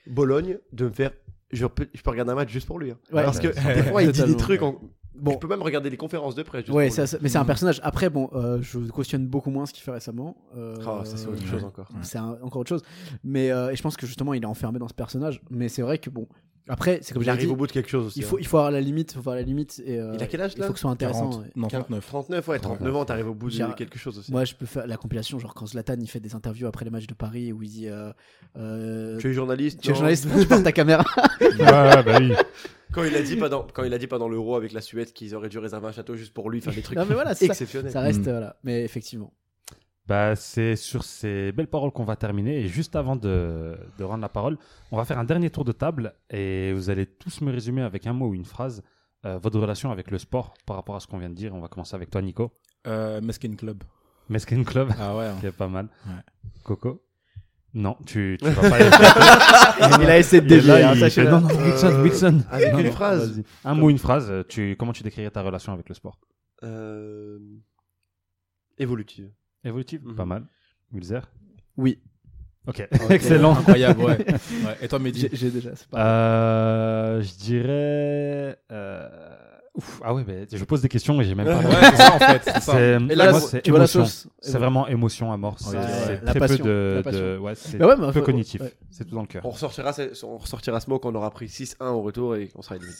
Speaker 7: Bologne, de me faire. Je peux, je peux regarder un match juste pour lui. hein.
Speaker 6: Ouais,
Speaker 7: Parce que
Speaker 4: bah,
Speaker 7: des fois, il dit des
Speaker 6: totalement,
Speaker 7: trucs. en-
Speaker 6: Bon.
Speaker 7: Je peux même regarder les conférences de presse. Juste
Speaker 6: Ouais,
Speaker 7: pour
Speaker 6: ça,
Speaker 7: lui.
Speaker 6: ça- mais c'est un personnage. Après, bon, euh, je cautionne beaucoup moins ce qu'il fait récemment. Euh,
Speaker 7: Ah, ça, c'est autre chose encore.
Speaker 6: C'est un- encore autre chose. Mais euh, et je pense que justement, il est enfermé dans ce personnage. Mais c'est vrai que bon, après, c'est comme
Speaker 7: Il
Speaker 6: j'ai dit,
Speaker 7: arrive au bout de quelque chose aussi.
Speaker 6: il faut,
Speaker 7: hein.
Speaker 6: il faut avoir la limite, faut avoir la limite. Et, euh,
Speaker 7: Il a quel âge,
Speaker 6: Il
Speaker 7: là
Speaker 6: faut que ce soit intéressant.
Speaker 5: 40,
Speaker 6: ouais.
Speaker 5: non, 39.
Speaker 7: 39. 39, ouais, 39 ans, t'arrives au bout
Speaker 6: J'ai-
Speaker 7: de quelque chose aussi.
Speaker 6: Moi, je peux faire la compilation, genre quand Zlatan il fait des interviews après les matchs de Paris où il dit. euh, euh,
Speaker 7: Tu es journaliste.
Speaker 6: tu es
Speaker 7: non
Speaker 6: journaliste, tu portes ta caméra.
Speaker 4: Ouais, bah oui.
Speaker 7: Quand il a dit pas dans, quand il a dit pas dans l'euro avec la Suède qu'ils auraient dû réserver un château juste pour lui, faire des trucs
Speaker 6: Non, mais voilà, c'est ça.
Speaker 7: exceptionnels.
Speaker 6: Ça reste,
Speaker 5: Mm.
Speaker 6: euh, voilà. Mais effectivement.
Speaker 4: Bah, c'est sur ces belles paroles qu'on va terminer. Et juste avant de, de rendre la parole, on va faire un dernier tour de table et vous allez tous me résumer avec un mot ou une phrase euh, votre relation avec le sport par rapport à ce qu'on vient de dire. On va commencer avec toi, Nico.
Speaker 5: Euh, Meskin Club.
Speaker 4: Meskin Club,
Speaker 5: Ah ouais.
Speaker 4: qui est pas mal.
Speaker 5: Ouais.
Speaker 4: Coco Non, tu, tu vas pas.
Speaker 6: Il a essayé de
Speaker 4: Il est
Speaker 6: dévier.
Speaker 4: là,
Speaker 6: hein,
Speaker 4: il
Speaker 6: sachez-le.
Speaker 4: fait, non, non, Wilson,
Speaker 7: Euh,
Speaker 4: Wilson.
Speaker 7: avec
Speaker 4: Non,
Speaker 7: une
Speaker 4: non,
Speaker 7: phrase.
Speaker 4: vas-y. Un mot, une phrase. euh, Tu, comment tu décrirais ta relation avec le sport
Speaker 7: Euh, Évolutive.
Speaker 4: Évolutive
Speaker 7: Mhm.
Speaker 4: Pas mal. Mulzer
Speaker 6: Oui.
Speaker 4: Ok, excellent.
Speaker 5: Incroyable, ouais. Ouais. Et toi, Mehdi
Speaker 6: J'ai j'ai déjà. c'est pas-
Speaker 4: Euh, je dirais. euh, ouf, ah ouais, mais je pose des questions mais j'ai même pas.
Speaker 5: Ouais, c'est ça en fait. C'est ça.
Speaker 4: C'est-
Speaker 6: Et là,
Speaker 4: moi,
Speaker 6: c'est-
Speaker 4: c'est
Speaker 6: tu vois la
Speaker 4: émotion.
Speaker 6: sauce.
Speaker 4: C'est vraiment émotion à mort. C'est
Speaker 6: Ouais,
Speaker 4: c'est
Speaker 6: ouais. La
Speaker 4: très
Speaker 6: passion,
Speaker 4: peu de.
Speaker 6: la passion.
Speaker 4: de- ouais, c'est
Speaker 6: Bah ouais, mais
Speaker 4: peu
Speaker 6: faut-
Speaker 4: cognitif.
Speaker 6: ouais.
Speaker 4: C'est tout dans le cœur.
Speaker 7: On ressortira, ce- on ressortira ce mot quand on aura pris 6-1 au retour et qu'on sera éliminé.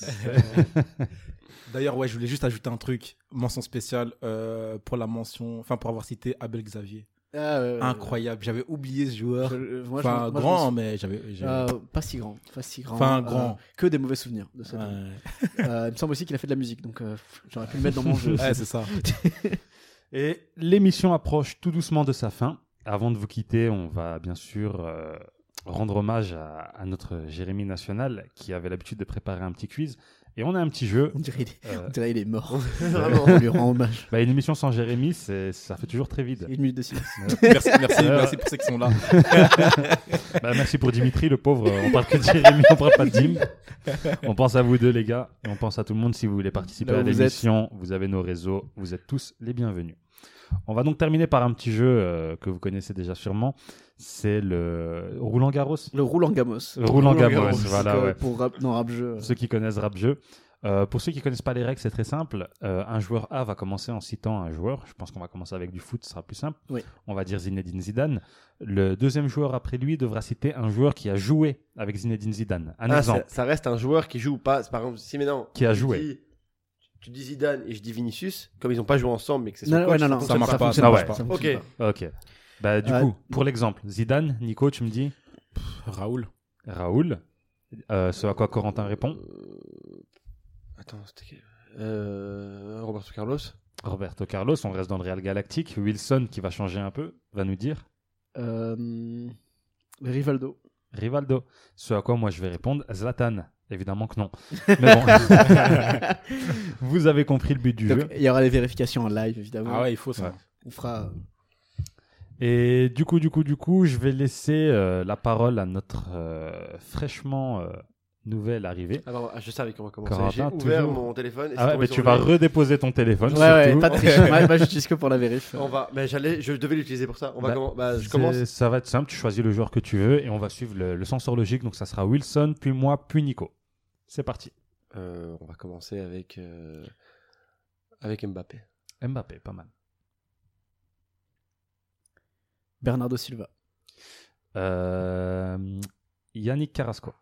Speaker 5: D'ailleurs, ouais, je voulais juste ajouter un truc. Mention spéciale euh, pour la mention, enfin pour avoir cité Abel Xavier.
Speaker 6: Ah, ouais, ouais, ouais.
Speaker 5: Incroyable. J'avais oublié ce joueur.
Speaker 6: Je- euh, moi, je- moi,
Speaker 5: Enfin,
Speaker 6: je
Speaker 5: grand,
Speaker 6: me
Speaker 5: mais j'avais.
Speaker 6: sou-
Speaker 5: j'avais-
Speaker 6: Euh, pas si grand, pas si grand.
Speaker 5: Enfin,
Speaker 6: Euh,
Speaker 5: grand.
Speaker 6: que des mauvais souvenirs de cet homme.
Speaker 5: Ouais,
Speaker 6: Euh, il me semble aussi qu'il a fait de la musique, donc euh, pff, j'aurais pu le mettre dans mon jeu.
Speaker 5: Ouais, c'est ça.
Speaker 4: Et l'émission approche tout doucement de sa fin. Avant de vous quitter, on va bien sûr euh, rendre hommage à, à notre Jérémy National qui avait l'habitude de préparer un petit quiz. Et on a un petit jeu.
Speaker 6: On dirait, il est,
Speaker 4: euh,
Speaker 6: on dirait il est mort.
Speaker 7: Vraiment.
Speaker 6: On lui rend hommage.
Speaker 4: bah, une émission sans Jérémy, c'est- ça fait toujours très vide.
Speaker 6: Une minute de silence.
Speaker 5: Merci, merci,
Speaker 4: Ouais,
Speaker 5: merci pour ceux qui sont là.
Speaker 4: Bah, merci pour Dimitri, le pauvre. Euh, On parle que de Jérémy, on parle pas de Dim. On pense à vous deux, les gars. Et on pense à tout le monde. Si vous voulez participer
Speaker 6: Là où
Speaker 4: à
Speaker 6: vous
Speaker 4: l'émission, vous, avez nos réseaux. Vous êtes tous les bienvenus. On va donc terminer par un petit jeu euh, que vous connaissez déjà sûrement. C'est le Roulant Garros.
Speaker 6: Le roulant gamos.
Speaker 4: Roulant Gamos,
Speaker 7: Garros,
Speaker 4: voilà,
Speaker 6: Donc, euh,
Speaker 4: ouais.
Speaker 6: Pour rap, non, rap jeu. euh,
Speaker 4: Ceux qui connaissent Rap Jeu. Euh, pour ceux qui connaissent pas les règles, c'est très simple. Euh, un joueur A va commencer en citant un joueur. Je pense qu'on va commencer avec du foot, ce sera plus simple.
Speaker 6: Oui.
Speaker 4: On va dire Zinedine Zidane. Le deuxième joueur après lui devra citer un joueur qui a joué avec Zinedine Zidane. Un
Speaker 7: Ah, ça,
Speaker 4: exemple.
Speaker 7: ça reste un joueur qui joue ou pas. Par exemple, si maintenant.
Speaker 4: Qui a
Speaker 7: tu
Speaker 4: joué.
Speaker 7: dis- tu dis Zidane et je dis Vinicius, comme ils n'ont pas joué ensemble mais que c'est son
Speaker 6: Non, ouais,
Speaker 7: coach,
Speaker 6: non, non,
Speaker 7: fonctionne
Speaker 5: marche
Speaker 6: ça
Speaker 5: pas,
Speaker 6: fonctionne
Speaker 4: ça
Speaker 6: pas,
Speaker 4: marche
Speaker 6: ça
Speaker 5: pas.
Speaker 7: Ok.
Speaker 6: fonctionne pas.
Speaker 4: Ok. Bah, du
Speaker 6: Euh,
Speaker 4: coup, pour l'exemple, Zidane, Nico, tu me dis
Speaker 5: Raoul.
Speaker 4: Raoul. Euh, ce à quoi Corentin répond
Speaker 7: Euh, Attends, c'était qui euh, Roberto Carlos.
Speaker 4: Roberto Carlos, on reste dans le Real Galactique. Wilson, qui va changer un peu, va nous dire
Speaker 6: Euh, Rivaldo.
Speaker 4: Rivaldo. Ce à quoi moi je vais répondre Zlatan. Évidemment que non. Mais bon. Vous avez compris le but du
Speaker 6: Donc,
Speaker 4: jeu.
Speaker 6: il y aura les vérifications en live, évidemment.
Speaker 5: Ah ouais, il faut ça.
Speaker 4: Ouais.
Speaker 6: On fera.
Speaker 4: Et du coup, du coup, du coup, je vais laisser euh, la parole à notre euh, fraîchement euh, nouvelle arrivée.
Speaker 7: Ah, pardon, ah, je savais comment commencer. J'ai
Speaker 4: Corentin,
Speaker 7: ouvert
Speaker 4: toujours.
Speaker 7: mon téléphone. Et c'est
Speaker 4: Ah ouais,
Speaker 7: tombé
Speaker 4: mais
Speaker 7: sur
Speaker 4: tu
Speaker 7: lui.
Speaker 4: vas redéposer ton téléphone.
Speaker 6: Ouais, ouais,
Speaker 4: surtout.
Speaker 6: pas de triche. Ouais, moi, j'utilise que pour la vérif.
Speaker 7: On va. Mais j'allais. Je devais l'utiliser pour ça. On va.
Speaker 4: Bah,
Speaker 7: comment- bah, je
Speaker 4: C'est-
Speaker 7: commence.
Speaker 4: Ça va être simple, tu choisis le joueur que tu veux et on va suivre le, le sens horlogique. Donc ça sera Wilson, puis moi, puis Nico. C'est parti.
Speaker 7: Euh, on va commencer avec euh, avec Mbappé.
Speaker 4: Mbappé, pas mal.
Speaker 6: Bernardo Silva.
Speaker 4: Euh, Yannick Carrasco.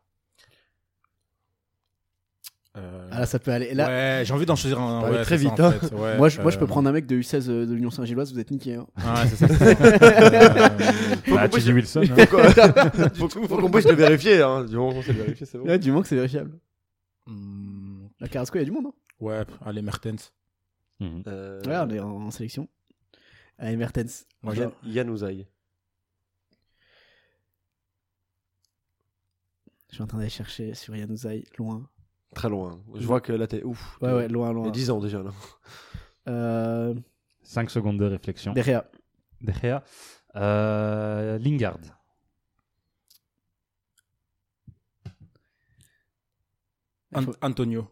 Speaker 5: Euh,
Speaker 6: Ah là, ça peut aller. Et là,
Speaker 5: ouais, j'ai envie d'en choisir un.
Speaker 7: Allez,
Speaker 5: ouais,
Speaker 7: très
Speaker 5: c'est ça,
Speaker 7: vite,
Speaker 5: en
Speaker 7: hein.
Speaker 5: fait. Ouais,
Speaker 6: moi, je, moi,
Speaker 5: euh,
Speaker 6: je peux prendre un mec de U16 euh, de l'Union Saint-Gilloise, vous êtes niqué. hein.
Speaker 5: Ouais, c'est ça. Euh,
Speaker 4: Bah, tu dis Wilson. hein.
Speaker 7: faut faut qu'on puisse le vérifier. Hein. Du moment qu'on sait le vérifier, c'est bon.
Speaker 6: Ouais, du moment que c'est vérifiable.
Speaker 5: hmm,
Speaker 6: La Carrasco, il y a du monde. hein.
Speaker 5: Ouais, allez, Mertens.
Speaker 4: Mhm.
Speaker 7: Euh,
Speaker 6: Ouais, on est en, en sélection. Allez, Mertens.
Speaker 5: Moi,
Speaker 7: Yann- Yann Ouzaï.
Speaker 6: suis en train d'aller chercher sur Yanuzai, loin.
Speaker 7: Très loin. Je vois que là, t'es ouf.
Speaker 6: Mm. Ouais, ouais, loin,
Speaker 7: Il y a
Speaker 6: loin.
Speaker 7: 10 ans déjà, là.
Speaker 6: Euh,
Speaker 4: 5 secondes de réflexion.
Speaker 6: Derrière.
Speaker 4: Derrière. Euh, Lingard.
Speaker 5: An- Antonio.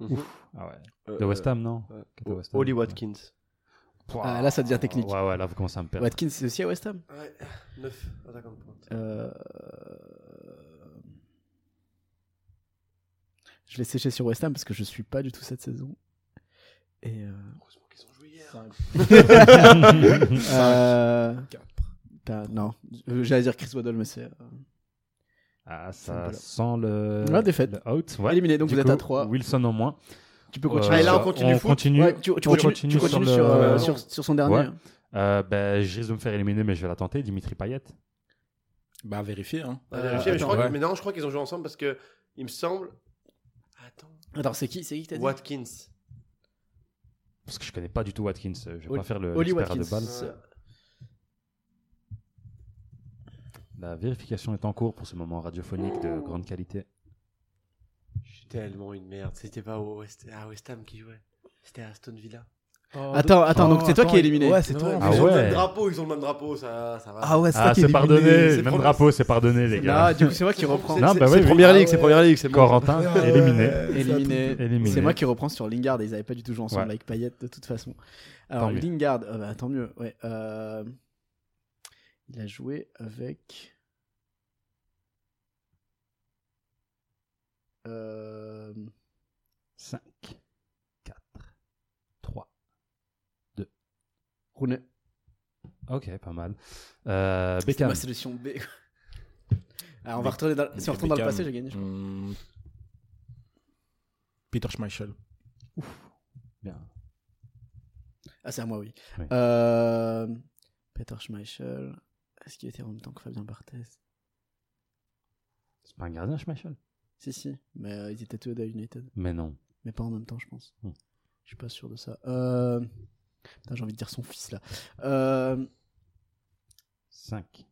Speaker 4: Ah ouais.
Speaker 7: Euh,
Speaker 4: De West Ham, non
Speaker 7: euh,
Speaker 4: De West Ham,
Speaker 7: Oli
Speaker 4: ouais.
Speaker 7: Watkins.
Speaker 6: Ah, là, ça devient technique.
Speaker 4: Ouais, ouais, là, vous commencez à me perdre.
Speaker 6: Watkins, c'est aussi à West Ham.
Speaker 7: Ouais, 9 attaquants de pointe.
Speaker 6: Euh, Je vais sécher sur West Ham parce que je suis pas du tout cette saison. Et euh,
Speaker 7: Heureusement qu'ils ont joué hier.
Speaker 6: euh, t'as- non, Euh, j'allais dire Chris Waddle, mais c'est euh,
Speaker 4: ah,
Speaker 6: me
Speaker 4: ça
Speaker 6: balance.
Speaker 4: sent le.
Speaker 6: Ouais, défaite.
Speaker 4: le out. Ouais.
Speaker 6: éliminé. Donc
Speaker 4: Du
Speaker 6: vous êtes
Speaker 4: coup,
Speaker 6: à 3
Speaker 4: Wilson en moins.
Speaker 6: Tu peux
Speaker 4: Euh,
Speaker 6: continuer.
Speaker 7: Ah, et là, on continue
Speaker 4: on
Speaker 7: foot
Speaker 4: continue.
Speaker 6: Ouais, tu, tu
Speaker 4: on
Speaker 6: continues,
Speaker 4: continue
Speaker 6: tu continues
Speaker 4: sur
Speaker 6: sur,
Speaker 4: le-
Speaker 6: euh,
Speaker 4: Ouais.
Speaker 6: sur- sur son dernier.
Speaker 4: Ouais. Euh, ben, je risque de me faire éliminer, mais je vais la tenter. Dimitri Payet.
Speaker 5: Bah, vérifier. Hein.
Speaker 7: On va vérifier, mais, je
Speaker 5: attends,
Speaker 7: crois
Speaker 5: ouais.
Speaker 7: que- mais non, je crois qu'ils ont joué ensemble parce que il me semble. Attends.
Speaker 6: Attends, c'est qui, c'est qui que t'as dit
Speaker 7: Watkins.
Speaker 4: Parce que je connais pas du tout Watkins. euh, Je vais
Speaker 6: Oli-
Speaker 4: pas faire le
Speaker 6: Oli
Speaker 4: l'expert à deux
Speaker 6: Watkins.
Speaker 4: balles.
Speaker 6: C'est-
Speaker 4: La vérification est en cours pour ce moment radiophonique de grande qualité.
Speaker 7: Je suis tellement une merde. C'était pas au West... à West Ham qui jouait. C'était à Aston Villa.
Speaker 6: Attends, attends, donc c'est toi qui es éliminé.
Speaker 10: Ouais, c'est toi.
Speaker 4: Ah
Speaker 7: ils ont le
Speaker 4: ouais.
Speaker 7: même drapeau, ils ont le même drapeau, ça, ça va.
Speaker 10: Ah ouais, c'est toi
Speaker 4: Ah,
Speaker 10: qui es
Speaker 4: c'est
Speaker 10: éliminé.
Speaker 4: pardonné.
Speaker 7: c'est
Speaker 4: Même
Speaker 7: promis.
Speaker 4: drapeau, c'est pardonné, les gars.
Speaker 6: Ah, du coup, c'est moi qui reprends.
Speaker 4: Non, bah
Speaker 7: c'est
Speaker 4: oui, oui.
Speaker 7: Première
Speaker 10: Ah
Speaker 7: Ligue, c'est
Speaker 10: ouais.
Speaker 7: Première Ligue, c'est bon.
Speaker 4: Corentin,
Speaker 10: Ah ouais,
Speaker 4: éliminé.
Speaker 10: c'est
Speaker 6: Éliminé.
Speaker 4: Éliminé.
Speaker 6: C'est moi qui reprends sur Lingard. Ils avaient pas du tout joué ensemble
Speaker 4: Ouais.
Speaker 6: avec Payet de toute façon. Alors
Speaker 4: Tant mieux.
Speaker 6: Lingard, euh, bah, tant mieux. Ouais. euh, il a joué avec. Euh,
Speaker 4: 5, 4, 3.
Speaker 6: Rooney.
Speaker 4: Ok, pas mal. Euh,
Speaker 6: C'est
Speaker 4: Beckham.
Speaker 6: ma solution B. Alors, on va retourner dans... Si on retourne dans le
Speaker 5: Beckham.
Speaker 6: passé, j'ai gagné. je crois.
Speaker 5: Hmm. Peter Schmeichel.
Speaker 4: Bien.
Speaker 6: Ah, c'est à moi, oui.
Speaker 4: Oui.
Speaker 6: Euh, Peter Schmeichel. Est-ce qu'il était en même temps que Fabien Barthez
Speaker 4: C'est pas un gardien, Schmeichel
Speaker 6: Si, si. Mais euh, ils étaient tous les deux à United.
Speaker 4: Mais non.
Speaker 6: Mais pas en même temps, je pense.
Speaker 4: Hmm.
Speaker 6: Je suis pas sûr de ça. Euh... Putain, j'ai envie de dire son fils là. Euh...
Speaker 4: 5.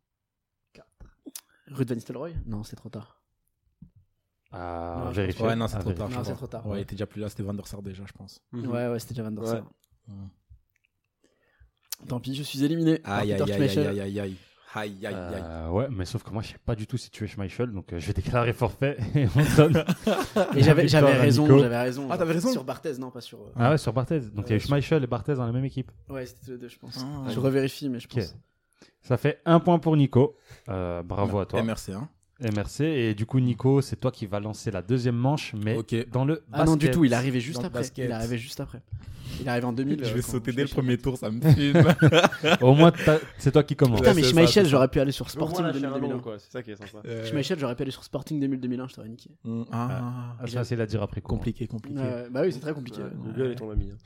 Speaker 6: Ruud Van Nistelrooy Non, c'est trop tard.
Speaker 4: Ah,
Speaker 6: Non, je
Speaker 4: vérifier.
Speaker 5: Ouais, non, c'est
Speaker 4: Ah,
Speaker 5: trop tard.
Speaker 4: vérifier.
Speaker 6: Non,
Speaker 5: je
Speaker 6: c'est trop
Speaker 5: crois.
Speaker 6: tard.
Speaker 5: Ouais, il était déjà plus là, c'était Van der Sar déjà, je pense.
Speaker 7: Mhm.
Speaker 6: Ouais, ouais, c'était déjà Van der Sar.
Speaker 5: Hmm.
Speaker 6: Tant pis, je suis éliminé. par
Speaker 5: Aïe, aïe,
Speaker 6: Peter
Speaker 5: aïe,
Speaker 6: Schmeichel.
Speaker 5: aïe, aïe, aïe, aïe. Aïe, aïe, aïe.
Speaker 4: Euh, ouais, mais sauf que moi, je sais pas du tout si tu es Schmeichel, donc euh, je vais déclarer forfait et on donne.
Speaker 6: Et j'avais,
Speaker 4: Victoire
Speaker 6: j'avais
Speaker 4: à
Speaker 6: raison,
Speaker 4: Nico.
Speaker 6: j'avais raison.
Speaker 5: Ah,
Speaker 6: Genre,
Speaker 5: t'avais raison
Speaker 6: Sur Barthez, non, pas sur. euh,
Speaker 4: Ah ouais, sur Barthez. Donc il y a eu
Speaker 6: Ouais,
Speaker 4: Schmeichel et Barthez dans la même équipe.
Speaker 6: Ouais, c'était tous les deux, je pense.
Speaker 5: Ah.
Speaker 6: je revérifie, mais je
Speaker 4: Ok.
Speaker 6: pense.
Speaker 4: Ça fait un point pour Nico. Euh, bravo à toi.
Speaker 5: Et merci, hein.
Speaker 4: Et merci. Et du coup, Nico, c'est toi qui vas lancer la deuxième manche, mais
Speaker 5: Ok.
Speaker 4: dans le.
Speaker 6: Ah non, du
Speaker 4: basket.
Speaker 6: tout, il est arrivé juste
Speaker 5: Dans le
Speaker 6: après.
Speaker 5: basket.
Speaker 6: Il est arrivé juste après. Il est arrivé en 2000.
Speaker 5: Je
Speaker 6: euh,
Speaker 5: vais
Speaker 6: quand
Speaker 5: sauter dès le
Speaker 6: Schmeichel-
Speaker 5: premier tour, ça me fume.
Speaker 4: Au moins, t'as- c'est toi qui commence.
Speaker 6: Putain,
Speaker 5: Ouais,
Speaker 6: mais
Speaker 5: c'est ça,
Speaker 6: Schmeichel,
Speaker 5: c'est ça.
Speaker 6: j'aurais pu aller sur
Speaker 7: Sporting
Speaker 6: Sporting 2000.
Speaker 7: quoi. C'est ça qui est sympa.
Speaker 5: Euh,
Speaker 6: Schmeichel, j'aurais pu aller sur Sporting 2000-2001, je t'aurais niqué.
Speaker 5: hmm, ah,
Speaker 4: Ah, C'est facile à dire après coup.
Speaker 5: compliqué, compliqué.
Speaker 6: Ouais, bah oui, c'est très compliqué.
Speaker 7: Ouais, Google est ton ami. hein.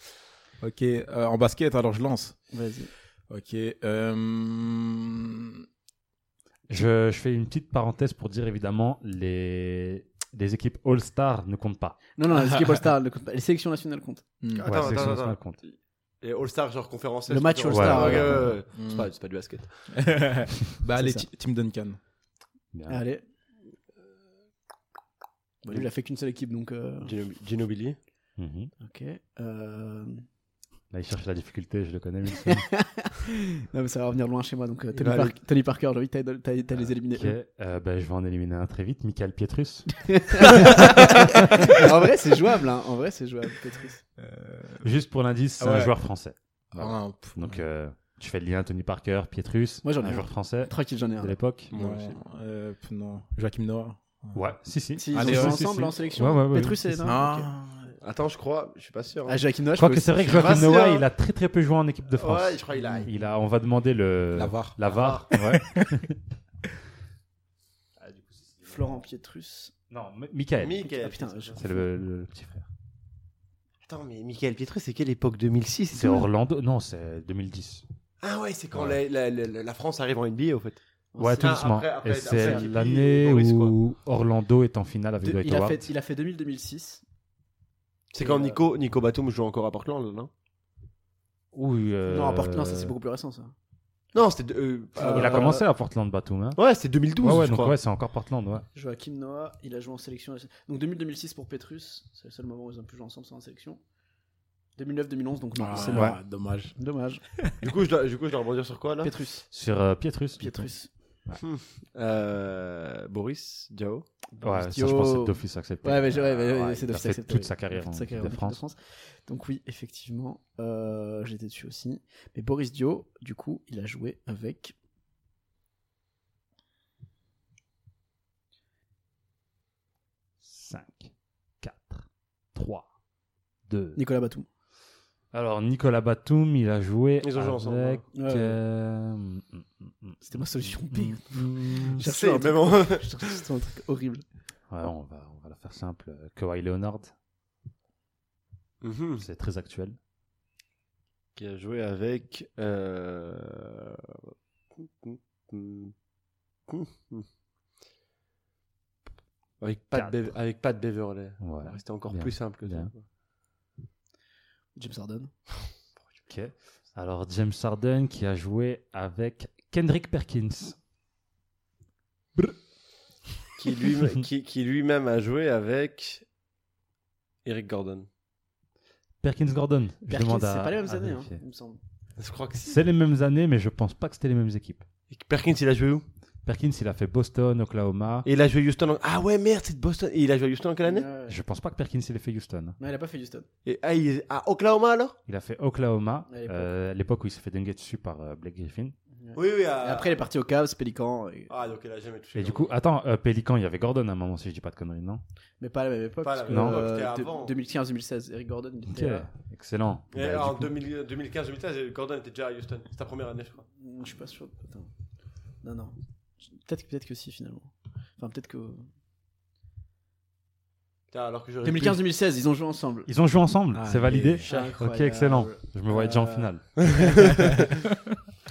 Speaker 5: Ok, euh, en basket, alors je lance.
Speaker 6: Vas-y.
Speaker 5: Ok. euh,
Speaker 4: Je, je fais une petite parenthèse pour dire évidemment les les équipes All-Star ne comptent pas.
Speaker 6: Non, non, les équipes All-Star, ne comptent pas. les sélections nationales comptent.
Speaker 5: hmm,
Speaker 7: Attends,
Speaker 4: ouais, sélection
Speaker 7: attends,
Speaker 4: nationale
Speaker 7: attends.
Speaker 4: compte.
Speaker 7: Et All-Star, genre conférence.
Speaker 6: Le match
Speaker 7: conférence-
Speaker 4: All-Star,
Speaker 7: Ouais,
Speaker 4: ouais.
Speaker 7: ouais, ouais.
Speaker 5: hmm.
Speaker 7: C'est pas- C'est pas du basket.
Speaker 5: bah,
Speaker 6: C'est
Speaker 5: allez,
Speaker 6: ça.
Speaker 5: Ti- Tim Duncan.
Speaker 4: Bien.
Speaker 6: Ah, Allez. Bon, lui, il a fait qu'une seule équipe, donc. euh,
Speaker 7: Gino- Ginobili.
Speaker 4: Mhm.
Speaker 6: Ok. Euh...
Speaker 4: Là, il cherche la difficulté, je le connais. Wilson.
Speaker 6: Non, mais ça va revenir loin chez moi, donc euh, Tony,
Speaker 7: va
Speaker 6: Par- Tony Parker, j'ai envie que t'ailles- t'ailles t'ailles les éliminer.
Speaker 4: ok, euh, ben, je vais en éliminer un très vite. Michael Pietrus.
Speaker 6: en vrai, c'est jouable, hein. En vrai, c'est jouable, Petrus.
Speaker 4: Juste pour l'indice, c'est
Speaker 5: Ah ouais.
Speaker 4: un joueur français.
Speaker 5: Ah, pff,
Speaker 4: Donc euh, tu fais le lien Tony Parker, Pietrus,
Speaker 6: Moi, j'en ai
Speaker 4: un
Speaker 6: un.
Speaker 4: joueur français
Speaker 6: Tranquille, j'en ai un.
Speaker 4: de l'époque.
Speaker 5: non, euh, pff, non. Joachim Noah.
Speaker 4: Ouais, si si.
Speaker 6: Si, ils
Speaker 5: Allez,
Speaker 6: ont
Speaker 5: ouais,
Speaker 6: joué
Speaker 4: si,
Speaker 6: ensemble
Speaker 4: si.
Speaker 6: en sélection.
Speaker 4: Ouais, ouais, ouais,
Speaker 6: Petrus
Speaker 4: oui,
Speaker 6: et
Speaker 4: c'est
Speaker 6: non ok.
Speaker 5: Ah,
Speaker 7: Attends, je crois, je suis pas sûr. hein.
Speaker 6: Ah, Joachim Noah,
Speaker 4: Je crois que c'est vrai que Joachim
Speaker 7: Rassure.
Speaker 4: Noah, il a très très peu joué en équipe de France.
Speaker 7: Ouais, je crois qu'il a.
Speaker 4: Il a, on va demander le
Speaker 5: La VAR.
Speaker 4: La VAR, ouais. Ah, du coup, c'est-
Speaker 6: Florent Pietrus.
Speaker 4: Non, M- Michael.
Speaker 6: Ah,
Speaker 7: Michael.
Speaker 6: putain, je-
Speaker 4: C'est le, le petit frère.
Speaker 7: Attends, mais Michael Pietrus, c'est quelle époque 2006 et
Speaker 4: C'est
Speaker 7: tout
Speaker 4: Orlando. Non, c'est 2010.
Speaker 7: Ah ouais, c'est quand la, la- la- la France arrive en NBA, au fait.
Speaker 4: Ouais, tout
Speaker 7: Ah,
Speaker 4: doucement.
Speaker 7: après- après-
Speaker 4: Et c'est
Speaker 7: après Tipeee,
Speaker 4: l'année
Speaker 7: Boris, quoi.
Speaker 4: où Orlando est en finale avec
Speaker 6: Ah, De-
Speaker 4: Dwight
Speaker 6: il, a
Speaker 4: Howard.
Speaker 6: fait, il a fait 2000-2006.
Speaker 7: C'est
Speaker 6: Et,
Speaker 7: quand
Speaker 6: euh,
Speaker 7: Nico, Nico Batum joue encore à Portland, non
Speaker 4: Oui, euh,
Speaker 6: Non, à part- non, ça c'est beaucoup plus récent ça.
Speaker 7: Non, c'était. euh, euh,
Speaker 4: Il a commencé à Portland, Batum. Hein.
Speaker 7: Ouais, c'était 2012,
Speaker 4: ouais, ouais,
Speaker 7: je
Speaker 4: donc
Speaker 7: crois.
Speaker 4: ouais, c'est encore Portland. Ouais.
Speaker 6: Joachim Noah, il a joué en sélection. Donc 2000-2006 pour Petrus, c'est le seul moment où ils ont pu jouer ensemble sans la sélection. 2009-2011, donc non, c'est mort.
Speaker 5: dommage.
Speaker 6: Dommage.
Speaker 7: Du coup, je dois, du coup, je dois rebondir sur quoi là
Speaker 6: Petrus.
Speaker 4: Sur euh, Pietrus. du coup.
Speaker 6: Pietrus.
Speaker 7: Euh, Boris Diao.
Speaker 4: Ouais, ça,
Speaker 6: Pistio.
Speaker 4: je pense que c'est d'office accepté.
Speaker 6: Ouais, mais je- ouais, mais- ouais, c'est
Speaker 4: il a
Speaker 6: d'office
Speaker 4: fait
Speaker 6: accepté,
Speaker 4: toute
Speaker 6: oui.
Speaker 4: sa carrière en
Speaker 6: Toute sa
Speaker 4: équipe
Speaker 6: carrière
Speaker 4: de
Speaker 6: en équipe
Speaker 4: France.
Speaker 6: Donc oui, effectivement, euh, j'étais dessus aussi. Mais Boris Dio, du coup, il a joué avec.
Speaker 4: Cinq, quatre, trois, deux.
Speaker 6: Nicolas Batum.
Speaker 4: Alors, Nicolas Batum, il a joué
Speaker 7: Ils ont joué ensemble, hein.
Speaker 4: avec...
Speaker 6: ouais. Ouais, ouais.
Speaker 4: euh, mm, mm,
Speaker 6: C'était ma solution B.
Speaker 4: mm, mm.
Speaker 6: J'ai reçu
Speaker 7: C'est
Speaker 6: un truc-
Speaker 7: vraiment.
Speaker 6: j'ai reçu un truc horrible.
Speaker 4: Ouais, on va, on va la faire simple. Euh, Kawhi Leonard,
Speaker 7: Mhm.
Speaker 4: c'est très actuel.
Speaker 7: Qui a joué avec. Euh... Avec Pat,
Speaker 4: Quatre.
Speaker 7: Bev- avec Pat Beverley.
Speaker 4: Voilà.
Speaker 7: C'était encore
Speaker 4: Bien.
Speaker 7: plus simple que
Speaker 4: Bien.
Speaker 7: ça.
Speaker 6: James Harden.
Speaker 4: Ok. Alors, James Harden qui a joué avec Kendrick Perkins.
Speaker 7: Qui lui- qui- qui lui-même a joué avec. Eric Gordon.
Speaker 4: Perkins Gordon. je
Speaker 6: Perkins,
Speaker 4: demande
Speaker 6: c'est
Speaker 4: à-
Speaker 6: pas les mêmes
Speaker 4: à
Speaker 6: années, hein,
Speaker 4: vérifier.
Speaker 6: il me semble.
Speaker 7: Je crois que
Speaker 4: C'est les mêmes années, mais je pense pas que c'était les mêmes équipes.
Speaker 7: Perkins, il a joué où
Speaker 4: Perkins, il a fait Boston, Oklahoma.
Speaker 7: Et il a joué Houston. en- Ah ouais, merde, c'est de Boston. Et il a joué Houston en quelle année
Speaker 6: Ouais, ouais.
Speaker 4: Je pense pas que Perkins, il ait fait Houston.
Speaker 6: Non, il a pas fait Houston.
Speaker 7: Et ah, il est à Oklahoma alors
Speaker 4: Il a fait Oklahoma,
Speaker 6: À l'époque.
Speaker 4: euh, à l'époque où il s'est fait dunguer dessus par euh, Blake Griffin.
Speaker 7: Oui, oui.
Speaker 6: Et après, il est parti au Cavs, Pélican, et-
Speaker 7: Ah, donc il a jamais touché.
Speaker 4: Et du coup, attends, euh, Pélican, il y avait Gordon à un moment, si je dis pas de conneries, non
Speaker 6: mais pas à la même époque.
Speaker 7: Pas à
Speaker 6: parce que,
Speaker 7: la
Speaker 4: même
Speaker 7: époque,
Speaker 6: euh,
Speaker 7: c'était
Speaker 6: de-
Speaker 7: avant.
Speaker 6: 2015-2016, Eric Gordon, il
Speaker 4: Ok,
Speaker 6: était. euh,
Speaker 4: excellent. Bah, du coup,
Speaker 7: 2015-2016, Gordon était déjà à Houston. C'est ta première année, je crois.
Speaker 6: Je suis pas sûr. Attends. Non, non. Peut-être peut que si, finalement. Enfin, peut-être que.
Speaker 7: alors que
Speaker 6: 2015-2016, ils ont joué ensemble.
Speaker 4: Ils ont joué ensemble,
Speaker 6: Ah,
Speaker 4: c'est validé.
Speaker 6: c'est incroyable.
Speaker 4: Ok, excellent. Je me voyais déjà en
Speaker 6: Euh,
Speaker 4: finale.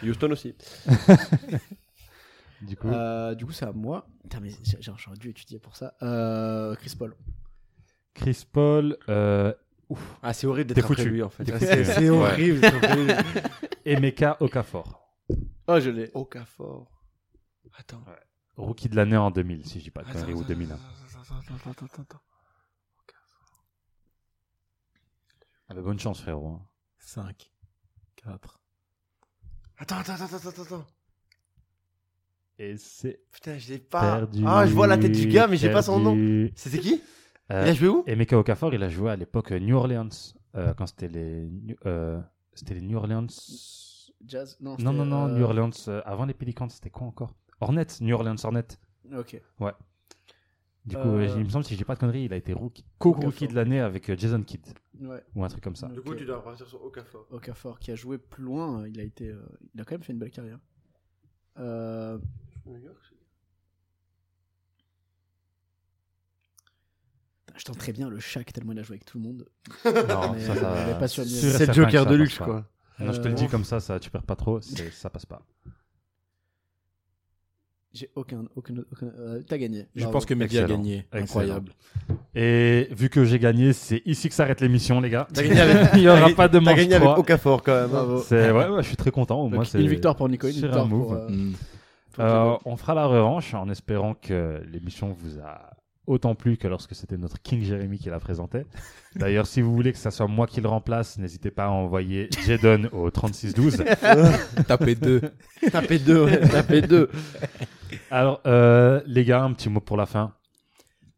Speaker 7: Houston aussi.
Speaker 4: Du coup,
Speaker 6: Euh, du coup, c'est à moi. Putain, mais j'ai- j'ai- j'aurais dû étudier pour ça. Euh, Chris Paul.
Speaker 4: Chris Paul, euh,
Speaker 7: Ah, c'est horrible
Speaker 4: T'es
Speaker 7: d'être après
Speaker 4: foutu.
Speaker 7: lui en fait.
Speaker 4: T'es
Speaker 7: Ah,
Speaker 4: foutu.
Speaker 7: C'est c'est
Speaker 4: Ouais.
Speaker 7: horrible.
Speaker 4: Emeka Okafor.
Speaker 6: Oh, je l'ai.
Speaker 7: Okafor. Attends.
Speaker 4: Rookie de l'année en 2000, si je dis pas de conneries, ou 2001. Ah, bah, bonne chance, frérot. hein.
Speaker 5: 5, 4.
Speaker 7: Attends, attends, attends, attends, attends, attends.
Speaker 4: Et c'est
Speaker 7: Putain, je l'ai pas.
Speaker 4: perdu.
Speaker 7: Ah, je vois la tête du gars, mais j'ai pas son nom.
Speaker 4: perdu.
Speaker 7: C'était qui
Speaker 4: Euh,
Speaker 7: Il a joué où
Speaker 4: Emeka Okafor, il a joué à l'époque euh, New Orleans, euh, quand c'était les, New- euh, c'était les New Orleans.
Speaker 6: Jazz. Non,
Speaker 4: Non,
Speaker 6: c'était,
Speaker 4: non, non,
Speaker 6: euh,
Speaker 4: New Orleans. euh, avant les Pelicans, c'était quoi encore Hornets, New Orleans Hornets.
Speaker 6: Ok.
Speaker 4: Du coup,
Speaker 6: Euh,
Speaker 4: euh, il me semble, si j'ai pas de conneries, il a été rookie- co-rookie
Speaker 6: Okafor.
Speaker 4: de l'année avec euh, Jason Kidd,
Speaker 6: Ouais.
Speaker 4: ou un truc comme ça.
Speaker 6: Du coup, tu
Speaker 7: dois repartir sur Okafor.
Speaker 6: Okafor qui a joué plus loin, euh, il a été, euh, il a quand même fait une belle carrière. Euh, putain, je tente très bien le Shaq tellement il a joué avec tout le monde.
Speaker 4: Non,
Speaker 6: Mais,
Speaker 4: ça, ça-
Speaker 6: euh, il est pas sur le
Speaker 4: sûr
Speaker 6: mien.
Speaker 4: et
Speaker 7: C'est
Speaker 4: certain
Speaker 7: le Joker
Speaker 4: que ça
Speaker 7: de
Speaker 4: passe
Speaker 7: luxe,
Speaker 4: pas.
Speaker 7: quoi.
Speaker 4: Non, je te le
Speaker 6: Euh,
Speaker 4: dis comme ça, ça, tu perds pas trop, c'est- ça passe pas.
Speaker 6: J'ai aucun, aucun, aucun- euh, t'as gagné.
Speaker 5: Je
Speaker 6: Bravo.
Speaker 5: pense que Mehdi a
Speaker 4: Excellent.
Speaker 5: gagné.
Speaker 4: Excellent.
Speaker 5: Incroyable.
Speaker 4: Et vu que j'ai gagné, c'est ici que s'arrête l'émission, les gars.
Speaker 7: T'as gagné avec-
Speaker 4: Il y aura
Speaker 7: t'as-
Speaker 4: pas de
Speaker 7: T'as
Speaker 4: manche
Speaker 7: gagné
Speaker 4: trois.
Speaker 7: avec Okafor quand même. hein.
Speaker 6: Bravo.
Speaker 4: C'est ouais, ouais, je suis très content. Au
Speaker 6: Donc,
Speaker 4: moins, c'est
Speaker 6: une victoire pour Nico, une
Speaker 4: c'est un
Speaker 6: victoire pour.
Speaker 4: move.
Speaker 6: euh,
Speaker 5: Mm.
Speaker 6: pour
Speaker 4: Euh,
Speaker 6: Clément.
Speaker 4: on fera la revanche en espérant que l'émission vous a autant plu que lorsque c'était notre King Jérémy qui la présentait. D'ailleurs, si vous voulez que ça soit moi qui le remplace, n'hésitez pas à envoyer Jaden au 3612.
Speaker 5: Tapez 2.
Speaker 7: Tapez deux, ouais, tapez deux.
Speaker 4: Alors, euh, les gars, un petit mot pour la fin.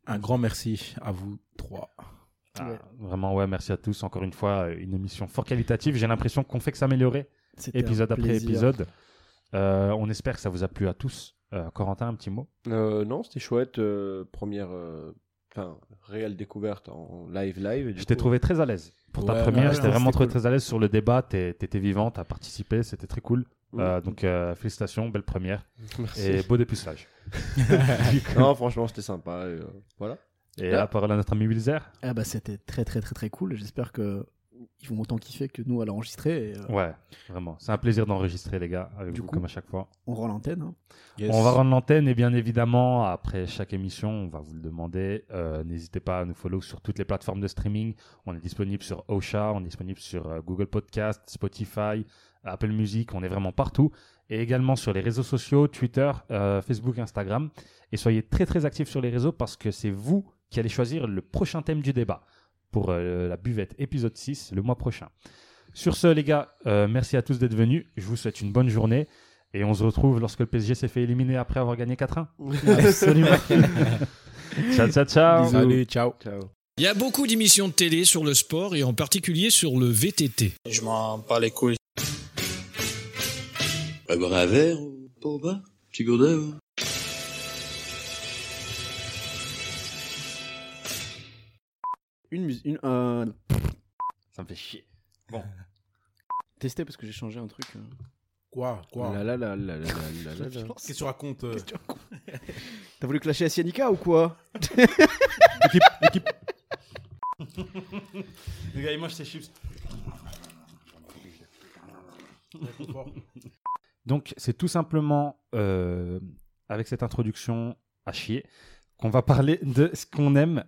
Speaker 5: Un grand merci à vous trois.
Speaker 4: Ah,
Speaker 6: Ouais.
Speaker 4: Vraiment, ouais, merci à tous. Encore une fois, euh, une émission fort qualitative. J'ai l'impression qu'on fait que s'améliorer
Speaker 6: C'était un
Speaker 4: épisode après
Speaker 6: plaisir.
Speaker 4: épisode. Euh, on espère que ça vous a plu à tous. Euh, Corentin, un petit mot
Speaker 7: Euh, non, c'était chouette. euh, première, euh, enfin, réelle découverte en live live. et du
Speaker 4: Je t'ai
Speaker 7: coup,
Speaker 4: trouvé très à l'aise pour ta
Speaker 5: Ouais,
Speaker 4: première.
Speaker 5: ouais,
Speaker 4: je t'ai
Speaker 5: ouais,
Speaker 4: vraiment
Speaker 5: c'était
Speaker 4: trouvé
Speaker 5: cool.
Speaker 4: très à l'aise sur le débat. T'es- T'étais vivant, t'as participé, c'était très cool.
Speaker 7: Oui.
Speaker 4: Euh, donc euh, félicitations, belle première
Speaker 7: Merci.
Speaker 4: et beau dépucelage.
Speaker 7: Non, franchement, c'était sympa. et, euh, voilà.
Speaker 4: et la parole à notre ami Wilzer.
Speaker 6: Ah bah c'était très très très très cool. J'espère que ils vont autant kiffer que nous à l'enregistrer. et, euh,
Speaker 4: Ouais, vraiment. C'est un plaisir d'enregistrer les gars avec
Speaker 6: Du
Speaker 4: vous
Speaker 6: coup,
Speaker 4: comme à chaque fois.
Speaker 6: on rend l'antenne. hein.
Speaker 5: Yes.
Speaker 4: On va rendre l'antenne et bien évidemment, après chaque émission, on va vous le demander. Euh, N'hésitez pas à nous follow sur toutes les plateformes de streaming. On est disponible sur Ocha, on est disponible sur euh, Google Podcast, Spotify, Apple Music, on est vraiment partout. et également sur les réseaux sociaux, Twitter, euh, Facebook, Instagram. Et soyez très très actifs sur les réseaux parce que c'est vous qui allez choisir le prochain thème du débat pour euh, la buvette épisode 6 le mois prochain. Sur ce, les gars, euh, merci à tous d'être venus. Je vous souhaite une bonne journée et on se retrouve lorsque le PSG s'est fait éliminer après avoir gagné 4-1.
Speaker 6: Absolument.
Speaker 4: Ciao, ciao, ciao.
Speaker 5: Salut, ciao.
Speaker 1: Il y a beaucoup d'émissions de télé sur le sport et en particulier sur le VTT.
Speaker 3: Je m'en bats les couilles. Eh ben, un verre, euh, Pogba Petit hein? godet, ouais.
Speaker 6: Une musique. Une, euh,
Speaker 4: Ça me fait chier.
Speaker 6: tester parce que j'ai changé un truc. euh.
Speaker 5: Quoi Quoi
Speaker 10: La la la la la la la la.
Speaker 5: Qu'est-ce que tu racontes euh,
Speaker 6: T'as voulu clasher à Sianica ou quoi
Speaker 4: Les gars, ils mangent ces chips. Donc, c'est tout simplement euh, avec cette introduction à chier qu'on va parler de ce qu'on aime